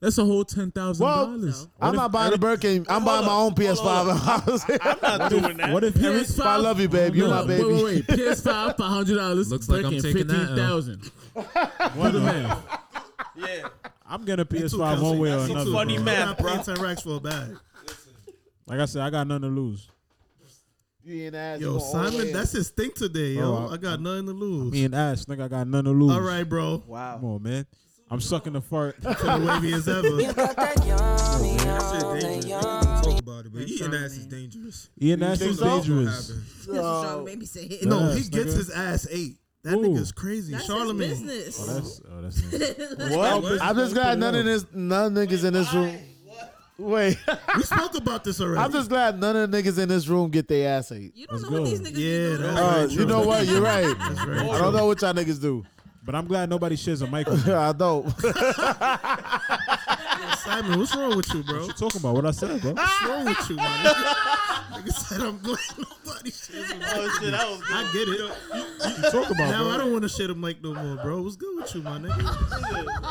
That's a whole ten thousand dollars.
Well, I'm not buying a Birkin. I'm buying my own PS5.
I'm not doing that.
What if every
PS5,
I love you, babe. You
No,
my baby.
Wait, wait, wait. PS5 for hundred dollars.
Looks like I'm taking that L.
fifteen thousand.
one of them?
Yeah.
I'm getting a
Two
PS5 one
cousins.
way or
That's
another.
two,
funny
bro.
math,
I'm not paying
bro.
Ten racks for a bag.
Like I said, I got nothing to lose.
You ain't ass.
Yo, Simon, that's his thing today,
Bro,
yo.
I-
I got nothing to lose.
Me E and Ash, nigga, I got nothing to lose.
All right, bro.
Come
Wow.
on, man. I'm sucking the fart.
To the wavy as ever.
That shit dangerous. They don't even talk about matter, but Ian ass is dangerous.
Ian Ass E is dangerous.
That's what Charlamagne baby said.
oh. No, he gets his ass ate. That nigga's crazy.
That's his
Charlemagne.
business. Oh, that's-
oh, that's
What? I'm just glad none of this, none of niggas in this room. Wait,
we spoke about this already.
I'm just glad none of the niggas in this room get their ass ate.
You
don't know what these
niggas
yeah,
that's Uh, very you true. know what? You're right. That's very I don't true. know what y'all niggas do.
But I'm glad nobody shares a microphone.
I don't.
Simon, what's wrong with you, bro?
What you talking about? What I said, bro?
What's wrong with you, man? Nigga said I'm glad nobody shit.
Oh, shit, that was good.
I get it.
you talking about,
Now
bro?
I don't want to shit him like no more, bro. What's good with you, my nigga?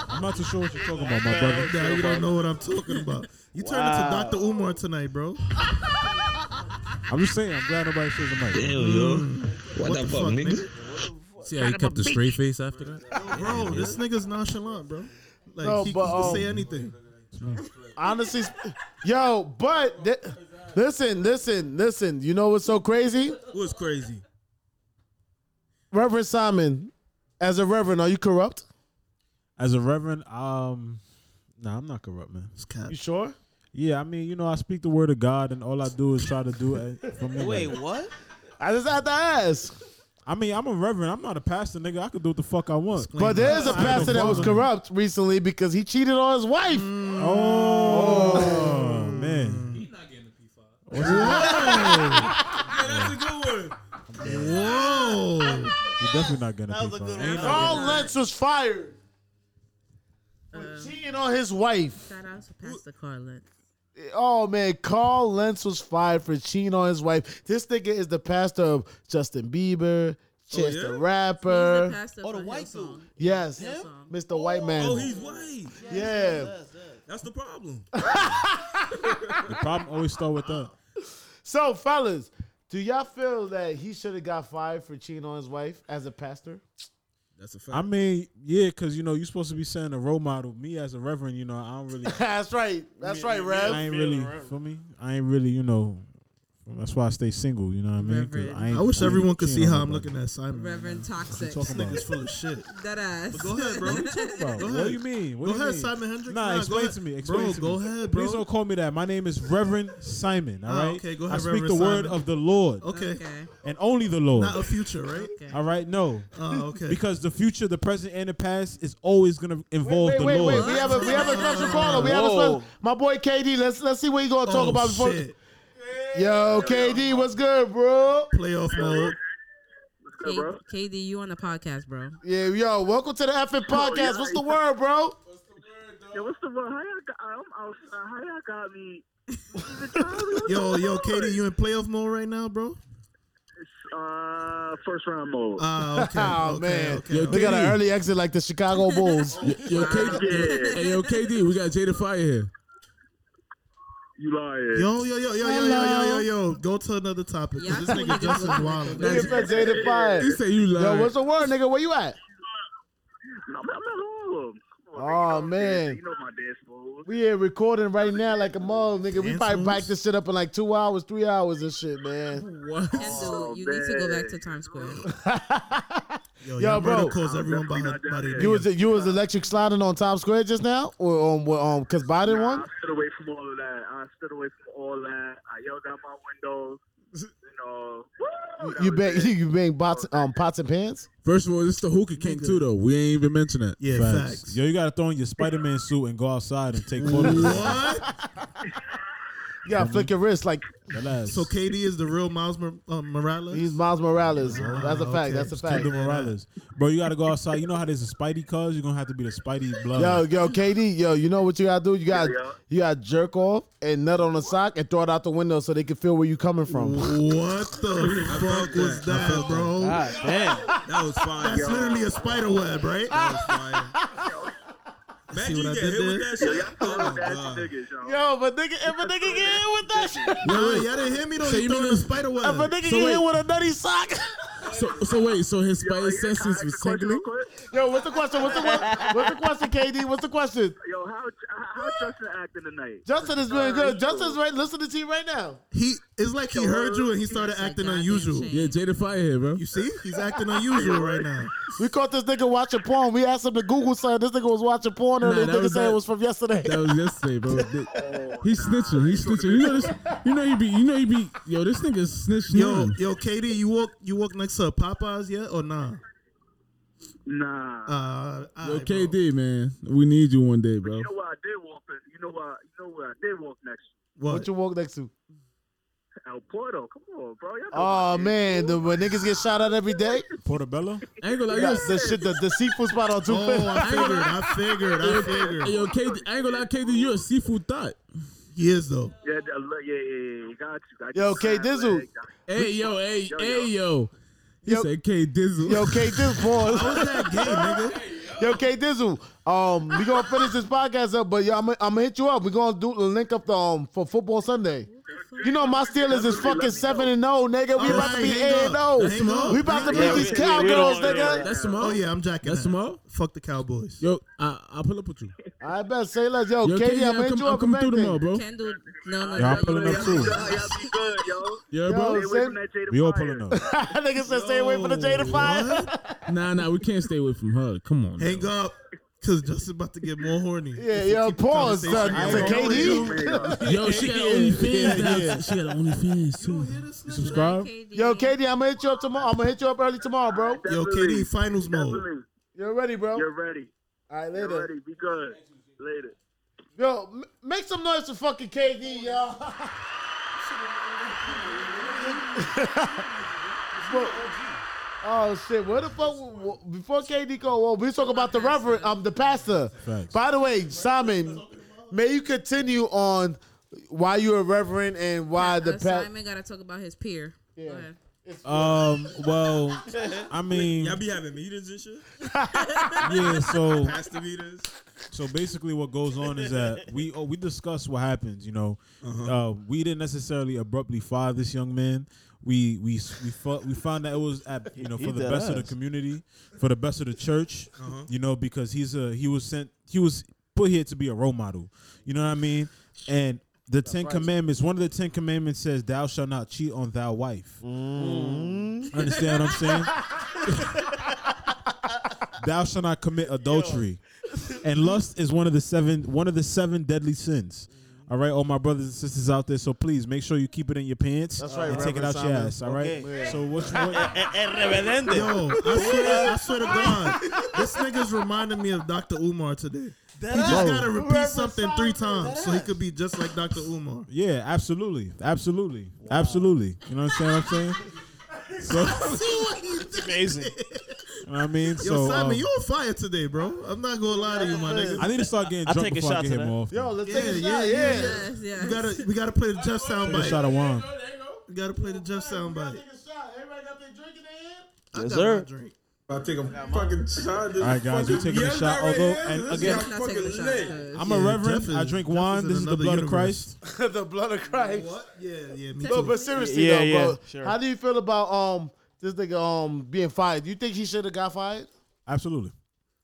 I'm not too sure what you're talking about, my brother.
Nah, you don't know what I'm talking about. You turned
Wow.
into Dr. Umar tonight, bro.
I'm just saying. I'm glad nobody shares a mic.
What the fuck, nigga?
See how he kept a straight face after that?
Bro, this nigga's nonchalant, bro. Like
No,
he
but,
can
um,
say anything.
Honestly, sp- yo, but th- listen, listen, listen. You know what's so crazy?
What's crazy?
Reverend Simon, as a reverend, are you corrupt?
As a reverend, um, nah, I'm not corrupt, man.
You sure?
Yeah, I mean, you know, I speak the word of God, and all I do is try to do it from there.
Wait, what?
I just had to ask.
I mean, I'm a reverend. I'm not a pastor, nigga. I could do what the fuck I want.
But there's a
I ain't no
pastor that was
problem.
corrupt recently because he cheated on his wife.
Oh, man.
Whoa.
You're definitely not gonna.
That was
be
a good
fine.
one.
Carl Lentz was fired for cheating on his wife.
Shout out to Pastor Carlin.
Oh man, Carl Lentz was fired for cheating on his wife. This nigga is the pastor of Justin Bieber, Chance
yeah?
Oh, the
The
Rapper.
pastor oh, the white dude.
Yes, um.
Him?
Mr. White Man.
Oh, he's white.
yeah.
That's the problem.
The problem always start with that.
So, fellas, do y'all feel that he should have got fired for cheating on his wife as a pastor?
That's a
I
fact.
mean, yeah, because you know you're supposed to be saying a role model. Me as a reverend, you know, I don't really,
That's right. That's right, Rev.
I ain't really for me. I ain't really, you know. That's why I stay single. You know what I mean? 'Cause
Reverend.
ain't-
I wish
ain't
everyone could see
cheating on
how I'm
nobody.
looking at Simon. right
Reverend Toxic.
Talking about
now. It's full of shit.
That ass.
Mm. But go ahead, bro. What you talking about?
Bro,
Go
what
ahead.
do you mean? What
Go
do you
ahead,
mean?
Simon Hendricks.
Nah,
Nah, go
explain
ahead.
to me.
Bro,
Explain to
go
me.
ahead,
Please
bro.
don't call me that. My name is Reverend Simon. All
Ah,
right.
okay, go
I
ahead,
speak
Reverend
the word
Simon.
of the Lord
Okay.
Okay.
and only the Lord.
Not a future, right?
all right. No.
Oh, okay.
Because the future, the present, and the past is always gonna involve
Wait,
the
wait, wait.
Lord.
We have a we have a special caller. We have a
Whoa.
special, my boy KD. Let's let's see what he gonna talk
Oh,
about before.
shit.
Yo, KD, what's good, bro?
Playoff uh, mode.
K- KD, you on the podcast, bro.
Yeah, yo, welcome to the effing podcast. What's the word, bro?
Yo, what's the word? How y'all got, I'm outside. How y'all got me?
Yo, yo, Katie, you in playoff mode right now, bro?
Uh, first round mode.
Ah, okay.
Oh
okay,
man,
okay,
Yo,
okay.
they got an early exit like the Chicago Bulls.
Yo, KD, hey, yo, KD, we got Jada Fire here.
You lying.
Yo, yo, yo, yo, yo, yo, yo, yo, yo. Go to another topic. 'cause this nigga Justin's wild.
Nigga said Jada Fire.
He said you
Yo,
lied.
what's the word, nigga? Where you at?
No, I'm, I'm at home. Come
Oh,
you know I'm
man.
dancing. You know my dance moves.
We here recording right now like a mug, nigga. We
Dance
probably
moves?
back this shit up in like two hours, three hours and shit, man.
What?
And so you need to go back to Times Square.
Yo,
Yo,
yo
bro.
bro. calls everyone by, her, by their
You was
name.
you was electric sliding on Times Square just now, or um, what, um, cause Biden
Nah, I
won.
stood away from all of that. I stood away from all that. I yelled out my window. You know. Woo, that
You
was
bang
it.
you bang bots, um, pots and pans.
First of all, it's the hookah king too, though. We ain't even mention that.
Yeah,
Facts.
facts.
Yo, you gotta throw on your Spider Man suit and go outside and take photos.
What?
You gotta flick your wrist like
Relax.
So Katie is the real Miles Mor- uh, Morales?
he's Miles Morales. That's a fact. That's a fact.
Kendall Morales, bro, you gotta go outside. You know how there's a Spidey cuz? You're gonna have to be the Spidey blood.
Yo, yo, KD, yo, you know what you gotta do? You gotta
Yeah, yeah.
you gotta jerk off and nut on a sock and throw it out the window so they can feel where you coming from.
what the fuck was that, bro?
That was fire.
That's literally a spider web, right?
Imagine
See
you
what I
get
did
hit with
there?
that shit. Oh, my
That's
God.
the niggas, y'all.
Yo, but nigga, if a nigga get in with that shit, if
Nah, y'all didn't hear me though.
So
He
you
throwing
mean
a
the-
spider
a
web.
nigga
So
get
wait.
in with a nutty sock.
So, so wait, so his
Yo,
spider
you can
senses
ask
was
a question
tingling?
real quick?
Yo, what's the question? What's the que- what's the question, KD? What's the question?
Yo, how how Justin acting tonight?
Justin is doing good. Justin's right listening to you right now.
He it's like he heard you and he started acting
goddamn
unusual.
shame.
Yeah, Jada Fire here, bro.
You see, he's acting unusual right now.
We caught this nigga watching porn. We asked him to Google something. This nigga was watching porn earlier.
that
this nigga
was
said it
that-
was from yesterday.
That was yesterday, bro. He
He's snitching. He's snitching. You know this. You know he be. You know he be. Yo, this nigga snitch.
Yo,
nine.
yo, Katie, you walk you walk next to a Popeyes yet or nah?
Nah.
Uh,
yo, KD, man, we need you one day, bro.
You know where I did walk? in- You know where? You know where I did walk next?
What? you walk next to?
El Porto. Come on, bro. Y'all know
Oh man, the when niggas get shot at every day.
Portobello.
I ain't gonna lie,
Yeah,
yo. Oh,
the shit, the, the seafood spot on two fifty.
Oh, I figured.
Yo, Yo, KD, I ain't gonna lie, KD, you're a seafood thought.
He is though.
Yeah, yeah, yeah, yeah, yeah. Got you. Got
Yo,
you.
K.
Fine
Dizzle.
leg.
Hey, yo, hey, hey, yo. He said K Dizzle.
Yo, K Dizzle, pause. Yo, K Dizzle, um, we gonna finish this podcast up, but yo, I'm gonna hit you up. We gonna do link up the um for football Sunday. You know my Steelers is fucking seven and zero, nigga. We about to be eight and zero. We about to beat these Cowgirls, nigga.
That's tomorrow.
Oh yeah, I'm jacking.
That's
that.
tomorrow.
Fuck the Cowboys.
Yo, I, I'll pull up with you.
I bet say less, yo,
Yo,
Katie,
KD,
I'm
I'm
gonna hit
com-
you
I'm
up.
coming through tomorrow, bro.
Kendall, no, no,
Y'all
no,
pulling up too.
Be good, yo.
Yeah,
Yo,
bro.
stay away from
that Jada
We all pulling up.
nigga said stay away from the Jada fire.
Nah, nah, we can't stay away from her. Come on.
Hang up, cause Justin's about to get more horny.
Yeah, yo, pause. To, to KD.
Yo, she got OnlyFans now. She got OnlyFans too.
Subscribe.
Yo, KD, I'm gonna hit you up tomorrow. I'm gonna hit you up early tomorrow, bro.
Yo, KD, finals mode.
Definitely.
You're ready, bro.
You're ready.
All right,
You're
later.
ready. Be good. Later.
Yo, m- make some noise for fucking KD, y'all. Bro, oh shit! Where the fuck? w- w- Before KD go, well, we talk about the reverend, um, the pastor.
Facts.
By the way, Simon, may you continue on why you're a reverend and why the
the
pastor.
uh, Simon gotta talk about his peer. Go ahead.
Um. Well, I mean,
Y'all be having meetings and shit.
yeah. So,
Pastor meetings.
so basically, what goes on is that we oh, we discuss what happens. You know,
Uh-huh.
uh, we didn't necessarily abruptly fire this young man. We we we fu- we found that it was at, you know
He
for the
did
best
us.
of
Uh-huh.
the community, for the best of the church. You know, because he's a he was sent he was put here to be a role model. You know what I mean? And the Ten Commandments, one of the Ten Commandments says, "Thou shalt not cheat on thy wife." Understand what I'm saying? thou shalt not commit adultery. and lust is one of the seven one of the seven deadly sins. All right, all my brothers and sisters out there, so please make sure you keep it in your pants
That's right,
and take it
Reverend
out your
Simon.
ass. All right.
Okay. Yeah.
So what's what,
Yo, I swear, I swear to God, this nigga's reminding me of Dr. Umar today. he just
ass.
gotta repeat
Reverend
something three times so he
ass.
could be just like Dr. Umar.
Yeah, absolutely, absolutely, absolutely. You know what I'm saying? I'm saying. So
it's amazing.
you know what I mean,
Yo,
so
Simon,
um,
you on fire today, bro. I'm not gonna lie to you, my nigga.
I need to start getting
I'll
drunk
take a
before I
shot
get
to
hit
that.
more often.
Yo, let's
Yeah,
take a
yeah, yeah.
shot. Yeah.
Yes, yes.
We gotta, we gotta play the Jeff
Take a
soundbite.
shot of wine.
We gotta play the Jeff soundbite. I
Yes,
got
sir.
my drink.
I take a fucking shot. All
right, guys, we're taking a shot, although- and again-
Not taking a shot. cuz-
I'm a
Yeah,
reverend.
Jeff is-
I drink
Jeff
wine.
is in
This is the
another
blood of
universe.
Christ.
the blood of Christ.
What? Yeah, yeah, me
But,
too.
but seriously
Yeah,
though,
yeah,
bro,
sure.
how do you feel about um this nigga um being fired? You think he should have got fired?
Absolutely.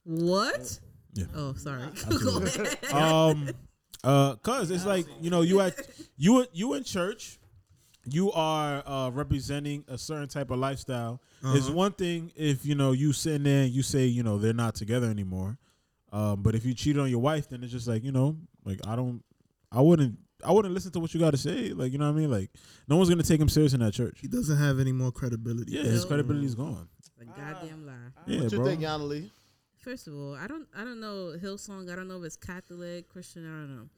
What?
Yeah.
Oh, sorry. Go ahead.
um uh cuz it's like you know you at you you in church you are uh representing a certain type of lifestyle it's one thing if you know you sitting there and you say you know they're not together anymore um but if you cheated on your wife then it's just like you know like i don't i wouldn't i wouldn't listen to what you got to say like you know what i mean like no one's gonna take him serious in that church
He doesn't have any more credibility.
yeah his credibility's gone
A goddamn lie.
yeah
what you
bro
think, Yanali?
First of all, I don't I don't know Hillsong. I don't know if it's Catholic, Christian. I don't know.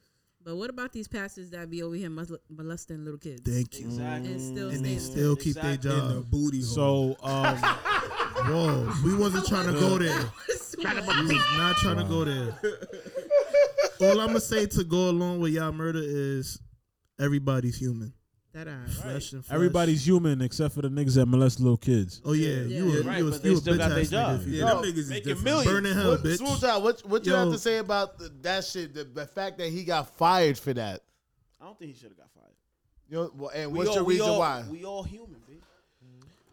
But what about these pastors that be over here mol- molesting little kids?
Thank you.
Exactly.
and still
And they
stay-
still keep their
Exactly.
In the
job.
booty hole.
so um
Whoa, we wasn't trying to go there. We was not trying to go there. All I'm gonna say to go along with y'all murder is everybody's human.
that I.
Flesh and flesh.
everybody's human except for the niggas that molest little kids
Oh yeah, you a,
Right,
you a,
but they
you a
still
bitch
got their
ass
job.
nigga. if you-
Yeah, them niggas is different.
Burn in hell,
What,
bitch.
Swoopdown, what what you
Yo.
have to say about the, that shit? The, the fact that he got fired for that.
I don't think he should have got fired.
You know, well, and
We
what's
all-
your
we
reason
all-
why?
We all human, bitch.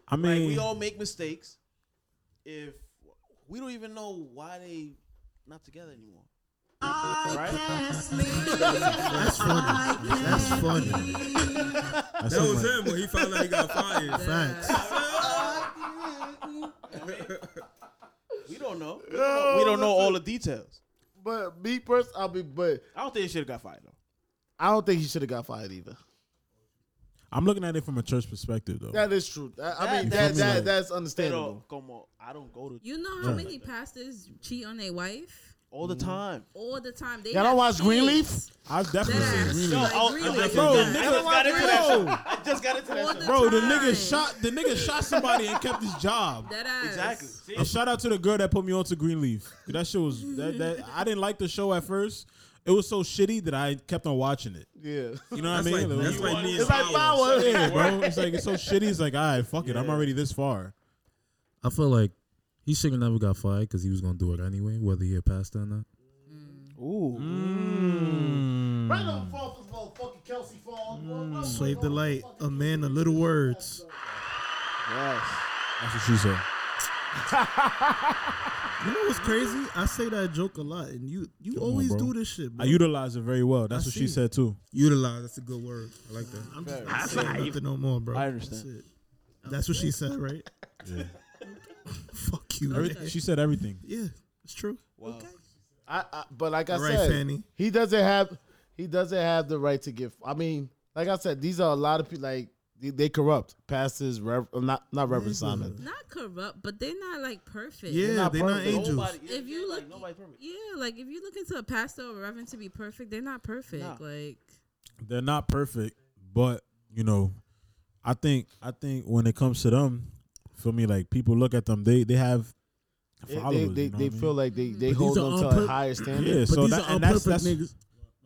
i mean
Like, we all make mistakes. If we don't even know why they not together anymore.
That's funny. That's funny.
that's
That
it,
was
like-
him when he found out he got fired.
Facts.
We don't know. We don't know, we don't know all the details.
But me first, I'll be. But
I don't think he should have got fired though.
I don't think he should have got fired either.
I'm looking at it from a church perspective, though.
That is true. I, I mean,
That-
that, that,
Like-
that's understandable.
Pero, como, I don't go to.
You know how many pastors cheat on their wife
all
Mm-hmm.
the time.
all the time? They
Y'all don't
have
watch
kids.
Greenleaf?
I've definitely
That
seen
ass.
Greenleaf.
No, I- I Greenleaf. definitely
Bro, the
done that.
nigga
I just got into that shit.
I
Bro.
just got into
All
that.
the
shit.
Bro, the
time.
nigga shot the nigga shot somebody and kept his job.
That ass.
Exactly.
And shout out to the girl that put me on to Greenleaf. That shit was that, that I didn't like the show at first. It was so shitty that I kept on watching it.
Yeah.
You know what
That's
I mean?
like- that's like me and
It's like power.
Yeah, bro. It's like it's so shitty. It's like, all right, fuck it. I'm already this far.
I feel like he should have never got fired because he was gonna do it anyway, whether he a pastor or not.
Ooh.
Right on fall for fall, fucking Kelsey fall.
Slave the light, a man of little words.
Yes.
That's what she said.
You know what's crazy? I say that joke a lot, and you you
on,
always do
bro.
this shit.
I
Bro.
utilized it very well. That's
I
what she
see.
said too.
Utilize. That's a good word. I like that.
I'm just
Fair.
not saying nothing no more, bro.
I understand.
That's, it. That's what she said, right? Fuck you. man.
Everything, she said everything.
Yeah, it's true.
Wow.
I, I, but like I
All right,
said,
Fanny.
he doesn't have he doesn't have the right to give. I mean, like I said, these are a lot of people. Like they, they corrupt pastors, rev, uh, not not Reverend Simon.
Not corrupt, but they're not like perfect.
Yeah,
not
they're not
perfect.
angels.
Nobody.
If you
like,
look-
nobody perfect.
Yeah, like if you look into a pastor or reverend to be perfect, they're not perfect.
Nah.
Like
They're not perfect, but you know, I think I think when it comes to them, for me, like people look at them, they they have
They
followers.
they,
you
they,
know
they
what I
feel
mean?
like they, they
But
hold
these are
them to
on
a
pur-
higher standard.
yeah.
But
So
these
that,
are
and
unperfect
that's, that's
niggas.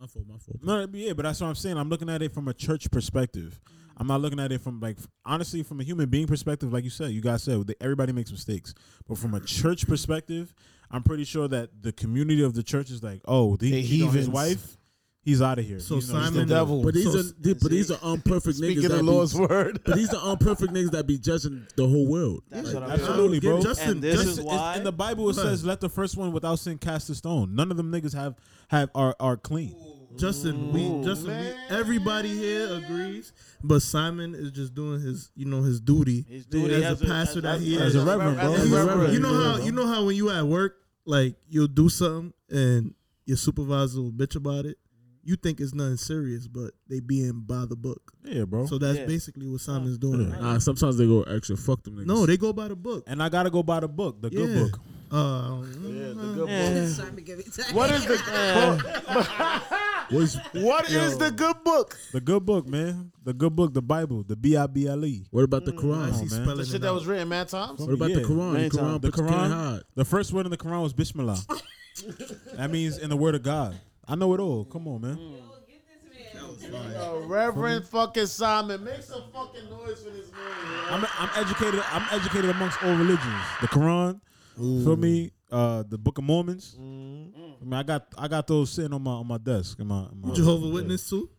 My fault. My fault.
No, but yeah, but that's what I'm saying. I'm looking at it from a church perspective. I'm not looking at it from like honestly from a human being perspective. Like you said, you guys said they- everybody makes mistakes, but from a church perspective, I'm pretty sure that the community of the church is like, oh, the,
They
he know, his
heathens.
wife, he's out of here.
So
He's not- he's
The
Simon-
not-
devil.
But these
So-
are the- but these are unperfect niggas.
Speaking
that
the
be-
Lord's word.
But these are unperfect niggas that be judging the whole world.
That's what I'm
Absolutely,
Get
bro.
Justin,
And this
Justin,
is
It's-
why.
in the Bible it says, "Let the first one without sin cast a stone." None of them niggas have have are are clean.
Justin, we Justin,
man.
we, everybody here agrees, but Simon is just doing his, you know, his duty,
His duty
as
as
a
a-
pastor that
as-
he
as
is.
a reverend, bro.
As a
You-
reverend.
You know how you know how when you at work, like you'll do something and your supervisor will bitch about it. You think it's nothing serious, but they being by the book.
Yeah, bro.
So that's
Yeah.
basically what Simon's doing. right now.
Nah, sometimes they go extra. Fuck them niggas.
No, they go by the book.
and I gotta go by the book, the
Yeah.
good book.
Uh,
Yeah, the good book.
Yeah.
Simon give it to
What is the
What's-
what is the good book?
The good book, man. The good book, the Bible, the B I B L E.
What about the
I
Quran?
see
man.
spelling
The shit
it
that
out.
was written, Matt Thomas.
What about
Yeah,
the Quran?
many
The Quran,
times.
the
The
Quran.
Quran. The first word in the Quran was Bismillah. that means in the word of God. I know it all. Come on, man.
Uh, Reverend fucking Simon, make some fucking noise for this man.
I'm, I'm educated. I'm educated amongst all religions. The Quran, feel me. Uh, the Book of Mormons. I mean, I got I got those sitting on my on my desk. In my, in my
Jehovah Witness too.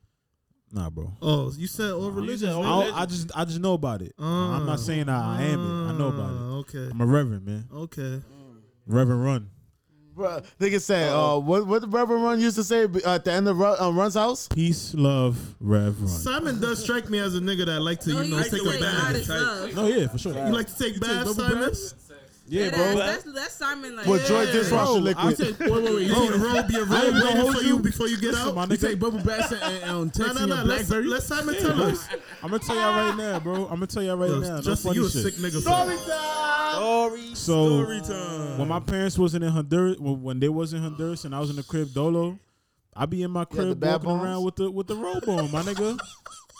Nah, bro.
Oh, you said all religions.
I, don't- I just I just know about it. I'm not saying I, I am it. I know about it.
Uh, Okay.
I'm a reverend, man.
Okay.
Reverend Run.
Bruh, nigga said, uh, what what the Reverend Run used to say uh, at the end of Run, uh, Run's house?
Peace, love, Rev Run.
Simon does strike me as a nigga that like to,
Oh,
you know,
you
take
take
a
God is
bath.
love.
No, yeah, for sure.
You like to take baths,
double
Simon?
baths?
That ass- That's, that's Simon. Like,
With joint dishwasher
Bro, I
liquid.
take. Wait, wait, wait. You take robe.
Be a
I
road
ain't gonna
waiting
hold
for
you
you before you get out.
my
You
nigga.
take bubble baths and, and, and
No,
text
no,
and
no.
your
Let,
BlackBerry.
let Simon tell us.
I'm gonna tell y'all right now, bro. I'm gonna tell y'all right now. No
Ah. Justin,
funny
you a
shit.
sick nigga. For
Story
that.
Story.
time.
So when my parents wasn't in Honduras, when, when they was in Honduras, and I was in the crib dolo, I be in my
You had the
crib
bath
walking
bombs?
around with the with the robe on, my nigga.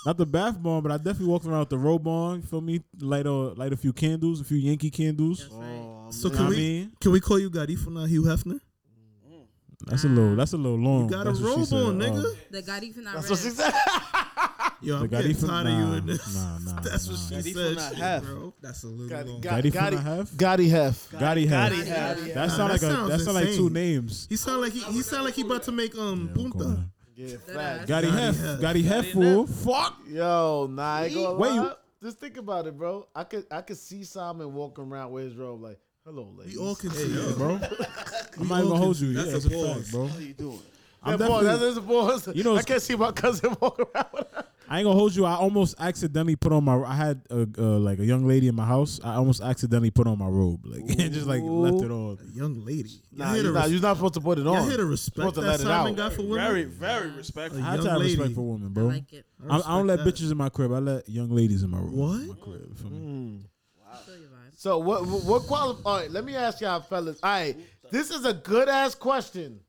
Not the bath bomb, but I definitely walked around with the robe on. You feel me? Light a light a few candles, a few Yankee candles.
So
Nah,
can
I
we
mean-
can we call you Garifuna Hugh Hefner?
That's a little. That's a little long.
Got
that's
a
what she
robe
said.
on,
Oh.
nigga.
The God even not
That's what she
rev.
said.
Yo,
The
I'm
Gaddy
getting
from-
tired of you
nah,
in this.
nah, nah,
That's what
nah.
she
Gaddy
said,
from that
shit,
half.
bro.
That's a little long.
Gotti
Gotti
from the
Gotti-
half.
Gotti Hef.
Gotti
Gotti
half.
have. Yeah.
That sound
Nah,
like
that
a.
sounds
That sound like two
insane.
names.
He sound like he, he sound like he about to make um
Come
Punta.
on.
Yeah,
ass.
facts.
Gotti Hef.
Hef.
Gotti Hef. Fool. Fuck.
Yo, nah, I ain't gonna
Wait,
lie.
you-
Just think about it, bro. I could I could see Simon walking around with his robe like, hello, ladies.
We all can see it, bro.
bro. I'm not even gonna hold you. yeah,
That's
that's
a
a
pause.
fact, bro.
How you doing?
That
I'm
boy,
definitely-
that is a boy.
You know-
I can't see my cousin walking around with her.
I ain't gonna hold you. I almost accidentally put on my. I had a uh, like a young lady in my house. I almost accidentally put on my robe, like and just like left it on.
A young lady.
Nah, you're not, you're not supposed to put it on.
Y'all hear the respect
Supposed to
that
let it out.
Simon got for women?
Very, very respectful.
A
I have
young
to have respect
lady.
for women,
I
bro. I,
like it. I
I, don't let
respect that.
bitches in my crib. I let young ladies in my room.
What?
My crib, for me.
So what what, what qualify? All right, let me ask y'all, fellas. All right, this is a good ass question,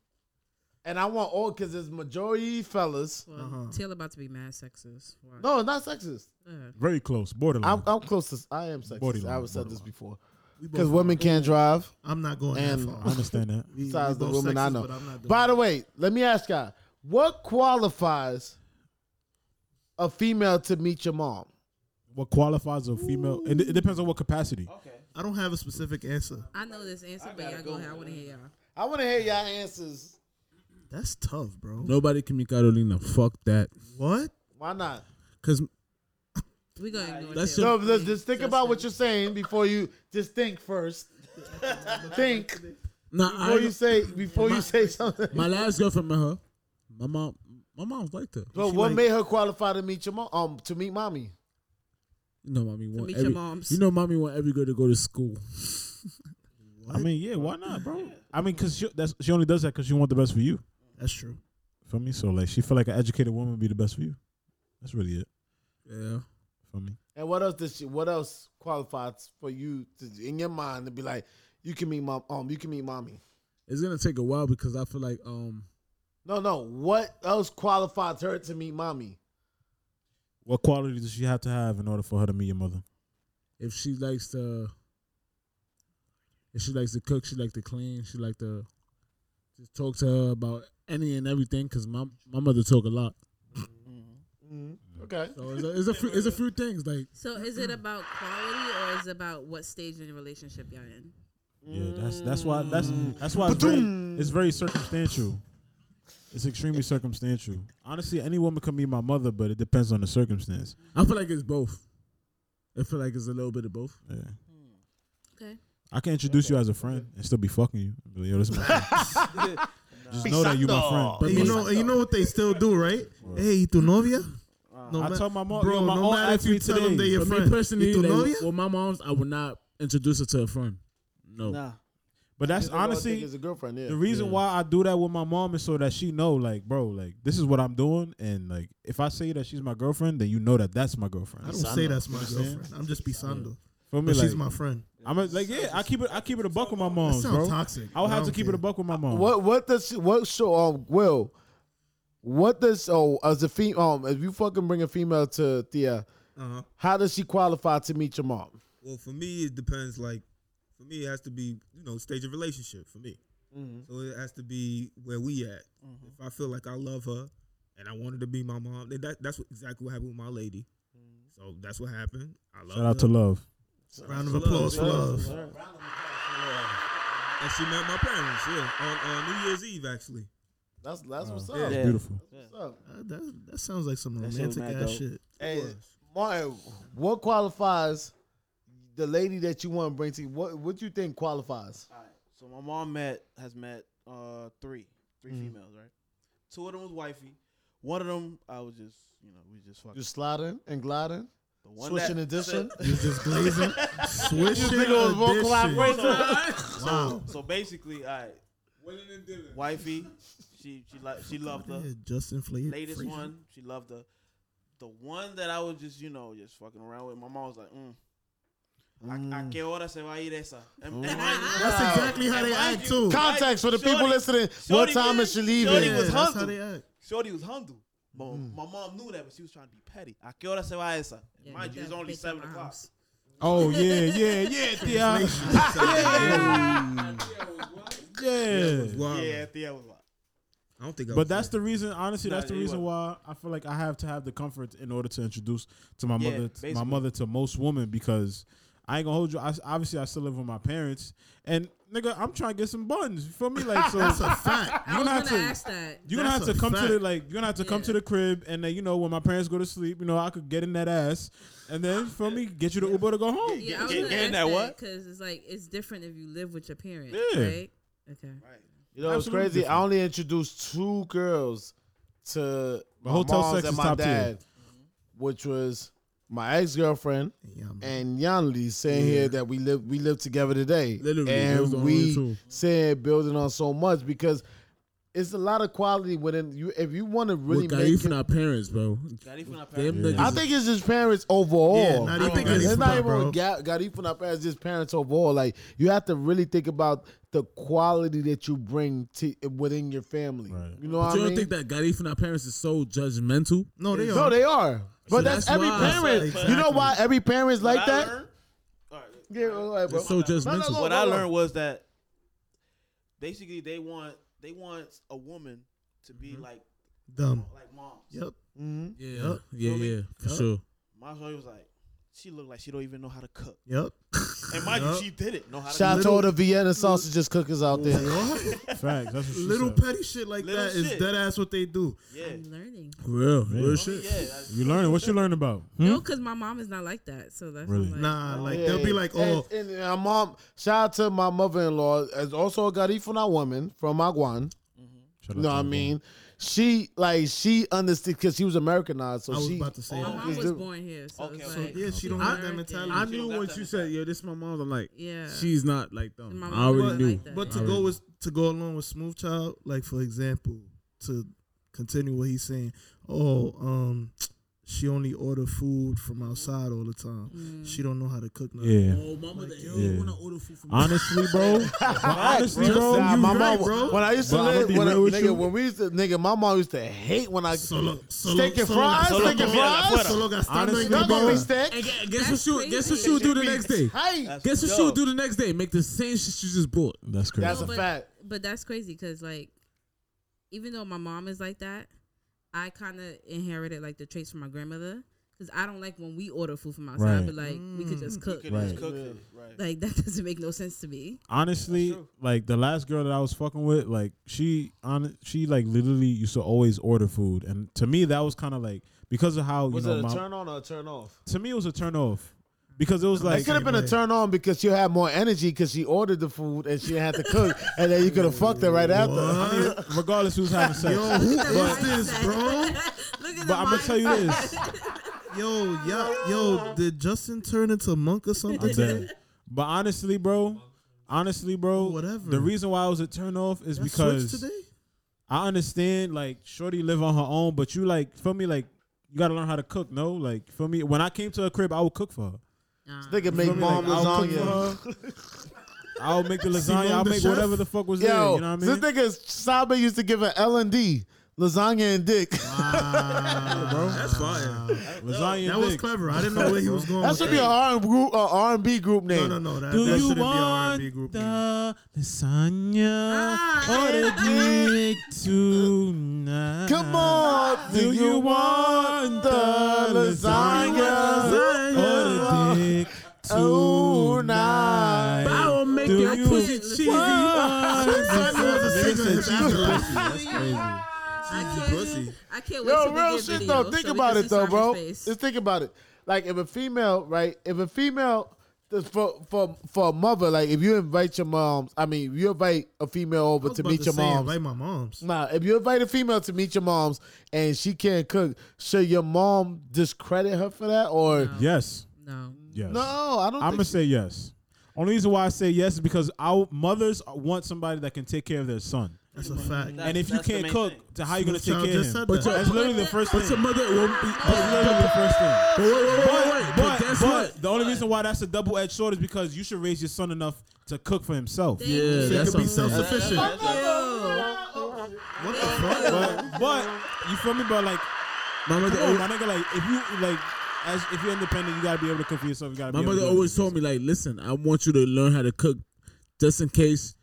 and I want all because it's majority fellas.
Well, Taylor about to be mad sexist. Why?
No, it's not sexist.
Mm.
Uh,
Very close, borderline.
I'm, I'm close to. I am sexist.
Borderline,
I have said this before.
We both
Because women can't drive.
I'm not going that
and
far.
I understand that.
We- we
besides the
both
women I
sexist,
know.
but I'm not doing
By the way, let me ask y'all: What qualifies a female to meet your mom?
What qualifies a female? And it, it depends on what capacity.
I don't have a specific answer.
I know this answer, but y'all go ahead. I want to hear y'all.
I want to hear y'all answers.
That's tough, bro.
Nobody can be Carolina. Fuck that.
What?
Why not?
Cause
We gonna ignore
That's
Taylor.
No, just, just think about what you're saying before you. Just think first. think
nah,
before
I,
you say before
My-
you say something.
my last girlfriend met her. My mom, my mom's like that.
But what made her qualify to meet your mom? Um, to meet mommy.
You know, mommy want
meet your
every.
moms.
You know, mommy want every girl to go to school.
I mean, yeah, why not, bro? I mean, cause she that's, she only does that because she want the best for you.
That's true.
For me, so like she feel like an educated woman would be the best for you. That's really it.
Yeah.
For me,
And what else does she? What else qualifies for you to in your mind to be like? You can meet mom. Um, you can meet mommy.
It's gonna take a while because I feel like um
No, no. What else qualifies her to meet mommy?
what qualities does she have to have in order for her to meet your mother?
if she likes to, if she likes to cook, she like to clean, she like to just talk to her about any and everything. Cause my my mother talk a lot.
Okay.
So it's a, it's a few, it's a few things like
So is it about quality or is it about what stage in the relationship y'all in?
Yeah, that's that's why that's
Mm.
that's why it's very, it's very circumstantial. It's extremely circumstantial. Honestly, any woman can be my mother, but it depends on the circumstance.
I feel like it's both. I feel like it's a little bit of both.
Yeah.
Okay.
I can introduce you as a friend and still be fucking you. Be like, Yo, this is my friend. Just know that you my friend.
And you know, and you know what they still do, right? Hey, tu novia? No
I
ma-
told my mom-
bro,
yo, my
no
aunt
matter
asked
if
me
you tell them
today.
they your
For
friend.
me personally,
you tu
like,
novia?
well, my mom's, I would not introduce her to a friend. No,
Nah.
but that's honestly
is a girlfriend. Yeah.
The reason why I do that with my mom is so that she know, like, bro, like this is what I'm doing, and like if I say that she's my girlfriend, then you know that that's my girlfriend.
I don't say that's my girlfriend. I'm just pisando.
For me,
But she's
like-
my friend.
I'm a, like, yeah, I keep it, I keep it a buck with my
That
mom,
sounds
bro.
toxic.
I would
but
have to
don't
keep it a
care.
buck with my mom.
What what does she, what show um Will? What does oh as a fem um if you fucking bring a female to Thea,
Uh-huh.
how does she qualify to meet your mom?
Well, for me, it depends. Like, for me, it has to be you know stage of relationship for me.
Mm-hmm.
So it has to be where we at. If I feel like I love her and I wanted to be my mom, then that, that's what, exactly what happened with my lady.
Mm-hmm.
So that's what happened. I love
Shout out
her.
to love.
Round of applause for love.
And she met my parents. Yeah, on uh, New Year's Eve actually.
That's that's
Uh,
what's up.
It's beautiful.
That's what's up.
Uh, that, that sounds like some
shit was
romantic
mad
ass
dope.
shit.
Hey, Martin, what qualifies the lady that you want to bring to you? What what do you think qualifies?
So my mom met has met uh three three females, right? Two of them was wifey. One of them I was just you know we just fucking.
You sliding and gliding,
the one
swishing
that-
and dishing.
You just glazing, swishing.
This nigga was more
addition.
collaborative.
Wow.
So basically, I wifey, she she like she loved her.
Yeah, Justin Fle-
Latest
Frazier.
one, she loved her. The one that I was just you know just fucking around with. My mom was like, mm. A, a qué hora se va a ir esa? And- and mind you-
Mm. Oh. That's exactly how they
Mind
act
you,
too.
Context for the people
Shorty-
listening. What
Shorty
time is she
did-
leaving?
Shorty
Yeah,
was
that's how they
humble.
act. Mm.
Shorty was humble. But my mom knew that, but she was trying to be petty. A qué hora se va esa? And
Yeah,
mind
you
you, it's
gotta
only
pick
seven
your
o'clock.
arms.
Oh yeah, yeah, yeah, Thea. yeah.
Wow.
Yeah, Thea was like,
I don't think. I was
But that's the reason, honestly,
Nah,
that's the
you
reason why I feel like I have to have the comfort in order to introduce to my
Yeah,
mother, my
basically.
mother to most women because I ain't gonna hold you. I, obviously, I still live with my parents, and nigga, I'm trying to get some buns. You feel me? Like so,
That's a fact.
you're
I was
gonna have
gonna
to.
ask that.
You're gonna
That's
have to
a
come to the
fact.
like. You're gonna have to come
Yeah.
to the crib, and then you know when my parents go to sleep, you know I could get in that ass, and then for me, get you the Uber to go home.
Yeah, I
Get-
was
get-
gonna
get in
ask
that
that
what?
because it's like it's different if you live with your parents,
Yeah.
right? Okay.
You know, it's
Absolutely
crazy. I
different.
only introduced two girls to my
hotel
mom's
sex
and
is
my
top tier.
dad. which was my ex girlfriend and Yanli saying here that we live we live together today,
Literally, that was the
and
only
we
two.
said building on so much because it's a lot of quality within you. If you want to
Really
really
got you
make
from
it,
our parents, bro. Them niggas
I
is-
think it's just parents overall.
Yeah, not
I
even
think
Gaudi
it's,
from
not
our
even
bro.
Ga- Gaudi from our parents, just parents overall. Like you have to really think about the quality that you bring to within your family. You
But you
know what I
don't
mean?
think that Gotti from our parents is so judgmental?
Hmm?
No, they No, are. they are. But that's, every parent. You know why every parent's like that? Yeah, all right, bro.
It's so
My bad.
judgmental.
No, no, no,
what
no,
I
no.
learned was that basically they want they want a woman to be like
Dumb.
like moms.
Yep.
Mhm.
Yeah.
Yeah, yeah, yeah, for
Yup.
sure.
My story was like, she looked like she don't even know how to cook.
Yep.
And mind you,
Yup.
she did it. Know how
Shout out
to
to
cook.
all the Vienna sausages cookers out there.
Facts. That's what she
Little
said.
petty shit like
Little
that is
shit.
dead ass what they do.
Yeah.
I'm learning.
Real,
Yeah.
real shit.
You learning? What you learning about? Hmm?
No, because my mom is not like that. So that's
Really?
like,
Nah, like
Yeah.
they'll be like,
And-
oh,
and, my mom. Shout out to my mother-in-law, as also a Garifuna woman from Aguan.
Mm-hmm.
Shout
You know what I mean? She like she understood because she was Americanized, so
I was
she.
about to say
my
that.
mom was born here. So
Okay,
it's
okay.
like,
Yeah, she don't
I'm
have that
American.
mentality.
I
She
knew
don't
what
got
you
that
said. Yo, this my mom's. I'm like,
Yeah.
she's not like them.
My
I already
mom
knew.
like that.
But to
I
go
already-
with to go along with Smooth Child, like for example, to continue what he's saying, oh, um, she only order food from outside all the time. She don't know how to cook. Nothing.
Yeah.
Oh, mama, they
Yeah.
don't want to order food from
Honestly, bro. honestly,
Oh,
bro.
Nah,
you
my
right,
mom,
bro.
When I used to
But I'ma
live,
be
when, I,
real with
nigga,
you.
when we used to, nigga, my mom used to hate when I
Solo, solo,
steak and
solo,
fries,
solo,
steak and
solo,
fries.
solo gastando
Honestly,
en
Y'all gonna
bro.
be
And
steak?
gu- guess what
That's
she would- guess what
crazy.
she would do the next day?
Hey,
Guess what she
yo,
would do the next day? Make the same shit she just bought.
That's crazy.
that's a
but,
fact.
But that's crazy because like, even though my mom is like that, I kind of inherited like the traits from my grandmother. Because I don't like when we order food from outside,
Right.
but like we could just cook.
Could have just
Right.
cooked it. Right.
Like that doesn't make no sense to me.
honestly,
true.
like the last girl that I was fucking with, like she on she like literally used to always order food, and to me that was kind of like because of how you
Was
know
it a
my,
turn on or a turn off?
to me it was a turn off because it was
It
like
could have been a turn on because she had more energy because she ordered the food and she didn't have to cook, and then you could have fucked her right after.
regardless who's having sex.
Yo, who is this, bro?
Look at
but I'm gonna tell you this,
Yo, yeah, yo, did Justin turn into monk or something?
I'm dead. But honestly, bro, honestly, bro,
Whatever.
The reason why it was a turn off is
That switch
because
today?
I understand, like, Shorty live on her own, but you like, feel me, like, you gotta learn how to cook, no? Like, feel me? When I came to her crib, I would cook for her.
Nah.
Nigga make
Feel me? Like,
mom
I would cook
lasagna.
for her. I would make the lasagna. I'll
the
make
chef?
whatever the fuck was
Yo,
there. You know what I
this
mean?
nigga Saba used to give an L and D lasagna and dick.
Oh,
That's fire.
Lasagna.
That
and
was
dick.
clever. I didn't know where he was going.
that
with
should be an R and group, uh, R and B group
No,
name.
no, no. That,
Do
that
you
shouldn't be an
want
R&B group. name.
the lasagna
Ah,
or the dick tonight?
Come on,
Do you want the lasagna or the dick
Oh,
tonight?
night. I
will make
Do
your
you
pussy
want
cheesy.
the
Nigga said
lasagna?
cheesy pussy.
That's crazy.
I can't,
pussy.
I can't wait.
Yo,
till we
real
get
shit
video
though. Think
so we
about
can
it
see
though,
Sarah's
bro.
face.
Just think about it. Like if a female, right? If a female this for for for a mother, like if you invite your moms, I mean, if you invite a female
I
over
was
to
about
meet your
say,
moms.
Like my mom's.
Nah, if you invite a female to meet your mom's and she can't cook, should your mom discredit her for that or
Yes.
No.
Yes.
no? I don't.
I'm
think
gonna say yes. Only reason why I say yes is because our mothers want somebody that can take care of their son.
That's a fact.
That's-
and if you
that's the
can't
main
cook,
thing.
to how you gonna take
Smooth
care
Child
of
just
him?
said But that. your-
that's literally the first
But your
thing.
mother won't be.
That's literally the first thing.
But, wait, wait, wait, wait,
But,
but guess
but
what?
the only reason why that's a double edged sword is because you should raise your son enough to cook for himself.
Thank you.
She
that's
could be
what I'm saying.
self-sufficient. What the fuck?
But, but you feel me, bro? Like,
My mother,
come on,
always,
my nigga, like if you like, as if you're independent, you gotta be able to cook for yourself. You gotta.
my
be able
mother
to do
always
everything.
told me, like, listen, I want you to learn how to cook, just in case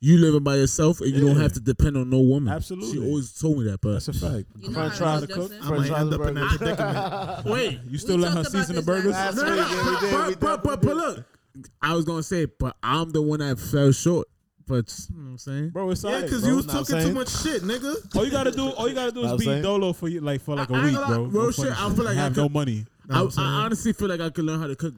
you living by yourself and you don't
Yeah.
have to depend on no woman.
Absolutely.
She always told me that, but
That's a fact.
You know
French
how
fries
to
to
cook.
cook?
Joseph?
I might end up in that predicament.
wait,
You still let her
talked about
season the
this last time.
burgers?
Last week, yeah, we did, we
but, but, but,
definitely
but look, I was gonna say, but I'm the one that fell short. But you know
Mm-hmm.
what I'm saying,
Bro, it's
Yeah,
alright,
because
bro.
you was
Know what I'm
talking too
saying?
much shit, nigga.
All you gotta do, all you gotta do
Know
is
what
be
I'm saying?
dolo for you, like for like a
I- I
week,
ain't
bro.
gonna lie. Real
No
shit, I
funny
feel like I
have
could-
no money.
Know what
I,
I'm saying?
I honestly feel like I could learn how to cook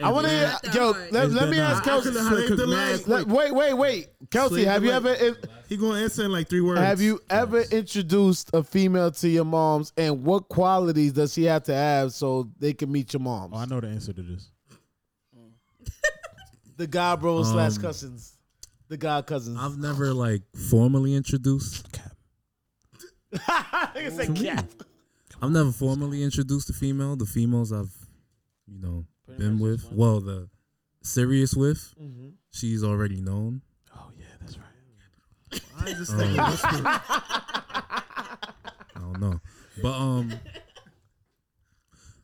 I want to hear, yo. Let, let me ask Kelsey. Let- wait, wait, wait, Kelsey.
Slave
have you
delight.
ever? If,
he gonna answer in like three words.
Have you ever introduced a female to your mom's, and what qualities does she have to have so they can meet your mom's?
Oh, I know the answer to this.
The god bro slash
Um,
cousins, the god cousins.
I've never like formally introduced.
I said cap.
I've never formally introduced a female. The females I've, you know, been with. Well, the serious with,
Mhm.
she's already known.
I was just
Um,
thinking, what's the-
I don't know. But um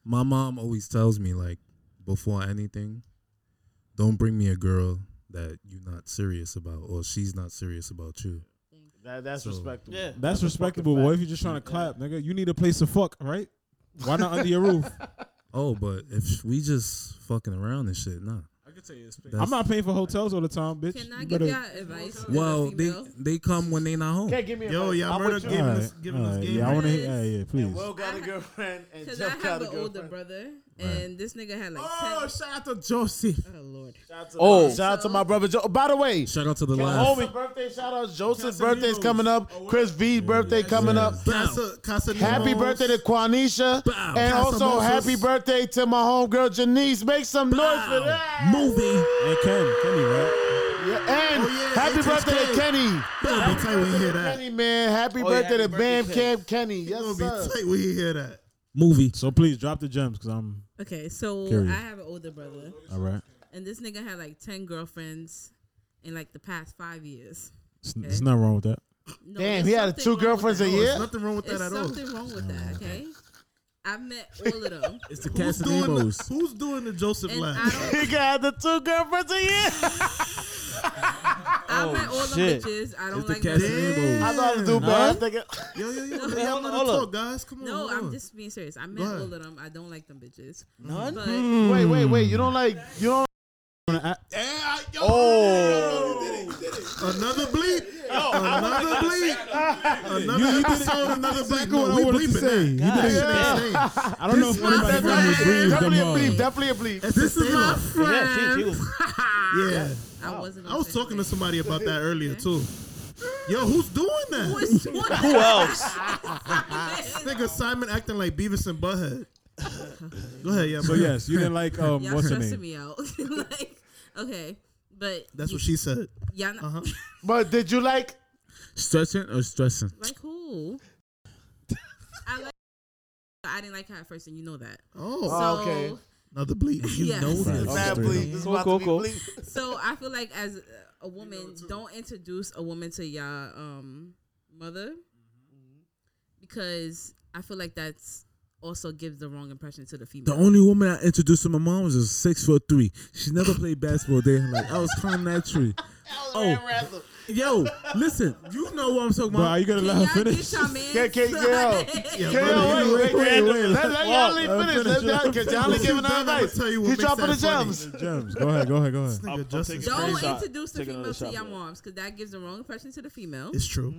my mom always tells me like before anything, don't bring me a girl that you're not serious about or she's not serious about you.
That, that's respectable.
Yeah.
That's respectable. What if you're just trying to clap, nigga? You need a place to fuck, right? Why not under your roof?
Oh, but if we just fucking around and shit, nah.
I could tell you this.
I'm not paying for hotels all the time, bitch.
Can I
You
give
better-
y'all advice?
Well, they they come when they not home.
Okay, give me a
Yo,
break.
y'all
I'm
murder
with you.
giving us-
Alright, alright, Yeah, I want to hear. Yeah, yeah, please.
And Will got a girlfriend, and
Because I
Jeff got
have
a
an older
girlfriend.
brother, and this nigga had like. Oh,
shout out to Josie.
Oh lord.
Oh, shout out to my brother. Jo- By the way,
shout out to the
homie. birthday shout outs. Joseph's birthday's coming up. Chris V's birthday coming up.
Casa, Casa
Happy
Nemo's.
birthday to Quanisha. And
Casamigos.
also happy birthday to my homegirl Janice. Make some noise for that.
Movie.
And Ken, Kenny, right?
Yeah, and
yeah,
happy
HHK.
birthday to Kenny.
Gonna be tight when you hear that.
Kenny, man. Happy
Oh, yeah,
birthday
happy
to
birthday,
Bam
Ken.
Camp Kenny. Yes,
Gonna be
sir.
tight when you hear that.
Movie.
So please drop the gems, cause I'm
Okay, so
Curious.
I have an older brother,
all right.
and this nigga had like ten girlfriends in like the past five years.
It's- There's nothing wrong with that.
No,
Damn,
there's
he had
something
two
wrong with
girlfriends a
that.
year.
Nothing wrong with that
There's
at all.
something wrong with that. Okay, I've met all of them,
It's the
Who's doing, the,
Casamigos.
who's doing the Joseph
and
laugh?
I don't
He got the two girlfriends a year.
I met all
shit.
the bitches. I don't
the
like them.
Casamigos.
I thought it was too bad. I was thinking-
Yo, yo,
No,
yo. y'all
hold
let
on,
her
hold on.
talk, guys. Come on.
No,
hold
I'm
on.
just being serious. I met
Go ahead.
all of them. I don't like them bitches.
None?
But
Wait, wait, wait. You don't like, you don't. Oh.
Another bleep. another bleep. Another
You- you did it.
episode, another bleep. No,
what I
we
wanted to
bleeping
say.
that.
You
That
did
shit
it.
ain't staying.
I don't know if anybody
Definitely
family
a
breathed them all.
bleep. Definitely a bleep.
It's this is my
Yeah, she, she was.
Yeah.
I wasn't.
I was
offended.
talking to somebody about that earlier, too. Yo, who's doing that?
Who is doing
Who
that?
else?
Nigga Simon acting like Beavis and Butthead. Go ahead, yeah.
So
bro.
yes, you didn't like um,
Y'all
what's her
stressing
name?
me out. like, okay, but
That's
y-
what she said.
Y'all not,
Uh huh.
But did you like?
Stretching or stressing?
like who? I like. I didn't like her at first, and you know that.
Oh,
Oh,
so,
okay.
another bleep.
You Yes. know
Right.
Bad
Straight up.
bleep. This is
Cool,
about
cool,
to be
cool.
bleep.
So I feel like as a woman, don't introduce a woman to your um mother because I feel like that's also gives the wrong impression to the female.
The only woman I introduced to my mom was a six foot three. She never played basketball. They like I was climbing that tree. Oh, yo, listen, you know what I'm talking
Bro,
about.
you gotta
Can
let
y'all
her finish.
get y'all man?
Can- can- yeah.
brother,
Yeah, wait, wait, wait, wait. Let let
Walk.
Yali
Let
finish.
finish.
Let Yali, cause Yali giving her
done, I'ma
advice.
tell you what
He
makes
dropping the
that funny.
gems.
Gems. Go ahead. Go ahead. Go ahead.
Nigga,
I'll
Justin
take it.
Craig.
Don't
shot.
introduce the
Take
female
another
to
shot
your
for that.
moms because that gives the wrong impression to the female.
It's true.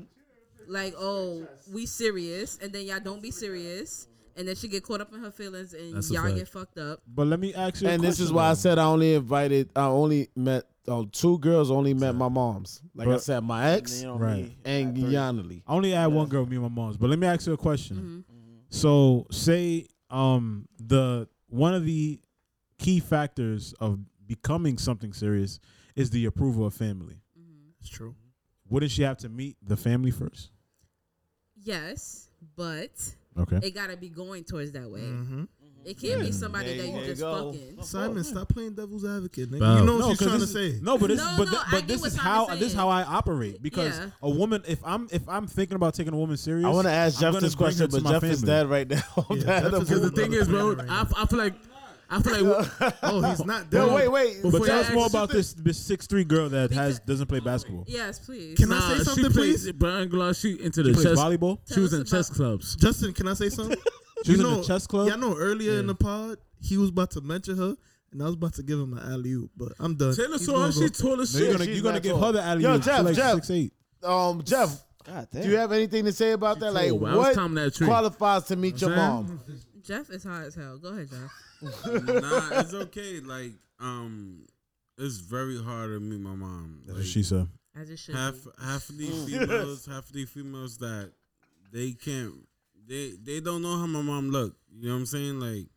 Like, oh, we serious, and then y'all don't be serious, and then she get caught up in her feelings, and
That's a
y'all
fact.
get fucked up.
But let me ask you. a
And this
question,
is why I
though.
said I only invited. I only met oh, two girls. Only met my moms. Like I
But-
said, my ex
You know
Right.
me.
and Yanali.
I only had one girl, me and my mom's. But let me ask you a question.
Mm-hmm.
So say um the one of the key factors of becoming something serious is the approval of family.
It's true.
Wouldn't she have to meet the family first?
Yes, but
Okay.
it gotta be going towards that way.
Mm-hmm.
It can't be somebody
There
that
you
you just
go.
fucking.
Simon, stop playing devil's advocate, nigga.
Bow.
You know what
No,
she's
'cause
trying to
this
say.
is- no, but it's,
No,
but,
no,
th-
I
but
get
this
what
is
Simon
how
saying.
this is how I operate because
Yeah.
a woman if I'm if I'm thinking about taking a woman serious,
I want to ask
I'm
Jeff
gonna
this
bring her
question,
to
but
my
Jeff is
family.
dead right now. I'm
Yeah,
dead.
Jeff is
I'm-
in
the thing is, bro, I, I feel like I feel like
Oh, he's not there.
Yo, wait, wait.
But
But
Before
tell
I
us more
ask you
about this this six three girl that has doesn't play basketball.
Yes, please.
Can
Nah,
I say
she
something,
played-
please?
But I ain't gonna lie, she into
She
the
plays
chess.
volleyball.
She was
Tell
in
us
chess
about-
clubs.
Justin, can I say something?
She was in the chess club.
Y'all know earlier in the pod, he was about to mention her, and I was about to give him an alley oop, but I'm done.
Taylor
He's
saw
gonna
her.
go-
She tall as
No, you're
shit.
gonna
she's
you're gonna
not
give
tall.
her the alley.
Yo,
oop. She
Jeff,
like
Jeff.
six eight.
Um, Jeff,
God
do you have anything to say about that? Like,
told, bro. I was climbing
what
that tree.
qualifies to meet your
I'm saying?
mom?
Jeff is hot as hell. Go ahead, Jeff.
nah, it's okay. Like um, it's very hard to meet my mom.
That's what she said.
As it should
half
be.
half of these
Mm.
females, half of these females that they can't, they they don't know how my mom looked. You know what I'm saying? Like,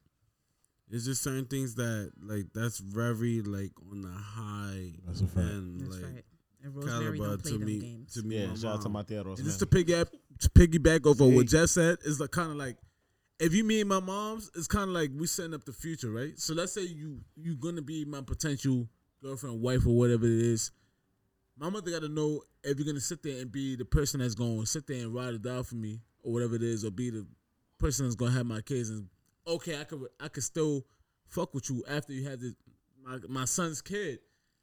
it's just certain things that like that's very like on the high
That's a fact.
end,
That's
like
right. And Rosemary don't play
to
them
me
games.
to me.
Yeah,
my
shout out to
mom.
my tía Rosemary.
And just to piggyback, to piggyback over what Jeff said, is like kind of like if you meet my mom's, it's kind of like we setting up the future, right? So let's say you you gonna be my potential girlfriend, wife, or whatever it is. My mother got to know if you're gonna sit there and be the person that's gonna sit there and ride or die for me, or whatever it is, or be the person that's gonna have my kids. And okay, I could I could still fuck with you after you have this my my son's kid,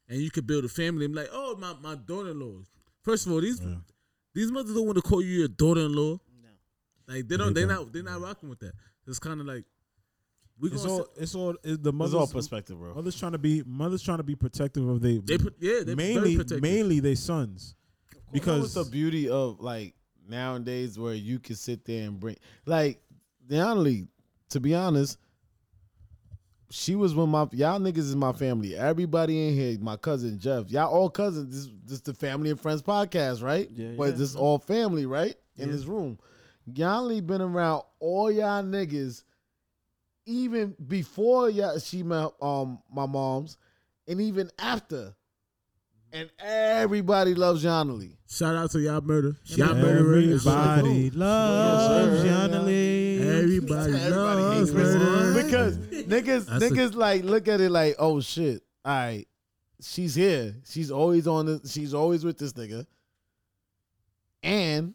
and you could build a family. I'm like, oh my my daughter-in-law. First of all, these these mothers don't want to call you your daughter-in-law. No, like they don't. They,
They
are
don't.
not. They're not rocking with that. It's kind of like we
it's
gonna.
all,
sit-
it's all it's the mother's
all perspective, bro.
Mother's trying to be mothers trying to be protective of they.
They put- yeah, they very
mainly
protective.
mainly they sons
because
because
the beauty of like nowadays where you can sit there and bring like the only to be honest she was with my y'all niggas is my family everybody in here my cousin jeff y'all all cousins this this the family and friends podcast right yeah, but this all family right in this room y'all only been around all y'all niggas even before y'all she met um my mom's and even after and everybody loves Yanali.
Shout out to y'all murder.
Yeah,
Y'all murder
everybody loves
Yes, sir.
Yanali.
Everybody loves murder.
because niggas
That's a-
niggas like look at it like oh shit all right she's here she's always on this she's always with this nigga and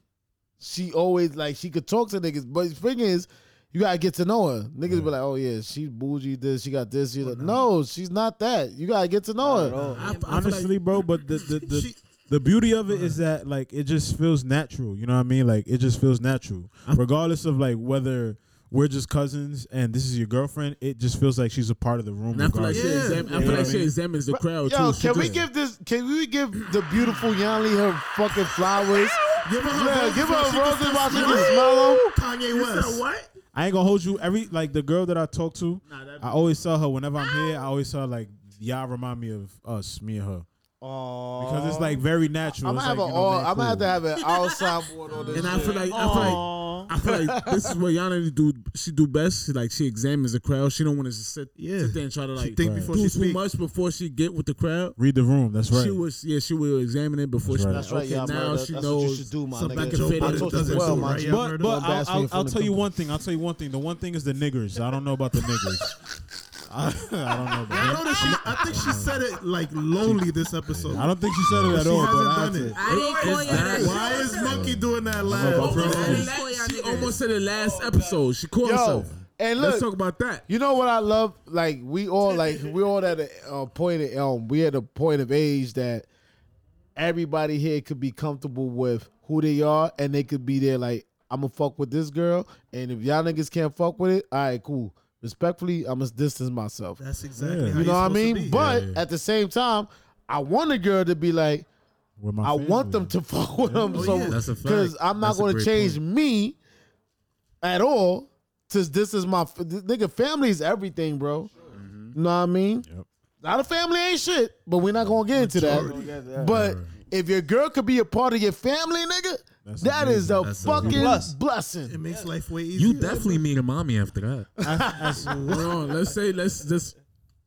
she always like she could talk to niggas but the thing is you gotta get to know her niggas be like oh yeah she's bougie this she got this she like, no she's not that you gotta get to know her
I, I feel
honestly,
like,
bro. But the the, the, the beauty of it is that like it just feels natural. You know what I mean? Like it just feels natural,
Uh-huh.
regardless of like whether we're just cousins and this is your girlfriend. It just feels like she's a part of the room.
and I feel like she,
regardless.
exam- I
You know
feel like
what I
she
mean?
examines the crowd
Yo,
too. She
can we
just-
give this? Can we give the beautiful Yanli her fucking flowers?
Give her her
Yeah,
roses
give her
while she
roses
can
while she
smell
can
it.
smell them.
Kanye West. what?
I ain't gonna hold you. Every like the girl that I talk to,
that'd
I always tell her whenever I'm
Ah.
here. I always tell her like y'all remind me of us, me and her,
Oh,
because it's like very natural.
I'm gonna
It's
have
like,
an
you know,
all.
man,
I'm gonna have
cool.
to have an outside board on this.
And I
shit.
feel like I feel like I feel like this is what Yana do. She do best. She like she examines the crowd. She don't want to just sit,
Yeah.
sit there and try to
She
like
think before
do
she
too
speak.
much before she get with the crowd.
read the room. That's right.
She was yeah. She will examine it before
That's
she.
right.
Like,
That's right,
okay,
y'all.
now
That's
she
what
knows
you should do, my
something I
nigga.
can
Joe
fit in.
Biden
It
told
doesn't
us well,
do,
my
right?
G.
Y'all
But
heard
but
about
I'll,
Bass
I'll,
Fishing
I'll
the
tell you
Cook-
one thing. I'll tell you one thing. The one thing is the niggers. I don't know about the niggers. I, I don't know.
I
About
know that she. I think she said it like lonely this episode.
I don't think she said it at
she
all.
hasn't
But I
done
have to-
it.
I didn't call y'all that.
Why is Monkey doing that
about
live?
Bro,
I didn't call y'all
She
niggas.
almost said it last episode. She called
Yo,
herself.
and
let's
look-
talk about that.
You know what I love? Like we all like we all at a uh, point of um we at a point of age that everybody here could be comfortable with who they are and they could be there like I'm gonna fuck with this girl and if y'all niggas can't fuck with it, all right, cool. Respectfully, I'm gonna distance myself.
That's exactly.
Yeah.
How
you know what I mean? But
Yeah, yeah.
at the same time, I want a girl to be like
with my
I
family.
want them to fuck with them.
Oh,
so
yeah.
That's a fact.
because I'm not
That's a
going to
great
change
point.
me at all. Since this is my f- th- nigga, family is everything, bro. You know what I mean?
Yep.
Not a family ain't shit, but we're not going to get into that. But if your girl could be a part of your family, nigga,
That's
That's a
That's amazing.
fucking
Plus.
It
blessing.
makes life way easier.
You definitely meet a mommy after that.
Hold on. Let's say let's just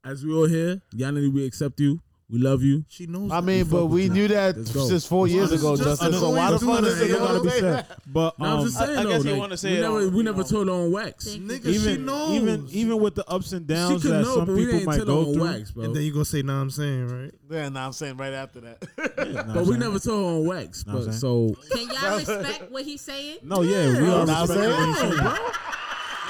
as we all here. Yana, we accept you. We love you.
She knows.
I
that.
mean, but we knew that
Let's go.
since four years
this
ago,
is just
Justin. So why the fuck
another
is
thing
it
that
going
gotta
to
be
say that?
But
No, I'm
um,
just saying
I- I
though,
guess you
like,
wanna say
we
it
never
all,
we
you
never
know.
told her on wax.
Nigga, she
even
knows.
even even with the ups and
She
downs
could
that
know,
some
but we
people
didn't
might
tell
go
her on
through,
wax, bro.
And then you gonna say, "Nah, I'm saying right."
Yeah, nah, I'm saying right after that.
Nah,
but we
I'm
never
saying.
told her on wax,
Know what
bro.
I'm
So
Can y'all respect what he's saying?
No, yeah, we
Nah,
are
I'm
respecting
saying.
what you're saying.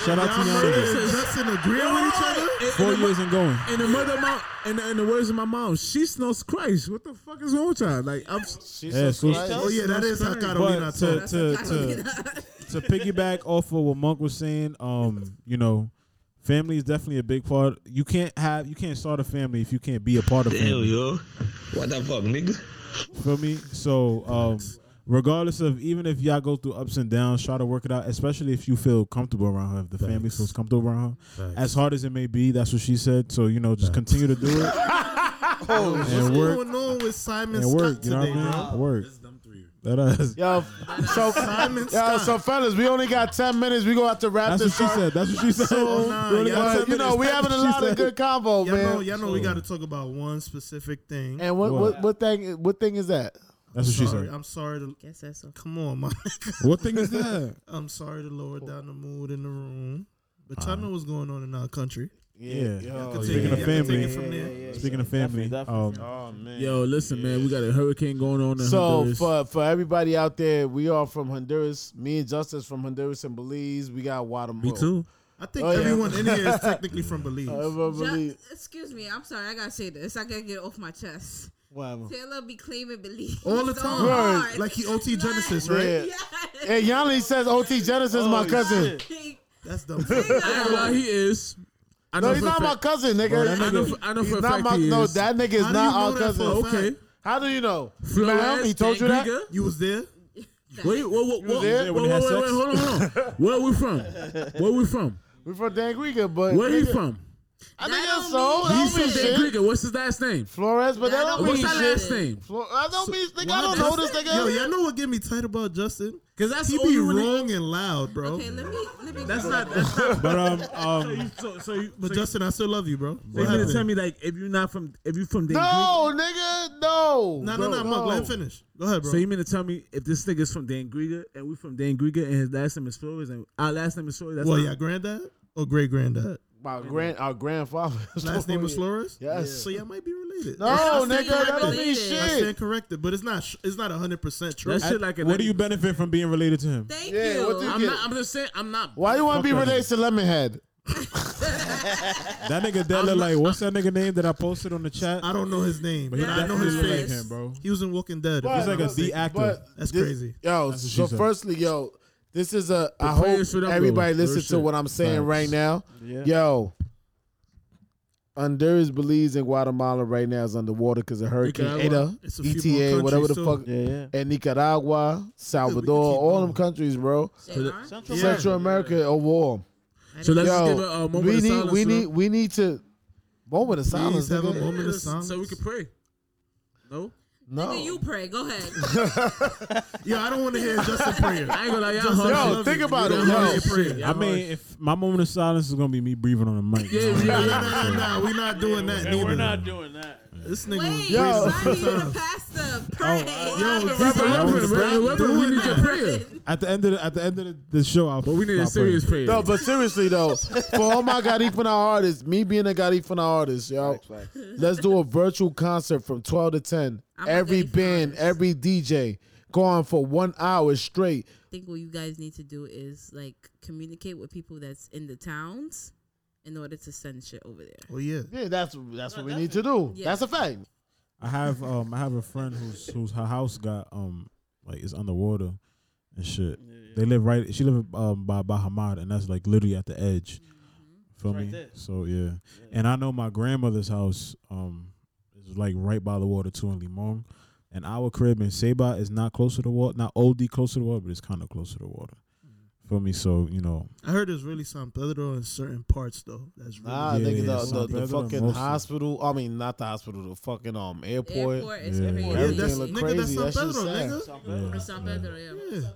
Shout out to
Y'all
Yana.
heard that Justin agreeing with each other.
in,
Four
in, the,
years and going.
in the mother of my in the, in the words of my mom, she smells Christ. What the fuck is wrong with y'all? Like I'm
Yeah, so-
Oh yeah, that is how Carolina
But to
talks.
to to to piggyback off of what Monk was saying, um, you know, family is definitely a big part. You can't have you can't start a family if you can't be a part of family.
yo. What the fuck, nigga?
Feel me? So um, regardless of even if y'all go through ups and downs, try to work it out. Especially if you feel comfortable around her, if the family feels comfortable around her,
Facts.
as hard as it may be, that's what she said. So you know, just continue to do it.
Oh,
And
what's
work-
going on with Simon
and
Scott
work, you know what I
today,
mean?
bro?
Work. That us.
Yo, so
Simon
yo,
Scott.
so fellas, we only got ten minutes. We gonna have to wrap
That's
this
what
up.
she said. That's what she said.
So,
Nah,
we only
y'all
got
know-
10 you know, we having a lot of good convo,
y'all
man.
Know, y'all know we got to talk about one specific thing.
And what, what what thing what thing is that?
That's what she
Sorry,
said.
I'm sorry to.
Guess that's so.
Come on, man.
What thing is that?
I'm sorry to lower down the mood in the room, but y'all know what's going on in our country.
Yeah.
Y'all
Yo,
can
Oh, Speaking
take it-
of
y'all can take
family,
it from there.
speaking of family, um,
Yo, listen, man, we got a hurricane going on. In
Oh, So
Honduras.
for for everybody out there, we are from Honduras. Me and Justice from Honduras and Belize. We got Guatemala.
Me too.
I think
Oh, yeah.
everyone in here is technically from Belize.
Everyone Belize.
Ju- excuse me, I'm sorry. I gotta say this. I gotta get it off my chest.
Whatever.
Taylor be claiming belief
All the
so
time.
hard.
Like he OT Genesis,
Yeah.
right?
And Yanni says OT Genesis is my cousin.
That's dumb.
I know he is. I
No,
know
he's
for a
not my
fact-
cousin, nigga.
Bro, that
I
nigga-
know,
I know
he's
for a
not
fact
my,
he
No,
is.
that nigga is
How do
not
you know
our
that for
cousin.
a fact?
Okay.
How do you know? Ma'am,
Flores,
he told you that?
Tangrega?
You was there?
Wait, whoa, whoa, whoa,
there
whoa,
when they
whoa,
had
wait,
sex?
wait, hold on, hold on. Where we from? Where we from?
We from Dangriga, but
Where he
nigga-
from?
I think that's so. I
He's
don't mean
from
shit.
Dangriga. What's his last name?
Flores, but that don't
What's
mean
that last
shit.
name?
Flo- I don't mean, nigga, I don't
Why
know this
does-
nigga.
Yo, y'all know what get me tight about Justin?
Cause that's
He
all
be
you really-
wrong and loud, bro.
Okay, let me let me.
That's not. That's not.
but um, um,
So, so you,
But Justin, I still love you, bro.
They gonna tell me like if you're not from if you from Dangriga.
No, nigga, no.
No, no, no, Mug, let him finish. Go ahead, bro.
So you mean to tell me if this nigga's from Dangriga and we from Dangriga and his last name is Flores and our last name is Flores? That's
well,
not-
yeah, granddad or great granddad.
My grand, our grandfather.
Last name was Flores.
Yes.
So y'all might be related.
No,
I
nigga,
stand
that don't mean
corrected. I
shit.
stand corrected, but it's not. It's not hundred percent true.
That shit like a
what do you benefit from being related to him?
Thank
Yeah,
you.
what do you
I'm
get?
not. I'm just saying. I'm not.
Why you want to be
Okay.
related to Lemonhead?
That nigga dead look like what's that nigga name that I posted on the chat?
I don't know his name,
But
but,
he
I know
definitely
his
look like
face.
him, bro.
He was in Walking Dead.
But-
He's like a
but-
the actor.
but
That's
this-
crazy.
Yo,
That's what she
so
said.
firstly, yo, this is a. I
players
hope
should upload
everybody
their
listen to
shit.
what I'm saying
Facts.
right now.
Yeah.
Yo, Honduras, Belize, and Guatemala right now is underwater because of Hurricane
Nicaragua.
Ada,
It's a few
ETA, E
more
whatever the
countries,
fuck,
Yeah, yeah.
and Nicaragua, Salvador,
keep
all
going.
them countries, bro.
They are?
Central
Central America overall.
So let's just
Yo,
give a uh, moment
we
of
need,
silence.
we
bro.
need, we need to. Moment of silence.
have a
nigga.
moment of
so,
silence.
we can pray. No,
No.
Nigga, you pray. Go ahead.
Yo, I don't want to hear Justin prayer.
I ain't gonna lie, y'all.
Justin,
hard
I
Yo,
shit.
love
think
you.
about
Y'all
it, yo.
hard shit.
Shit,
Y'all
I
hard
mean, if my moment of silence is gonna be me breathing on the mic.
Yeah,
you know?
yeah, yeah.
Nah, nah, we're not doing that.
And we're
neither.
not doing that.
This nigga.
Wait,
Yo.
why you the pastor? Pray.
Yo,
He's the
Reverend,
reverend,
stop
man. Reverend, we
doing
need your
that.
prayer.
At the end of the, at the end of the, the show, I'll,
But we need a
I'll
serious
pray.
prayer.
No, but seriously though, for all my Garifuna artists, me being a Garifuna artist, yo, let's do a virtual concert from twelve to 10
I'm a
every
Garifuna
band,
artist.
every DJ, going for one hour straight.
I think what you guys need to do is like communicate with people that's in the towns in order to send shit over there.
Oh yeah.
Yeah, that's that's what we need to do.
Yeah.
That's a fact.
I have um I have a friend who's who's her house got um like it's underwater and shit. They live right. She live um by by Hamad, and that's like literally at the edge.
Mm-hmm.
Feel
It's right
me?
there.
So yeah. and I know my grandmother's house um is like right by the water too in Limon, and our crib in Seba is not close to the water, not OD close to the water, but it's kind of close to the water.
Mm-hmm.
Feel me? So you know,
I heard it's really San Pedro in certain parts though. That's really
Nah,
Yeah,
nigga,
yeah,
the- the,
something
the,
better than
fucking
most of-
hospital. I mean, not the hospital. The fucking um airport.
Airport is
Yeah.
crazy.
Yeah,
Everything
that's,
look
nigga,
crazy.
that's San
That shit's
Pedro,
sad.
nigga.
yeah.
It's not better, yeah.
Yeah.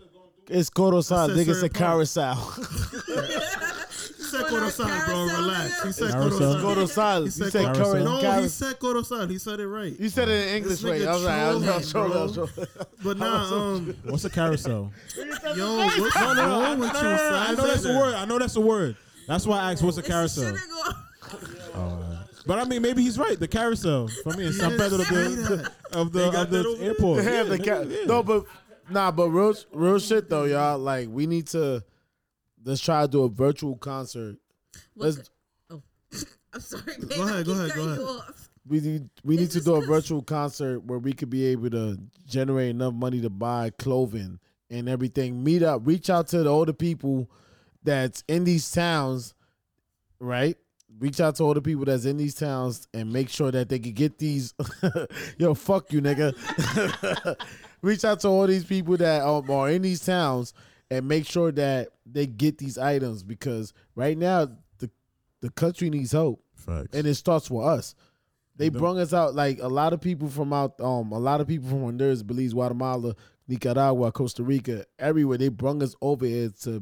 It's Corozal,
I said
nigga. It's a
certain parts.
Carousel.
He said Corozal, bro.
Carousel,
Relax. He said
Carousel.
Corozal.
Corozal. You
He said
said
Carousel.
Corozal.
No, he said Corozal. He said it right.
You said it in English
This
way.
nigga
I was like, I was I was
trolling,
trolling. I was trolling.
But nah, um,
what's a carousel?
yo, what's wrong with you,
I know that's a
Simon?
word. I know that's a word. That's why I asked what's a carousel.
Shit, I go-
But I mean, maybe he's right. The carousel for me in San
Yeah,
Pedro
say
de-
that.
of the of the, airport.
Yeah,
Yeah,
the
nigga,
ca-
yeah.
No, but nah, but real real shit though, y'all. Like we need to let's try to do a virtual concert.
What
Let's-
go- oh, I'm sorry. Babe.
Go ahead,
I keep
go ahead,
cutting
go
you
ahead.
off.
We need we need
It's
to
just
do a
'cause-
virtual concert where we could be able to generate enough money to buy clothing and everything. Meet up, reach out to the older people that's in these towns, right? reach out to all the people that's in these towns and make sure that they can get these. Yo, fuck you, nigga. reach out to all these people that um, are in these towns and make sure that they get these items because right now the the country needs hope.
Facts.
And it starts with us. They brung us out like a lot of people from out um a lot of people from Honduras, Belize, Guatemala, Nicaragua, Costa Rica, everywhere. They brung us over here to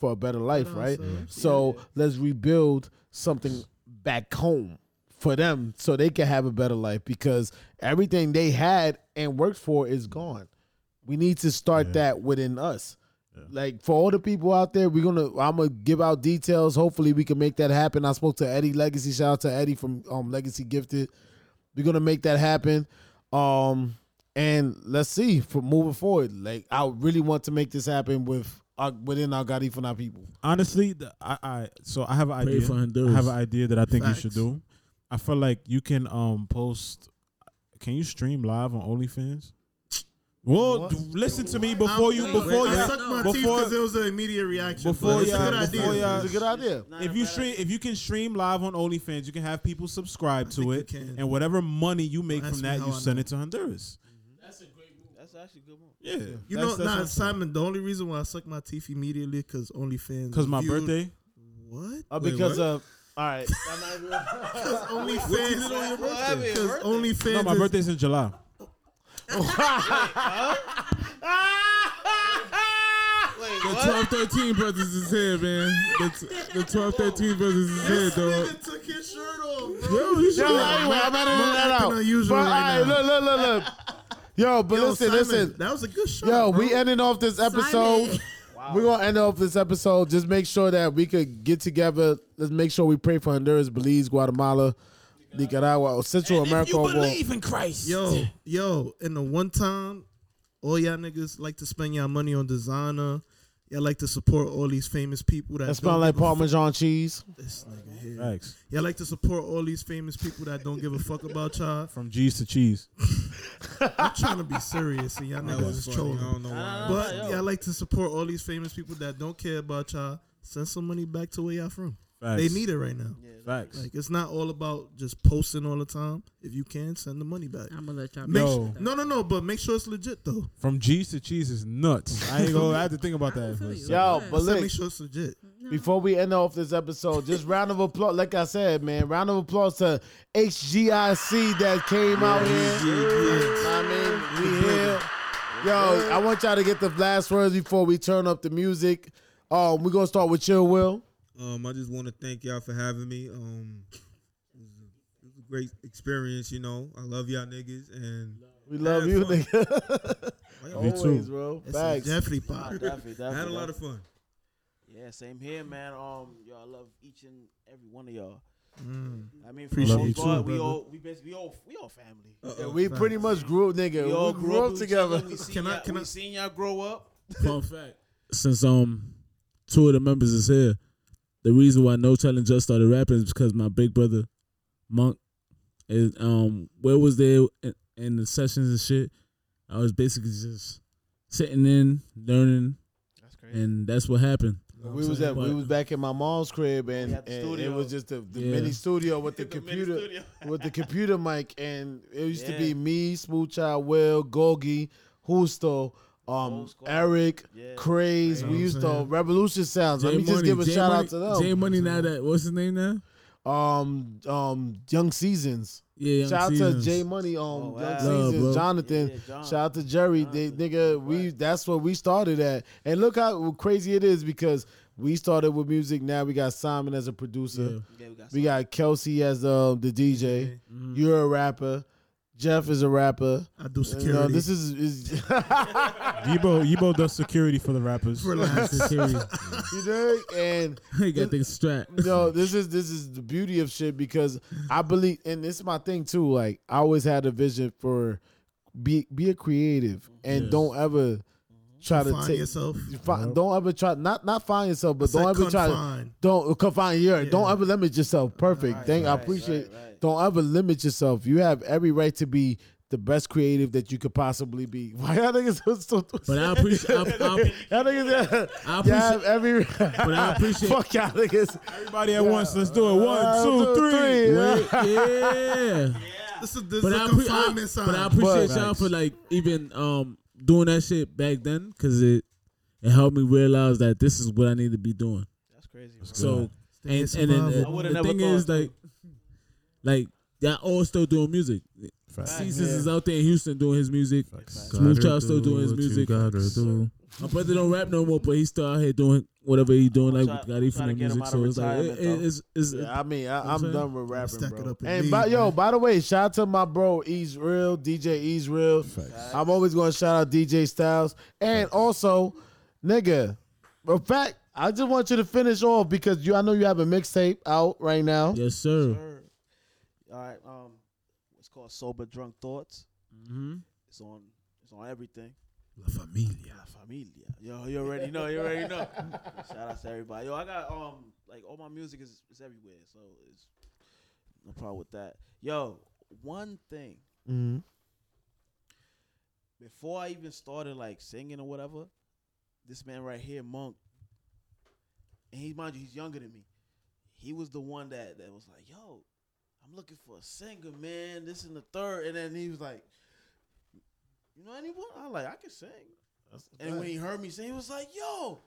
for a better life, right? So let's rebuild something back home for them so they can have a better life because everything they had and worked for is gone. We need to start that within us. Like for all the people out there, we're gonna I'm gonna give out details. Hopefully we can make that happen. I spoke to Eddie Legacy. Shout out to Eddie from um Legacy Gifted. We're gonna make that happen. Um and let's see for moving forward. Like I really want to make this happen with our, within our Garifuna people.
Honestly, the, I, I so I have an
Pray
idea.
for
I
Honduras.
have an idea that I think you should
Facts.
do. I feel like you can um post. Can you stream live on OnlyFans? Well, d- listen to me before you before
I
you
sucked my teeth
before
because it was an immediate reaction.
before
but it's
y'all,
a good
before
idea.
y'all,
It's a good
idea.
If you stream, if you can stream live on OnlyFans, you can have people subscribe to it, and whatever money you make
Don't ask
from
me
that,
how
you
I
send
know.
it to Honduras.
That's a great move. That's actually a good move.
Yeah.
You
That's-
know,
that's
nah,
what-
Simon. The only reason why I suck my teeth immediately because OnlyFans.
'Cause my
viewed-
birthday?
What?
Uh, because of all right.
Because
uh,
OnlyFans. Because
No,
OnlyFans.
my
is-
birthday's in July.
The 12 13 brothers is here, man. The, t- the 12 13 brothers is here, dog.
Took his shirt off, bro.
Yo, you
Yo,
should-
anyway, I'm editing
Mark
that out.
acting unusual
But, all
right
right,
now.
look, look, look, look. Yo, but
Yo,
listen,
Simon,
listen.
That was a good shot.
Yo, we
bro.
ending off this episode. We're gonna end off this episode. Just make sure that we could get together. Let's make sure we pray for Honduras, Belize, Guatemala, Nicaragua, or Central America. overall.
in Christ.
Yo, yo, and the one time, all y'all niggas like to spend y'all money on designer. Y'all like to support all these famous people that
That smell
don't
like
give a fuck-
Parmesan cheese.
This nigga here.
Thanks.
Y'all like to support all these famous people that don't give a fuck about y'all.
From G's to cheese.
I'm trying to be serious, and y'all
That
niggas
was
is
funny.
trolling.
I don't know why.
But
Nah, nah,
y'all like to support all these famous people that don't care about y'all. Send some money back to where y'all from.
Facts.
They need it right now.
Facts.
Like it's not all about just posting all the time. If you can, send the money back.
I'm gonna let y'all.
Make
Yo.
su- no, no, no. But make sure it's legit though.
From G's to cheese is nuts. I ain't gonna I have to think about that. for a second.
Yo, but
Send
look,
make sure it's legit.
Before we end off this episode, just round of applause. Like I said, man, round of applause to HGIC that came out here. I mean, we here. Yo, I want y'all to get the last words before we turn up the music. Um, we're gonna start with Chill Will.
Um, I just want to thank y'all for having me. Um, it was a, it was a great experience, you know. I love y'all niggas, and
We love you, nigga.
Me
Always,
too.
bro.
It's a
Facts.
Jeffrey
Nah,
pot.
definitely,
I
definitely,
had a lot of
definitely.
fun.
Yeah, same here, man. Um, yo, I love each and every one of y'all.
Mm.
I mean, for
Appreciate
the
you
most
too,
part, we
brother.
all we basically we all we all family.
Yeah, we pretty much grew up, nigga.
We all
Uh, we grew up
with each
together.
other. We seen
Can I-
y'all,
can
we
I-
seen y'all grow up.
Fun fact: since um two of the members is here, the reason why No Challenge just started rapping is because my big brother Monk is um where was there in, in the sessions and shit. I was basically just sitting in learning,
That's
and that's what happened.
We was at we was back in my mom's crib and,
had the
and it
studio.
was just the, the
Yeah.
mini studio with the,
The mini
computer
studio.
with the computer mic and it used to
Yeah.
be me, Smooth Child, Will, Gogi, Husto, um, Eric,
Yeah.
Craze.
You know
we
what
used
I'm
to
saying?
Revolution Sounds. Let
J
me just
Money-
give a
J
shout
Money-
out to them.
J Money now that what's his name now?
um, um, Young Seasons.
Yeah, Young
shout out
Seasons.
to J Money, um,
Oh, wow.
Young
Love,
Seasons,
bro.
Jonathan.
Yeah, John.
Shout out to Jerry, they, nigga. We that's where we started at, and look how crazy it is because we started with music. Now we got Simon as a producer.
Yeah, we got
We got Kelsey as uh, the DJ. You're a rapper. Jeff is a rapper.
I do
You know,
security.
this is, is
Yibo Yibo does security for the rappers.
Relax.
you know, and
um, He got this strap.
No, this is this is the beauty of shit because I believe, and this is my thing too. Like I always had a vision for be be a creative and don't ever try to
Find
take
yourself.
you fi- Don't ever try not not find yourself, but
I
don't
said
ever try to
confine.
don't uh, confine your don't ever limit yourself. Perfect. Thank I appreciate.
right, right.
Don't ever limit yourself. You have every right to be. the the best creative that you could possibly be. Why y'all niggas so, so
But I appreciate- I- I-
y'all niggas.
I
y'all
appreciate-
have every.
but I appreciate-
Fuck y'all niggas.
Everybody at once. Let's do it. One, two, three.
Wait, yeah.
This is this
but
is
I,
a
appre-
confinement
I-
sign.
but I appreciate y'all for like even um doing that shit back then because it it helped me realize that this is what I need to be doing. That's
crazy,
So
good.
and
Stay
and then
survival. I
the,
would've
the
never
thing is
thought.
like like they're all still doing music.
Facts.
Caesars
Yeah.
is out there in Houston doing his music. Smooth
Gotta
Child still
do
doing his
what you
music.
gotta do.
My brother don't rap no more, but he's still out here doing whatever he's doing, like
try-
got it
try
from the
to get him
music.
out of
So it's like it,
retirement,
it, it's, it's
yeah, I mean, I,
I'm
I'm
saying?
done with rapping,
Stack it
bro.
up and
and
leave,
by, yo, by the way, shout out to my bro Israel, DJ Israel. I'm always gonna shout out DJ Styles, and also, nigga. In fact, I just want you to finish off because you, I know you have a mixtape out right now.
Yes,
Mm.
sir.
All right. Um, it's called Sober Drunk Thoughts.
Mhm.
It's on. It's on everything.
Mm-hmm. La familia.
La familia. Yo, you already know. You already know. Shout out to everybody. Yo, I got um, like all my music is is everywhere, so it's no problem with that. Yo, one thing
Mm-hmm.
before I even started like singing or whatever, this man right here, Monk, and he mind you, he's younger than me. He was the one that that was like, "Yo, I'm looking for a singer, man. This and the third. and then he was like, "You know anyone?" I like, I can sing. And when he heard me sing, he was like, "Yo."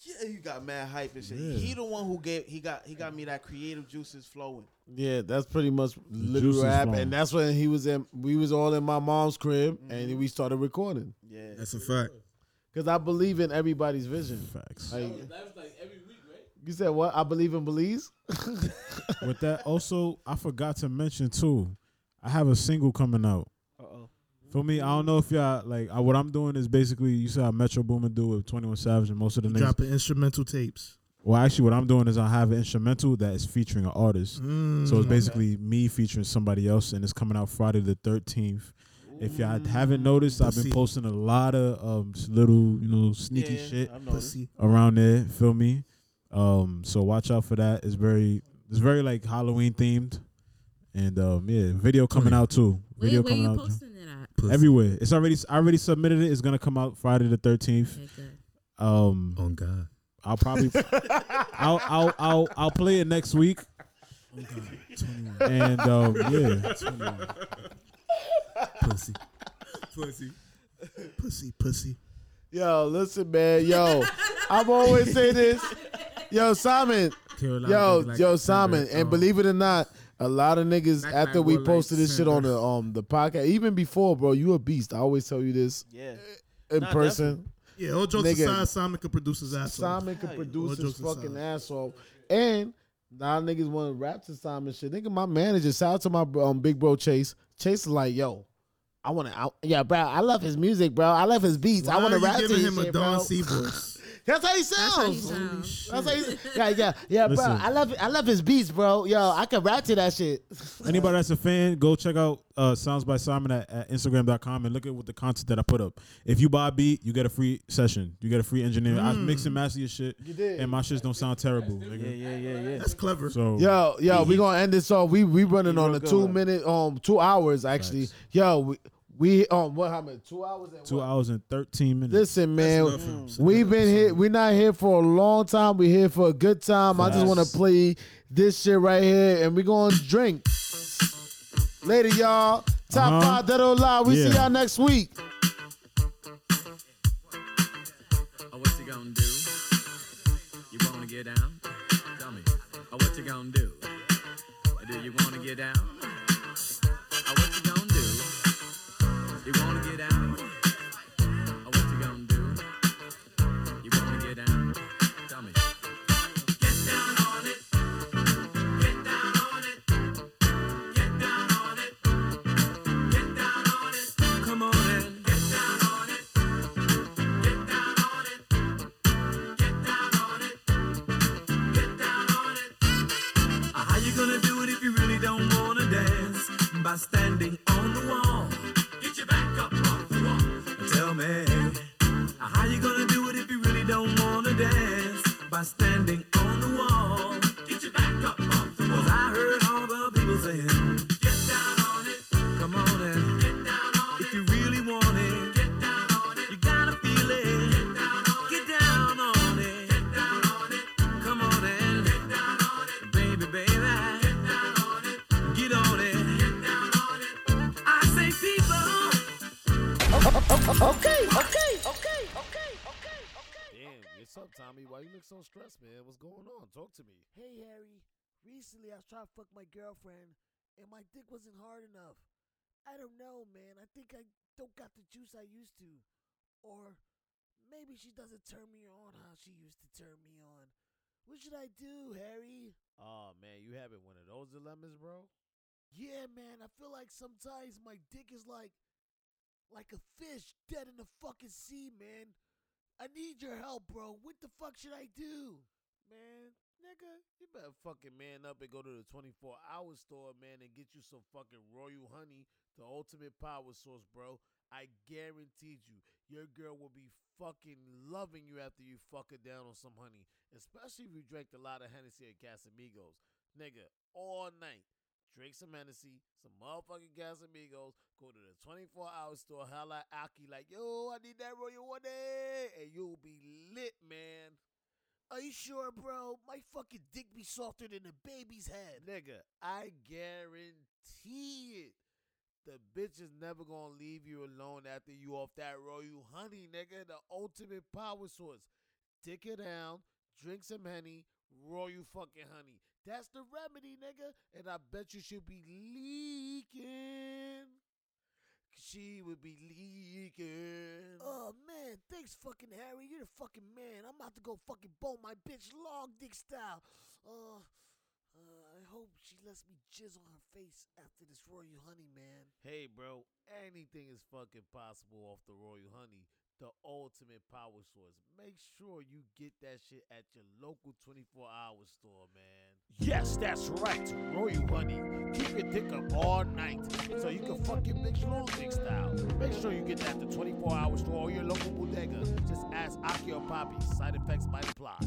Yeah, he got mad hype and shit.
Yeah.
He the one who gave he got he got me that creative juices flowing.
Yeah, that's pretty much
juice
little
is
rap,
flowing.
and that's when he was in. We was all in my mom's crib, and we started recording.
Yeah,
that's a fact.
Because I believe in everybody's vision. Facts. You said what? I believe in Belize.
With that, also I forgot to mention too, I have a single coming out.
Uh oh.
For me, I don't know if y'all like I, what I'm doing is basically you saw Metro Boomin do with 21 Savage and most of the niggas.
Dropping instrumental tapes.
Well, actually, what I'm doing is I have an instrumental that is featuring an artist.
Mm.
so it's
Okay.
basically me featuring somebody else, and it's coming out Friday the 13th. If y'all haven't noticed, I've been
Pussy.
posting a lot of um, s- little, you know, sneaky
Yeah,
shit
I've noticed. Pussy.
around there. Feel me? Um, so watch out for that. It's very, it's very like Halloween themed, and um, yeah, video coming out too.
Wait,
Video
where
coming
you
out.
posting it at?
Everywhere. It's already. I already submitted it. It's gonna come out Friday the thirteenth.
Okay, good.
Um.
On God.
I'll probably. I'll, I'll I'll I'll play it next week. And um, yeah.
Pussy.
Pussy.
Pussy, pussy.
Yo, listen, man. Yo, I'm always say this. Yo, Simon.
Carolina
yo,
nigga like
yo,
Timber,
Simon. And
um,
believe it or not, a lot of niggas
Mac
after
Mac
we
Warlike
posted this shit on
Timber.
the um the podcast, even before, bro, you a beast. I always tell you this.
Yeah.
In
Nah,
person.
Yeah, all jokes
Nigga,
aside, Simon could produce his ass off.
Simon
All
could produce his
jokes aside.
fucking ass off. And now niggas want to rap to Simon shit. Nigga, my manager, shout out to my bro- um, big bro Chase. Chase is like, yo, I want to, yeah, bro, I love his music, bro. I love his beats. I
Why
want to
are you
rap to
giving
his
him a
shit,
Don
bro."
C voice?
That's how he
Oh,
sounds. That's how he, yeah, yeah, yeah, bro.
Listen.
I love, I love his beats, bro. Yo, I can rap to that shit.
Anybody that's a fan, go check out uh, Sounds by Simon at, at Instagram.com and look at what the content that I put up. If you buy a beat, you get a free session. You get a free engineer. I
Mm.
mix and master your shit. You
did.
And my shits don't sound terrible. Nigga.
Yeah, yeah, yeah, yeah.
That's clever.
So
Yo, yo, we gonna end this off. We we running on
real
a
good,
two
man.
minute, um, two hours actually. Yo, we, we um, what how many? Two hours and
two hours and thirteen minutes.
Listen, man, we've been here. We're not here for a long time. We're here for a good time. I just want to play this shit right here, and we're going to drink. Later, y'all. Top
Uh-huh.
five that don't lie. We
Yeah.
see y'all next week.
Oh, what you gonna do? You wanna get down? Tell me. Oh, what you gonna do? Do you wanna get down? Oh, what you gonna do? You wanna get down? Oh, what you gonna do? You wanna get down? Tell me. Come on and get down on it. Get down on it.
Uh, How you gonna do it if you really don't wanna dance? By standing on the wall. Get your back up off the wall. Tell me. uh, How you gonna do it if you really don't wanna dance? By standing on the wall. Get your back up off the wall. 'Cause I heard all the people saying, Get down on it. Come on and get
Okay, okay, okay, okay, okay, okay. Damn, what's up, Tommy? Why you look so stressed, man? What's going on? Talk to me.
Hey, Harry. Recently, I was trying to fuck my girlfriend, and my dick wasn't hard enough. I don't know, man. I think I don't got the juice I used to. Or maybe she doesn't turn me on how she used to turn me on. What should I do, Harry?
Oh man, you having one of those dilemmas, bro?
Yeah, man. I feel like sometimes my dick is like like a fish dead in the fucking sea, man. I need your help, bro. What the fuck should I do?
Man, nigga, you better fucking man up and go to the 24 hour store, man, and get you some fucking royal honey, the ultimate power source, bro. I guaranteed you, your girl will be fucking loving you after you fuck her down on some honey, especially if you drank a lot of Hennessy and Casamigos, nigga, all night. Drink some Hennessy, some motherfucking Casamigos, go to the 24 hour store, holla at Aki, like, yo, I need that Royal One Day, and you'll be lit, man.
Are you sure, bro? My fucking dick be softer than a baby's head.
Nigga, I guarantee it. The bitch is never gonna leave you alone after you off that royal honey, nigga. The ultimate power source. Dick it down, drink some honey, royal fucking honey. That's the remedy, nigga. And I bet you should be leaking. She would be leaking.
Oh man, thanks fucking Harry. You're the fucking man. I'm about to go fucking bowl my bitch long dick style. Uh, uh, I hope she lets me jizz on her face after this royal honey, man.
Hey, bro, anything is fucking possible off the royal honey, the ultimate power source. Make sure you get that shit at your local 24 hour store, man.
Yes, that's right. Royal honey. Keep your dick up all night so you can fuck your bitch long dick style.
Make sure you get that at the 24 hour store or your local bodega. Just ask Aki or Poppy. Side effects might apply.